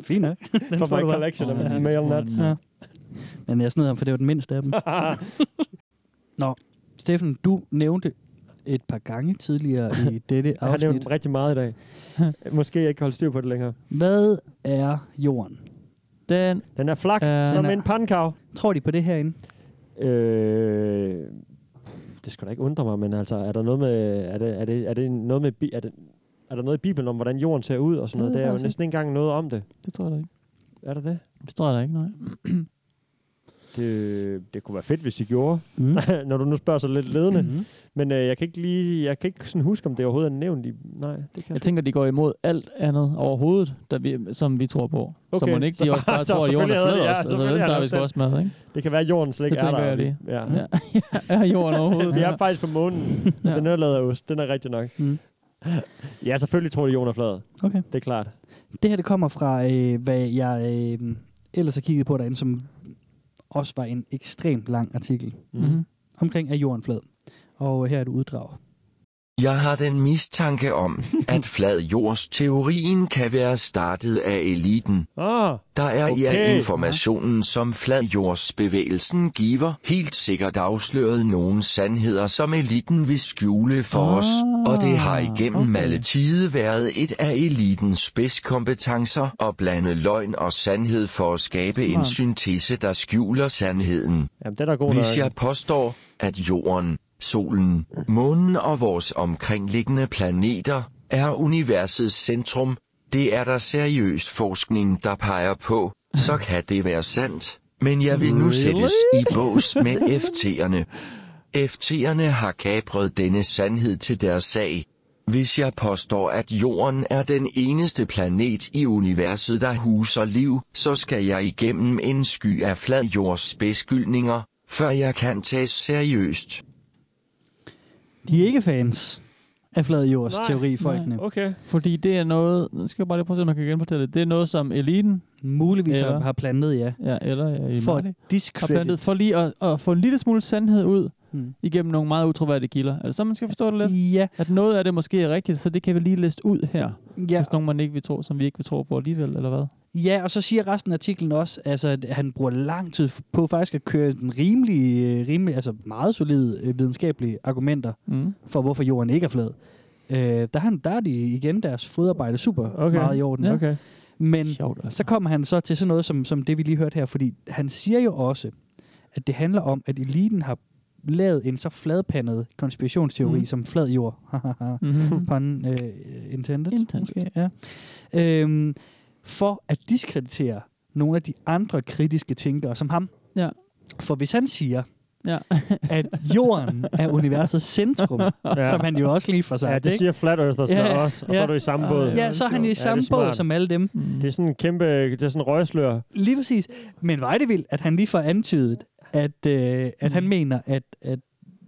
Fint nok. [laughs] Den for får du my bare. collection of Åh, ja, male det er nuts. smart. Ja. Men jeg sned ham, for det var den mindste af [laughs] dem. Nå, Steffen, du nævnte et par gange [laughs] tidligere i dette Jeg har afsnit. nævnt rigtig meget i dag. Måske jeg ikke kan holde styr på det længere. Hvad er jorden? Den, Den er flak, Øh, som den er- en pandekav. Tror de på det herinde? Øh, det skal da ikke undre mig, men altså, er der noget med, er det, er det, er det noget med, bi- er, det, er der noget i Bibelen om, hvordan jorden ser ud og sådan Det ved noget? Det jeg er jo faktisk næsten ikke engang noget om det. det tror jeg da ikke. Er der det? Det tror jeg da ikke, nej. Det, det kunne være fedt, hvis de gjorde, [laughs] Mm. når du nu spørger så lidt ledende. Men øh, jeg kan ikke lige, jeg kan ikke sådan huske, om det overhovedet er nævnt i, nej, det kan Jeg tænker, de går imod alt andet overhovedet, der vi, som vi tror på. Okay. [laughs] Så Okay, må ikke så de også bare så tror, at jorden selvfølgelig er havde- flad ja, også. Altså, selvfølgelig den er tager der vi sgu den. også med, ikke? Det kan være, at jorden slet Det ikke er der. tænker jeg og vi- lige. Ja. Ja. er jorden overhovedet? Vi er faktisk på månen. Ja. ja. Den er lavet af ost. Den er rigtig nok. Mm. Mm. Ja, selvfølgelig tror de, jorden er flad. Okay. Det er klart. Det her det kommer fra, øh, hvad jeg øh, ellers har kigget på derinde, som også var en ekstremt lang artikel Mm-hmm. omkring er jorden flad. Og her er det uddrag. Jeg har den mistanke om, at fladjordsteorien kan være startet af eliten. Ah, Der er okay. i Okay. al informationen, som fladjordsbevægelsen giver, helt sikkert afsløret nogle sandheder, som eliten vil skjule for Ah, ah, os, og det har igennem okay. okay. alle tide været et af elitens spidskompetencer at blande løgn og sandhed for at skabe Smart. en Smart. syntese, der skjuler sandheden. jamen den er god Hvis nok. jeg påstår, at jorden, solen, månen og vores omkringliggende planeter er universets centrum, det er der seriøs forskning, der peger på, så kan det være sandt. Men jeg vil nu sættes i bås med FT'erne. FT'erne har kapret denne sandhed til deres sag. Hvis jeg påstår, at jorden er den eneste planet i universet, der huser liv, så skal jeg igennem en sky af fladjordsbeskyldninger, før jeg kan tages seriøst. De er ikke fans af fladjords teori, folkene. Okay. Okay. Fordi det er noget... Nu skal jeg bare lige prøve at se, om jeg kan genfortælle det. Det er noget, som eliten... Muligvis har, Eller- har plantet, ja. Ja, eller... Ja, For det. at har plantet discredit. for lige at, at få en lille smule sandhed ud Mm. mm. igennem nogle meget utroværdige kilder. Er det så, man skal forstå det lidt? Ja, At noget af det måske er rigtigt, så det kan vi lige liste ud her. Ja. ja, Hvis nogen man ikke vil tro, som vi ikke vil tro på alligevel, eller hvad? ja, og så siger resten af artiklen også, altså, at han bruger lang tid på faktisk at køre den rimelige, øh, rimelig, altså meget solide øh, videnskabelige argumenter Mm. for, hvorfor jorden ikke er flad. Øh, der, er han, der er de igen deres fodarbejde super okay. Okay. meget i orden. Ja. Okay. Men Sjovt, altså. så kommer han så til sådan noget som, som det, vi lige hørte her, fordi han siger jo også, at det handler om, at eliten har lavet en så fladpandet konspirationsteori Mhm. mm. som flad jord. [laughs] [laughs] Mm-hmm. Pun øh, intended. Intended. Måske, ja. øhm, for at diskreditere nogle af de andre kritiske tænkere som ham. Ja. For hvis han siger, Ja. [laughs] at jorden er universets [laughs] centrum, ja. Ja. som han jo også lige for sig, Ja, det siger flat earthers Ja, ja, også, og ja. så ja. er du i samme båd. Ja, så er han i det er samme båd smart. som alle dem. Mm. Det er sådan en kæmpe, det er sådan en røgslør. Lige Mm. præcis. Men var det vildt, at han lige får antydet, at, øh, at han mener, at, at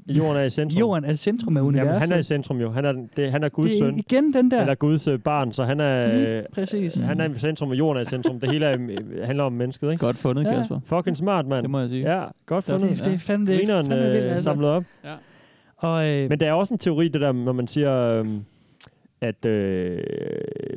Jorden er i centrum. Jorden er centrum af universet. Jamen, han er i centrum jo. Han er, den- det, han er Guds det er søn. igen den der. Eller Guds øh, barn, så han er, Lige præcis. øh, han er i centrum, og jorden er i centrum. Det hele er, øh, handler om mennesket, ikke? Godt fundet, Ja. ja. Kasper. Fucking smart, mand. Det må jeg sige. Ja, godt Det- fundet. Det, det er fandme, det er Grineren fandme vildt, øh, altså. samlet op. Og, øh, Men der er også en teori, det der, når man siger, øhm, at øh,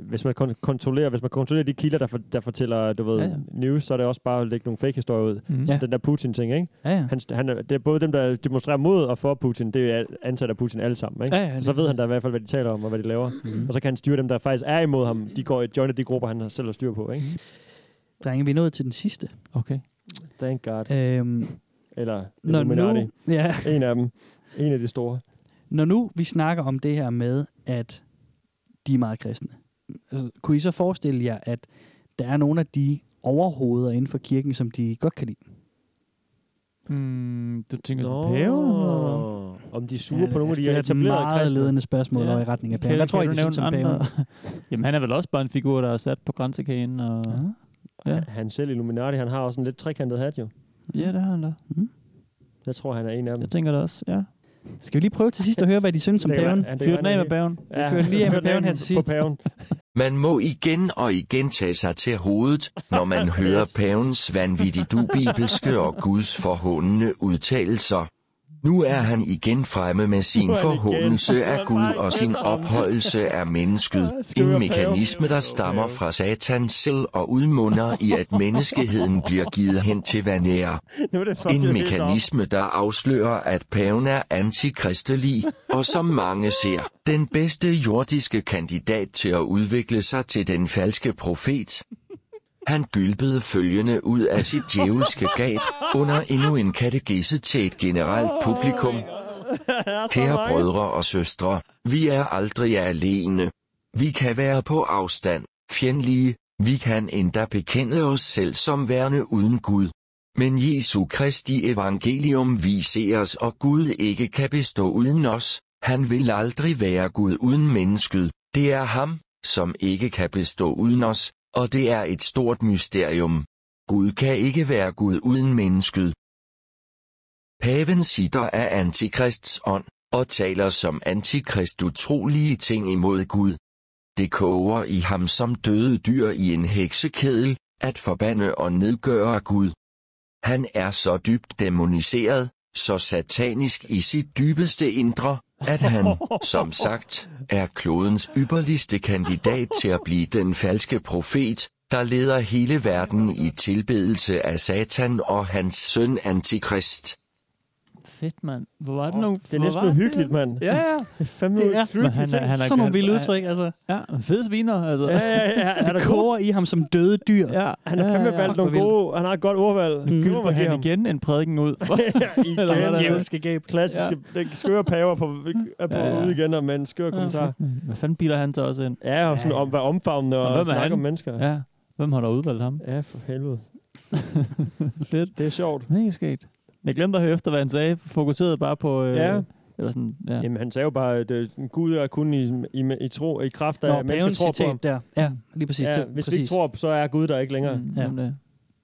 hvis man kon- kontrollerer, hvis man kontrollerer de kilder, der, for, der fortæller, du ved, Ja, ja, ja. ja. news, så er det også bare at lægge nogle fake historier ud. Mm. Ja. Ja. Den der Putin-ting, ikke? ja, ja. Han, han, er- det er både dem, der demonstrerer mod og for Putin, det er ansat af Putin alle sammen, ikke? Ja, ja, Og så lige ved han da i hvert fald, hvad de taler om og hvad de laver. Mm. Mhm. Og så kan han styre dem, der faktisk er imod ham. De går i joiner de grupper, han har selv har styr på, ikke? Mhm. Drenge, vi er nået til den sidste. Okay. Thank God. Øhm, Eller når, Illuminati. nu, ja, En af dem. En af de store. når nu vi snakker om det her med, at de er meget kristne, altså, kunne I så forestille jer, at der er nogle af de overhoveder inden for kirken, som de godt kan lide? Mm, du tænker sådan pæve eller sådan noget? eller Om de er sure ja, på nogle af de altså, det er et etablerede meget kristne. ledende spørgsmål Ja. ja. over i retning af hvad? paven. Hvad tror I, de Kan du synes om nævne paven? andre? [laughs] Jamen, han er vel også bare en figur, der er sat på grænsekagen. Og... Ja. Ja. Ja. Han selv Illuminati, han har også en lidt trekantet hat jo. ja, det har han da. Jeg tror, han er en af dem. Jeg tænker det også, ja. Skal vi lige prøve til sidst at høre, hvad de synes om Det kan paven? være- han- det kan Fyr den være, af han med paven. lige- Vi fører [laughs] lige af han med er paven her på til sidst. paven. [laughs] Man må igen og igen tage sig til hovedet, når [laughs] man hører pavens vanvittigt ubibelske og Guds forhåndende udtalelser. Nu er han igen fremme med sin Nu er han igen. forhåndelse af Gud og sin Bare igen. ophøjelse af [laughs] mennesket. En mekanisme, der stammer fra satan selv og udmunder i, at menneskeheden bliver givet hen til vanære. Nu er det fucking En helt op. mekanisme, der afslører, at paven er antikristelig, og som mange ser, den bedste jordiske kandidat til at udvikle sig til den falske profet. Han gylpede følgende ud af sit djævelske gab, under endnu en katekese til et generelt publikum. Kære brødre og søstre, vi er aldrig alene. Vi kan være på afstand, fjendlige, vi kan endda bekende os selv som værende uden Gud. Men Jesu Kristi evangelium viser os, og Gud ikke kan bestå uden os. Han vil aldrig være Gud uden mennesket. Det er ham, som ikke kan bestå uden os, og det er et stort mysterium. Gud kan ikke være Gud uden mennesket. Paven sitter af antikrists ånd, og taler som antikrist utrolige ting imod Gud. Det koger i ham som døde dyr i en heksekedel, at forbande og nedgøre Gud. Han er så dybt dæmoniseret, så satanisk i sit dybeste indre, at han, som sagt, er klodens ypperligste kandidat til at blive den falske profet, der leder hele verden i tilbedelse af Satan og hans søn Antikrist. Fedt, mand. Hvor var det nogle... Det er hvor næsten var uhyggeligt, mand. Ja, ja. Fandme Det er- creepy Men han er- ting. han er- Sådan nogle vilde han- udtryk, altså. Ja, fede sviner, altså. Ja, ja, ja. Han er Det god. koger i ham som døde dyr. ja. Han har fandme valgt Fuck, nogle hvor gode... Han har et godt ordvalg. Mm. Gyld på han [laughs] igen en prædiken ud. Eller hvad der er. Djævelske gab. Klassiske, ja. skøre paver på, er på Ja, ja. ja. ude igen, og med en skør kommentar. Hvad fanden biler han så også ind? Ja, og sådan om, hvad omfavnende Og hvem er og han? snakke om mennesker. Ja. Ja. Hvem har der udvalgt ham? ja, for helvede. Fedt. Det er sjovt. Mega skægt. Jeg glemte at høre efter, hvad han sagde. Fokuserede bare på... Øh, Ja. Eller sådan, ja. Jamen, han sagde jo bare, at øh, Gud er kun i, i, i, tro, i kraft af, Nå, at mennesker paven øh, tror på ham. citat der. Ja, lige præcis. Ja, det, hvis præcis. vi ikke tror, på, så er Gud der ikke længere. Mm, Ja. jamen det.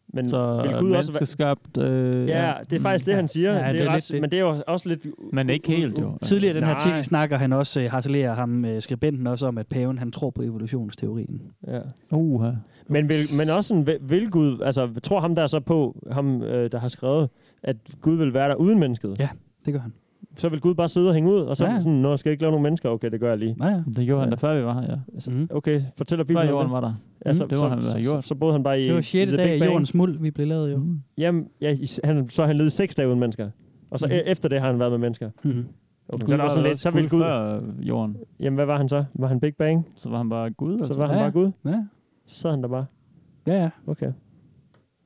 Men Så vil øh, Gud også menneskeskabt... Øh, være... Ja, det er faktisk det, han siger. Ja, Ja, det det er er ret, lidt det. Men det er jo også lidt... Men ikke helt, jo. Øh, Tidligere i den her Nej. artikel snakker han også, øh, harcelerer ham øh, skribenten også om, at paven han tror på evolutionsteorien. Ja. Uha. Men, vil, men også sådan, vil, vil Gud... Altså, tror ham, der er så på, ham, øh, der har skrevet, at Gud vil være der uden mennesket. Ja. Det gør han. Så vil Gud bare sidde og hænge ud, og så Ja, ja. ja. sådan, nå, skal jeg ikke lave nogen mennesker? Okay, det gør jeg lige. Ja, ja. Det gjorde han da, før vi var her, ja. Mm. Okay, fortæller Før Bibelen om jorden det. var der. Altså, Mm, det må så, han vel have så, gjort. Så, så boede han bare i Det var i 6. The dag Big af Bang. jordens muld, vi blev lavet jo. Mm. Jamen, ja, i- han, så har han levet seks dage uden mennesker. Og så Mhm. mm. efter det har han været med mennesker. Mm. Okay, Gud så, er der var også sådan vel lidt, så vil Gud Gud... før øh, jorden. Jamen, hvad var han så? Var han Big Bang? Så var han bare Gud. Så Altså. var han Ja, bare Gud? Ja, Så sad han der bare. ja, ja. Okay.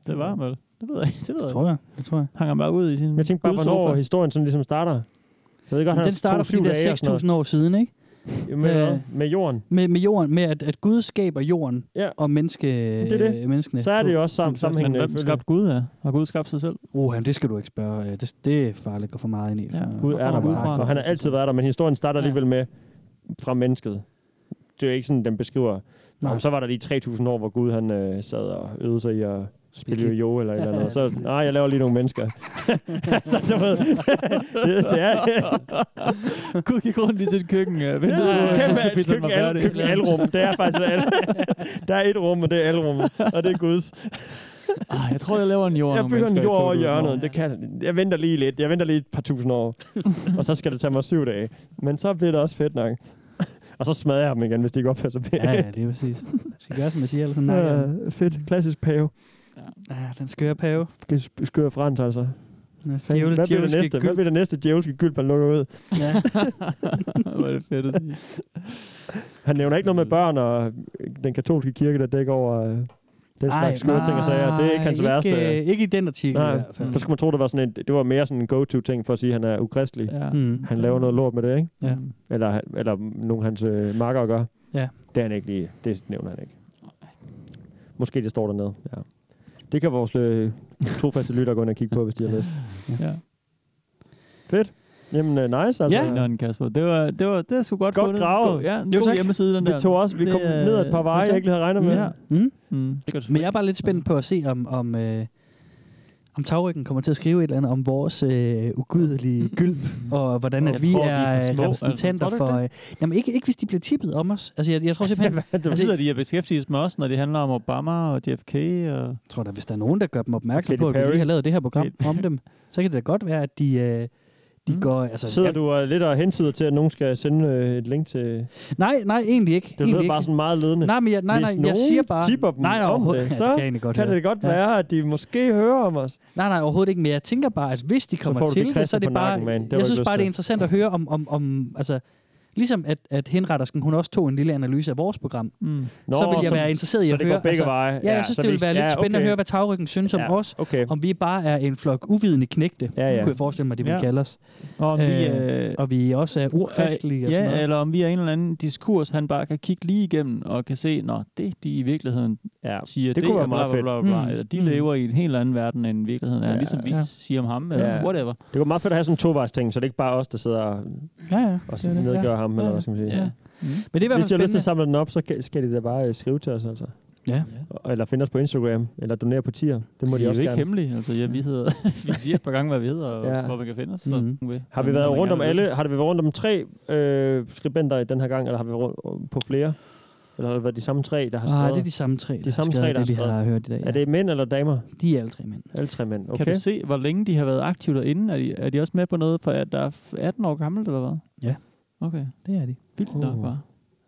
Det var han vel. Det ved jeg ikke. Det ved Det jeg tror ikke. jeg. Det tror jeg. Hang han bare ud i sin Men jeg tænkte bare, Guds hvornår sofa. historien sådan ligesom starter. Jeg ved godt, Men han den starter, fordi det er 6.000 år siden, ikke? 6.000 med, Øh. hvad? med jorden. Med, med jorden, med at, at Gud skaber jorden Ja. og menneske, det er det. øh, menneskene. Så er det jo også sam, Men sammenhængende. hvem ifølge- skabte Gud, ja? Har Gud skabt sig selv? Uh, det skal du ikke spørge. øh, Det, det er farligt at gå for meget ind i. Ja. Gud er der Gud fra? bare, og han har altid været der, men historien starter Ja. alligevel med fra mennesket. Det er jo ikke sådan, den beskriver. Nej. Nå, men så var der lige 3.000 år, hvor Gud han øh, sad og øvede sig i at spille jo eller et eller andet. Og Så, nej, jeg laver lige nogle mennesker. [laughs] altså, du ved, [laughs] det, det [laughs] er... Gud gik rundt i sit køkken. Øh, Det er sådan et kæmpe et pizza, køkken, al, køkken alrum. Det er faktisk et al, Der er et [laughs] rum, og det er alrummet, og det er Guds. Ah, jeg tror, jeg laver en jord. Jeg nogle bygger en mennesker i jord over 2000 år. hjørnet. Det kan, jeg venter lige lidt. Jeg venter lige et par tusind [laughs] år. og så skal det tage mig syv dage. Men så bliver det også fedt nok. og så smadrer jeg dem igen, hvis de ikke opfører sig pænt. Ja, ja, det er præcis. Jeg skal gøre, som jeg siger, ellers [laughs] så nej. Ja. Øh, fedt. Klassisk pave. Ah, den skøre pave. Det er sk- skør frans, altså. Djævel, Hvad bliver det djævelske næste? Hvad gyld. bliver det næste djævelske gyld, man lukker ud? Ja. [laughs] Hvor er det fedt at sige. Han nævner ikke noget med børn og øh, den katolske kirke, der dækker over øh, den Ej, slags skøre ting og sager. Det er ikke hans nej, værste. øh, Ikke i den artikel i Nej, hvert fald. så skulle man tro, det var sådan en, det var mere sådan en go-to-ting for at sige, at han er ukristelig. Ja. Mm. Ja. Mm. Han laver noget lort med det, ikke? Ja. Eller, han- eller nogle af hans øh, makker gør. Ja. Det er han ikke lige. Det nævner han ikke. Måske det står dernede. Ja. Det kan vores øh, trofaste lytter gå ind og kigge på, hvis de har lyst. ja. Fedt. Jamen, øh, nice. Altså. Ja. Nå, Kasper. Det var, det var, det er sgu godt, Godt fundet. gravet. God- Ja, en Jo, god tak. hjemmeside, den Vi der. tog også, vi Det kom er- ned ad et par veje, det er jeg ikke lige havde regnet med. Ja. Mm. Mm. Men jeg er bare lidt spændt på at se, om, om, øh, om tagryggen kommer til at skrive et eller andet om vores øh, ugudelige [laughs] gylp, og hvordan at Jeg vi tror, vi er er for små, repræsentanter altså. Tror for... du Øh, jamen, ikke, ikke hvis de bliver tippet om os. Altså, jeg, jeg [laughs] tror simpelthen... Hvad Altså- sidder de at beskæftige sig med os, når det handler om Obama og JFK? Og... Jeg tror da, hvis der er nogen, der gør dem opmærksom Katy på, at vi Perry. lige har lavet det her program om dem, så kan det da godt være, at de, øh, de Mm. mm. går... Altså, Sidder jeg- du og lidt og hentyder til, at nogen skal sende øh, et link til... Nej, nej, egentlig ikke. Det egentlig lyder ikke. bare sådan meget ledende. Nej, men jeg, nej, Hvis nej, jeg nogen siger bare... tipper dem nej, nej, om overhovedet- det, ja, så det kan jeg egentlig godt Kan høre. det godt Ja. være, at de måske hører om os? Nej, nej, overhovedet ikke, men jeg tænker bare, at hvis de kommer får du de til det, kristne så er på det bare... nakken, man. Det har du jeg ikke synes bare, lyst det til. er interessant at høre om... om, om altså, ligesom at, at henrettersken, hun også tog en lille analyse af vores program, Mm. så vil jeg så- være interesseret i så at det høre... altså, går begge veje. ja, jeg synes, så det ville vi- være lidt ja, spændende at okay. høre, hvad tagryggen synes om Ja, os. Okay. Om vi bare er en flok uvidende knægte, Ja, ja. kunne jeg forestille mig, det ville Ja. kalde os. Og om vi, Øh, øh, Og vi også er urkristlige og sådan ja, noget. eller om vi er en eller anden diskurs, han bare kan kigge lige igennem og kan se, nå, det de i virkeligheden Ja. siger, Det kunne være og bla, meget bla, fedt. bla, bla, Mm. bla, eller de Mm. lever i en helt anden verden, end virkeligheden er, Ja, ja, ligesom vi ja. ja. siger om ham, eller Ja. ja. whatever. Det kunne være meget fedt at have sådan en tovejsting, så det ikke bare er os, der sidder og, Ja, ja. og det er det, nedgør ham, eller Ja, hvad skal man sige. Ja. Men det er i hvert Hvis de har fald lyst til spændende. at samle den op, så kan- skal de da bare øh, skrive til os, altså. Ja. Eller finde os på Instagram, eller donere på tier. Det må de, Og de er jo også ikke gerne. Mm. hemmelige. Altså, ja, vi, hedder, [laughs] vi siger et par gange, hvad vi hedder, og Ja. ja. hvor man kan finde os. Så Mhm. mm. Har vi været rundt om alle? Har det været rundt om tre øh, skribenter i den her gang, eller har vi været rundt på flere? Eller har det været de samme tre, der har Ah, skrevet? det er de samme tre, der, de samme samme tre, skrevet, der det, vi har har hørt i dag. Er det mænd eller damer? De er alle tre mænd. Alle tre mænd. Okay. Okay. Kan du se, hvor længe de har været aktive derinde? Er de, er de også med på noget, for at der er f- 18 år gammelt, eller hvad? Ja. Okay, Det er de. vildt Uh. uh. nok bare.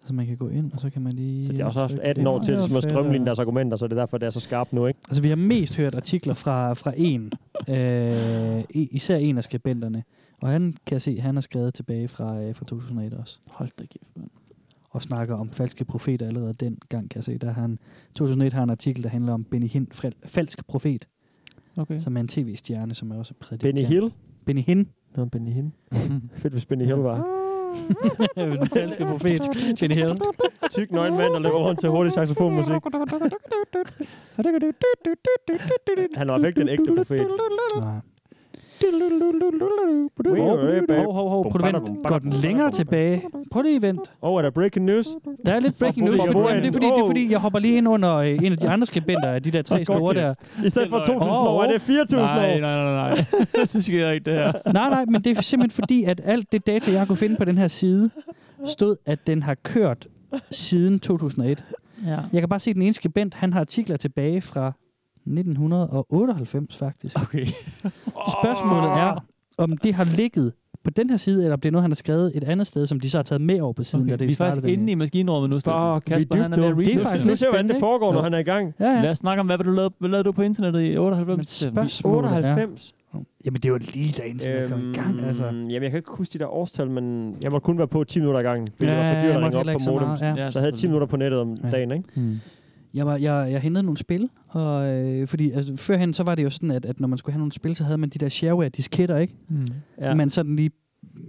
Altså man kan gå ind, og så kan man lige... Så de har også haft trykke 18 det. år til Ja, ligesom at fedt, strømligne ja. deres argumenter, så det er derfor, det er så skarpt nu, ikke? Altså vi har mest hørt artikler fra, fra en, [laughs] øh, i- især en af skribenterne. Og han kan jeg se, han har skrevet tilbage fra, øh, fra 2001 også. Hold da kæft, mand. Og snakker om falske profeter allerede dengang, kan jeg se. Der har han, 2001 har han en artikel, der handler om Benny Hinn, frel- falsk profet, Okay. som er en tv-stjerne, som er også prædikant. Benny Hill? Benny [laughs] Hinn. Nå, Benny Hill. Fedt, hvis Benny Hill var. [laughs] den falske profet. Benny Hill. Tyk nøgen mand, der løber rundt til hurtig saxofonmusik. Han var væk den ægte profet. Nej. We Hov, are back. hov, hov, hov, prøv at vente. Går den længere tilbage? Prøv lige vent. Og er der breaking news? Der er lidt breaking news, Hvor fordi, bor jamen, det, han? er fordi, det er Åh. fordi, jeg hopper lige ind under øh, en af de andre skribenter af de der tre Godt store til. der. I stedet for 2.000 år, er det 4.000 Nej, nej, år? nej, nej. [laughs] det sker ikke, det [laughs] her. Nej, nej, men det er simpelthen fordi, at alt det data, jeg kunne finde på den her side, stod, at den har kørt siden 2001. Ja. Jeg kan bare se, at den ene skribent, han har artikler tilbage fra 1998 faktisk. Okay. [laughs] Spørgsmålet er, om det har ligget på den her side, eller om det er noget, han har skrevet et andet sted, som de så har taget med over på siden, okay, da okay. det Vi er faktisk startede. inde i maskinrummet nu, Steffen. Fuck, vi er Kasper, han er dybt nu. ved at Det er researche. faktisk Nu lidt ser vi, hvordan det spændende, foregår, når ikke? han er i gang. Ja, ja. Lad os snakke om, hvad, du lavede, hvad lavede du på internettet i Men 98? Steffen? spørgsmålet er... 98. Jamen, det var lige da internet kom Øhm, i gang, altså. Øhm, Jamen, jeg kan ikke huske de der årstal, men jeg må kun være på 10 minutter i gangen. fordi Det var for jeg dyrt at ringe måtte op heller ikke på så modem. meget, ja. altså, Så jeg havde 10 minutter på nettet om Ja. dagen, ikke? Mm. Jeg, var, jeg, jeg hentede nogle spil, og, øh, fordi altså, førhen så var det jo sådan, at, at når man skulle have nogle spil, så havde man de der shareware-disketter, ikke? Mm. Ja. Man sådan lige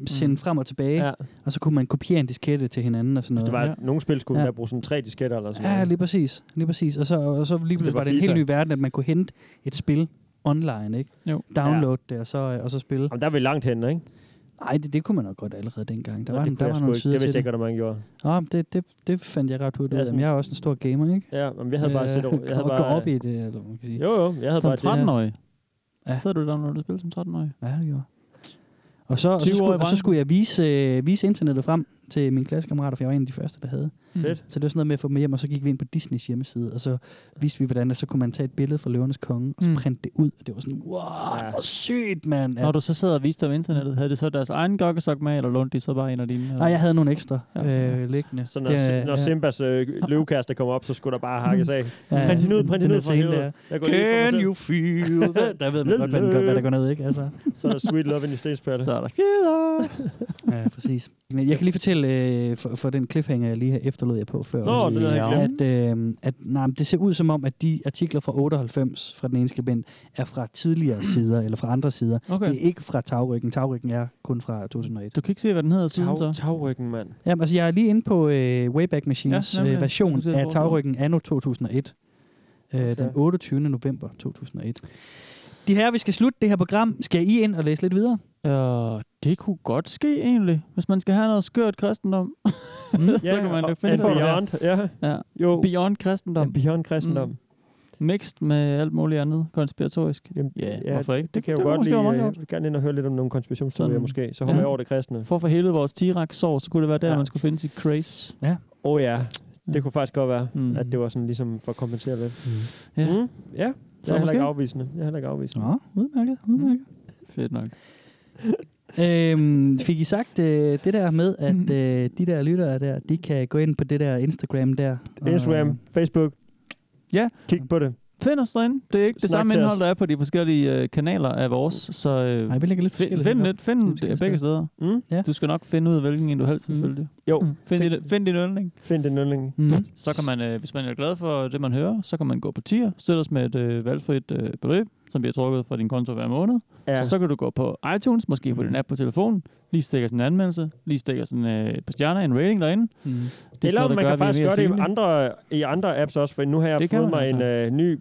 sendte mm. frem og tilbage, ja. Ja. og så kunne man kopiere en diskette til hinanden og sådan noget. Det var, Ja. Nogle spil skulle Ja. ja. bruge sådan tre disketter eller sådan Ja, noget. lige præcis. Lige præcis. Og så, og så lige pludselig Altså, var var det en FIFA. helt ny verden, at man kunne hente et spil online, ikke? Jo. Download ja. det, og så, og så spille. Jamen, der er vi langt henne, ikke? Ej, det, det kunne man nok godt allerede dengang. Der Nå, var, det en, kunne der jeg var sgu nogle ikke. sider Det til vidste jeg det. ikke, at man gjorde. Nå, men det, det, det fandt jeg ret hurtigt Ja, ud af. sådan- Men jeg er også en stor gamer, ikke? Ja, men jeg havde bare set [laughs] over. Jeg havde og bare, Øh, gå op i det, eller hvad man kan sige. Jo, jo, jeg havde Som bare det. 13-årig? Ja. Ja. Sad du der, når du spillede som 13-årig? Ja, det gjorde og så, og, så 20 år i skulle, og så branchen. skulle jeg vise, øh, vise internettet frem til mine klassekammerater, for jeg var en af de første, der havde. Fedt. Så det var sådan noget med at få dem hjem, og så gik vi ind på Disneys hjemmeside, og så viste vi, hvordan at så kunne man tage et billede fra Løvernes Konge, og så Mm. printe det ud. Og det var sådan, wow, ja. hvor sygt, mand. Ja. Når du så sad og viste dig på internettet, havde det så deres egen gokkesok med, eller lånte de så bare en af dine? Nej, jeg havde nogle ekstra Ja. øh, liggende. Så når, det, når ja. Simbas øh, løvekaster kommer op, så skulle der bare hakkes af. Ja. Print hende ud, print hende Den ud for scene helvede. der. Jeg går lige ind for mig Can selv. you [laughs] feel that? Der ved man godt, hvad, den gør, hvad der går ned, ikke? Altså. Så er der sweet love in i stenspatte. Så er der kæder. Ja, præcis. Men jeg kan lige fortælle øh, for, for den cliffhanger, jeg lige har efterlod jer på før. Nå, også, det havde jeg Ja. glemt. at, øh, at nej, men det ser ud som om, at de artikler fra 98 fra den ene skribent er fra [clears throat] tidligere sider, eller fra andre sider. Okay. Det er ikke fra tagryggen. Tagryggen er kun fra 2001. Du kan ikke se, hvad den hedder siden så? Tag, tagryggen, mand. Jamen, altså, jeg er lige inde på øh, Wayback Machines Ja, ja, nemlig. øh, Du version ser af forsiden. tagryggen anno 2001. Øh, Okay. Den 28. november 2001. De her, vi skal slutte det her program. Skal I ind og læse lidt videre? Ja, det kunne godt ske egentlig, hvis man skal have noget skørt kristendom. Mm. [laughs] så kan man da finde and på det. beyond. Ja. Ja. Jo, Beyond and kristendom. beyond kristendom. Mm. Mixed med alt muligt andet konspiratorisk. Jamen, Ja, ja, hvorfor ikke? Det kan jeg jo kunne godt måske lide. øh, være meget Jeg sjovt. vil gerne ind og høre lidt om nogle konspirationsteorier Sådan. måske. Så hopper Ja. jeg over det kristne. For at få hele vores T-Rex-sår, så kunne det være der, Ja. ja. man skulle finde sit craze. Åh oh, ja, det Ja. kunne faktisk godt være, Mm. mm. at det var sådan ligesom for at kompensere lidt. Ja. Mm. ja. Jeg Så er heller måske. ikke afvisende. Jeg er heller ikke afvisende. Nå, udmærket, Mm. udmærket. Fedt nok. Øhm, fik I sagt øh, det der med, at Mhm. øh, de der lyttere der, de kan gå ind på det der Instagram der? og- Instagram, Facebook. Mm. Ja. Kig på det. Find os derinde. Det er ikke det Snak samme til indhold, os. der er på de forskellige øh, kanaler af vores, så øh, Nej, vi lægger lidt find, forskelligt. find lidt. Find Det skal det vi begge se. steder. Mm. Du skal nok finde ud af, hvilken en du helst vil Mm. følge. Jo, Find, din, find din yndling. find din yndling. Mm. Så kan man, øh, hvis man er glad for det, man hører, så kan man gå på tier, støtte os med et øh, valgfrit øh, beløb, som bliver trukket fra din konto hver måned. Ja. Ja. Så, så kan du gå på iTunes, måske Mm. på din app på telefonen, lige stikke os en anmeldelse, lige stikke os en øh, på stjerner, en rating derinde. Mm. Det er sådan Eller noget, der man gør, kan at vi er faktisk mere gøre det i synlige. andre, i andre apps også, for nu har jeg Det kan fået man altså. mig en øh, ny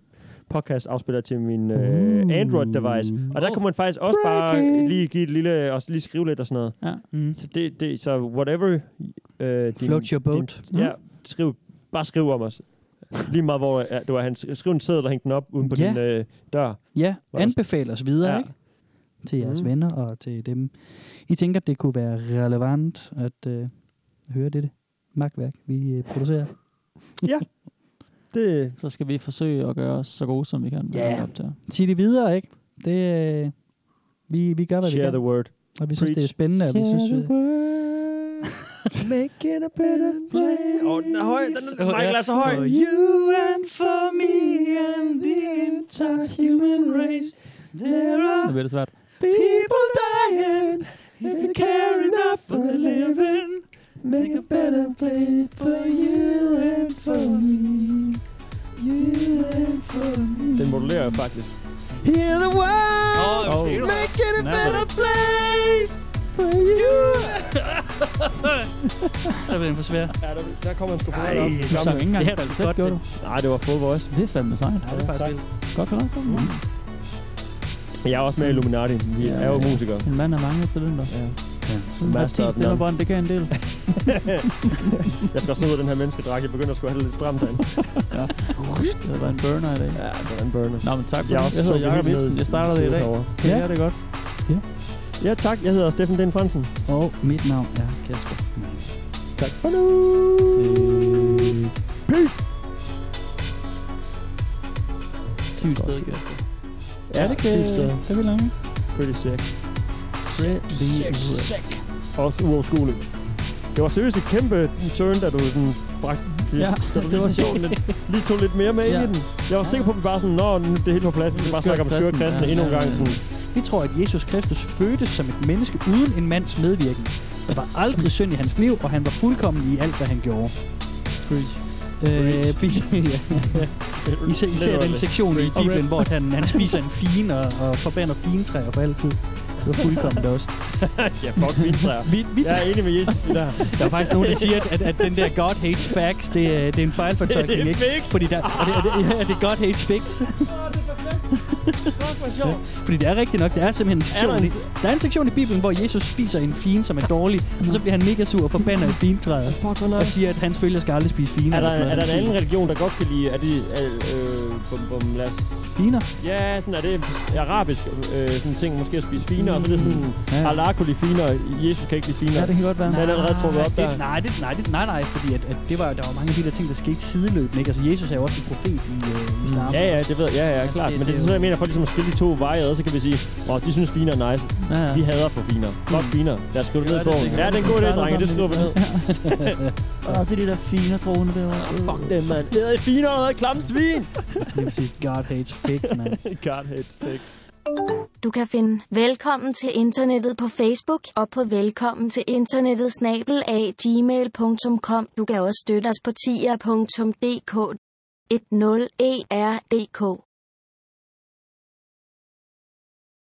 podcast-afspiller til min øh, Uh. Android-device. Og der Oh. kunne man faktisk også bare Breaking. lige give et lille, og lige skrive lidt og sådan noget. Mm. Så, det, det, så whatever... Øh, din, Float your boat. Din, Mm. ja, skriv, bare skriv om os. Lige meget, hvor ja, du er han. Skriv en seddel og hæng den op uden på Ja. din øh, dør. Ja, Var der- anbefal os videre, Ja. ja. ikke? Til jeres Mm. mm. venner og til dem. I tænker, det kunne være relevant at øh, høre dette magtværk, vi øh, producerer? Det, Så skal vi forsøge at gøre os så gode, som vi kan. Ja. Op til. Sig det videre, ikke? Det, øh, vi, vi gør, hvad share vi the kan. word. Og vi synes, det er Preach. spændende, og vi synes... Øh, Make it a [laughs] better place. Åh, oh, den er høj. Den er, Michael er så høj. For you and for me and the entire human race. There Det are bliver det svært. people dying. If you care enough for the living, make a better place for you and for me. You and for me. Den modulerer jeg faktisk. Hear the world. Åh, Oh, make it a Snap better it. place for you. så bliver den for svær. Ja, der, der kommer en skuffe. Du sang ikke engang falset, gjorde du? Nej, det var full voice. Det er fandme sejt. Ja, det er faktisk Godt klaret sammen. Jeg er også med i Illuminati. Vi Ja. er jo musikere. En mand af mange talenter. Ja. Master Sådan bare 10 of none. stillerbånd, det kan en del. Jeg skal også ned ud af den her menneskedrag. Jeg begynder at skulle have det lidt stramt derinde. Det var en burner i dag. Ja, det er en burner. Nå, men tak. Jeg, er Jeg, også jeg hedder stukket Jacob helt ned Ibsen. i- Jeg starter det i dag. derovre. Ja, Ja. det er godt. Ja, tak. Jeg hedder Steffen Den Fransen. Og mit navn er Kasper. Mann. Tak for nu. Sygt sted, Kasper. Ja, det kan Det er vi lange. Pretty sick. Sick, sick. Også uoverskueligt. Det var seriøst et kæmpe turn, da du sådan bragte Ja, da du det var ligesom tog sjovt. lidt, lige tog lidt mere med ind Ja. i den. Jeg var sikker på, at vi bare sådan, nå, nu er det helt på plads. Vi skal bare Skørt snakke om skøre kristen, kristne ja. endnu en Ja, gang. ja, ja. Sådan, Vi tror, at Jesus Kristus fødtes som et menneske uden en mands medvirken. Der var aldrig synd i hans liv, og han var fuldkommen i alt, hvad han gjorde. preach. Øh, vi, [laughs] ja. Især, Lidt især den underligt. sektion i Preach. Bibelen, hvor han, han spiser en fien og, og forbander fintræer for altid. Det var fuldkommen også. Ja, fuck min træer. [laughs] Vi, vi, Jeg er enig med Jesus. i Det der. Der er faktisk nogen, der siger, at, at den der God hates facts, det, er- det er en fejlfortolkning, ikke? Fordi der, er det, er det, ja, det er God hates fix. Fuck, hvor sjovt. Fordi det er rigtigt nok, der er simpelthen en sektion, Er der en- i, der er en sektion i Bibelen, hvor Jesus spiser en fien, som er dårlig, og så bliver han mega sur og forbander et fintræde, Fuck, hvor og siger, at hans følger skal aldrig spise finer. er der, eller sådan er der en noget. anden religion, der godt kan lide... Er de... Øh, øh, bum, bum, lad os, Finer? ja, sådan er det arabisk øh, sådan ting, måske at spise finer, og så er det sådan, Ja. ja. Allah kunne lide finer, Jesus kan ikke lide finer. Ja, det kan godt være. Den er allerede trukket op Nej, der. det, nej, det, nej, det, nej, nej, fordi at, at det var, jo- der var mange af de der ting, der skete sideløbende. Ikke? Altså, Jesus er jo også en profet i øh, islam. Ja, ja, det ved jeg. Ja, ja, Altså, klart. det- Men det det er er sådan, jo- jeg mener, for ligesom at skille de to veje ad, så kan vi sige, åh, de synes finer er nice. Ja, ja. Vi hader for finer. Fuck finer. Lad os skrive det Ja, ned det på. tænker Ja, jeg. det er en god idé, Starter drenge. Det sammen skriver vi med- ned. Åh, det er det der fine troende derovre. Ah, Fuck dem, mand. Jeg er finer, og jeg er klamme [laughs] svin. Det vil sige, God hates fakes, mand. God hate pigs. Du kan finde Velkommen til internettet på Facebook og på velkommen til internettet snabel af gmail.com. Du kan også støtte os på tier.dk E 10erdk.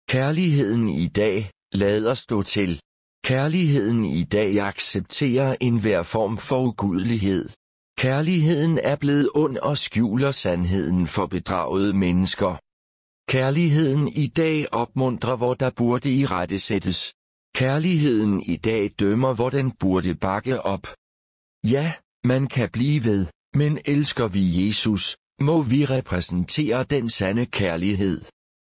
Kærligheden i dag, lader stå til. Kærligheden i dag accepterer enhver form for ugudelighed. Kærligheden er blevet ond og skjuler sandheden for bedragede mennesker. Kærligheden i dag opmuntrer, hvor der burde i rette sættes. Kærligheden i dag dømmer, hvor den burde bakke op. Ja, man kan blive ved, men elsker vi Jesus, må vi repræsentere den sande kærlighed.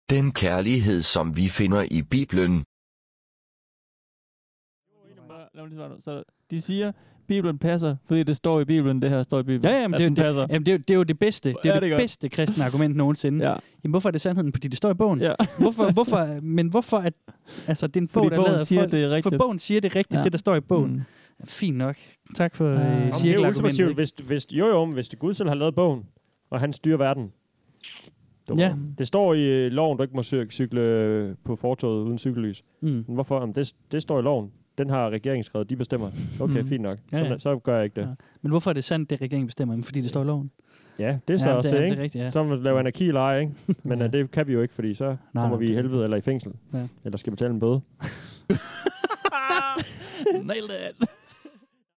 Den kærlighed, som vi finder i Bibelen. Bare- lad mig lige svare nu. Så de siger, Bibelen passer, fordi det står i Bibelen, det her står i Bibelen. Ja, ja, men at det, er jo- den passer. det, jamen, det, er jo- det er jo det bedste. Det er Ja, jo det er det, godt. bedste kristne argument nogensinde. Ja. Jamen, hvorfor er det sandheden? Fordi det står i bogen. Ja. [laughs] Hvorfor, hvorfor, men hvorfor at... Altså, det er en bog, der Fordi bogen lader siger, folk, det er rigtigt. For bogen siger det er rigtigt, Ja. ja. det der står i bogen. Mm. Mm. Fint nok. Tak for Ja. øh, Jamen, Jamen, det er jo cirkelargumentet. ultimativt, ikke? hvis, hvis, jo jo, men hvis det Gud selv har lavet bogen, og han styrer verden. Du- Ja. Det står i øh, loven, du ikke må cy- cykle øh, på fortoget uden cykellys. Mm. Men hvorfor? Jamen, det, det står i loven. Den har regeringen skrevet, de bestemmer. Okay, Mm. mm. fint nok. Ja, Ja, ja. ja. Så, så gør jeg ikke det. Men hvorfor er det sandt, det regeringen bestemmer? Jamen, fordi det står i loven. Ja, ja det er så ja, også det, er, det ikke? Det er rigtigt, ja. Så må vi lave anarki eller ej, ikke? [laughs] Men Ja. ja. det kan vi jo ikke, fordi så kommer nej, vi i det- helvede eller i fængsel. Ja. Ja. Eller skal betale en bøde. Nailed it.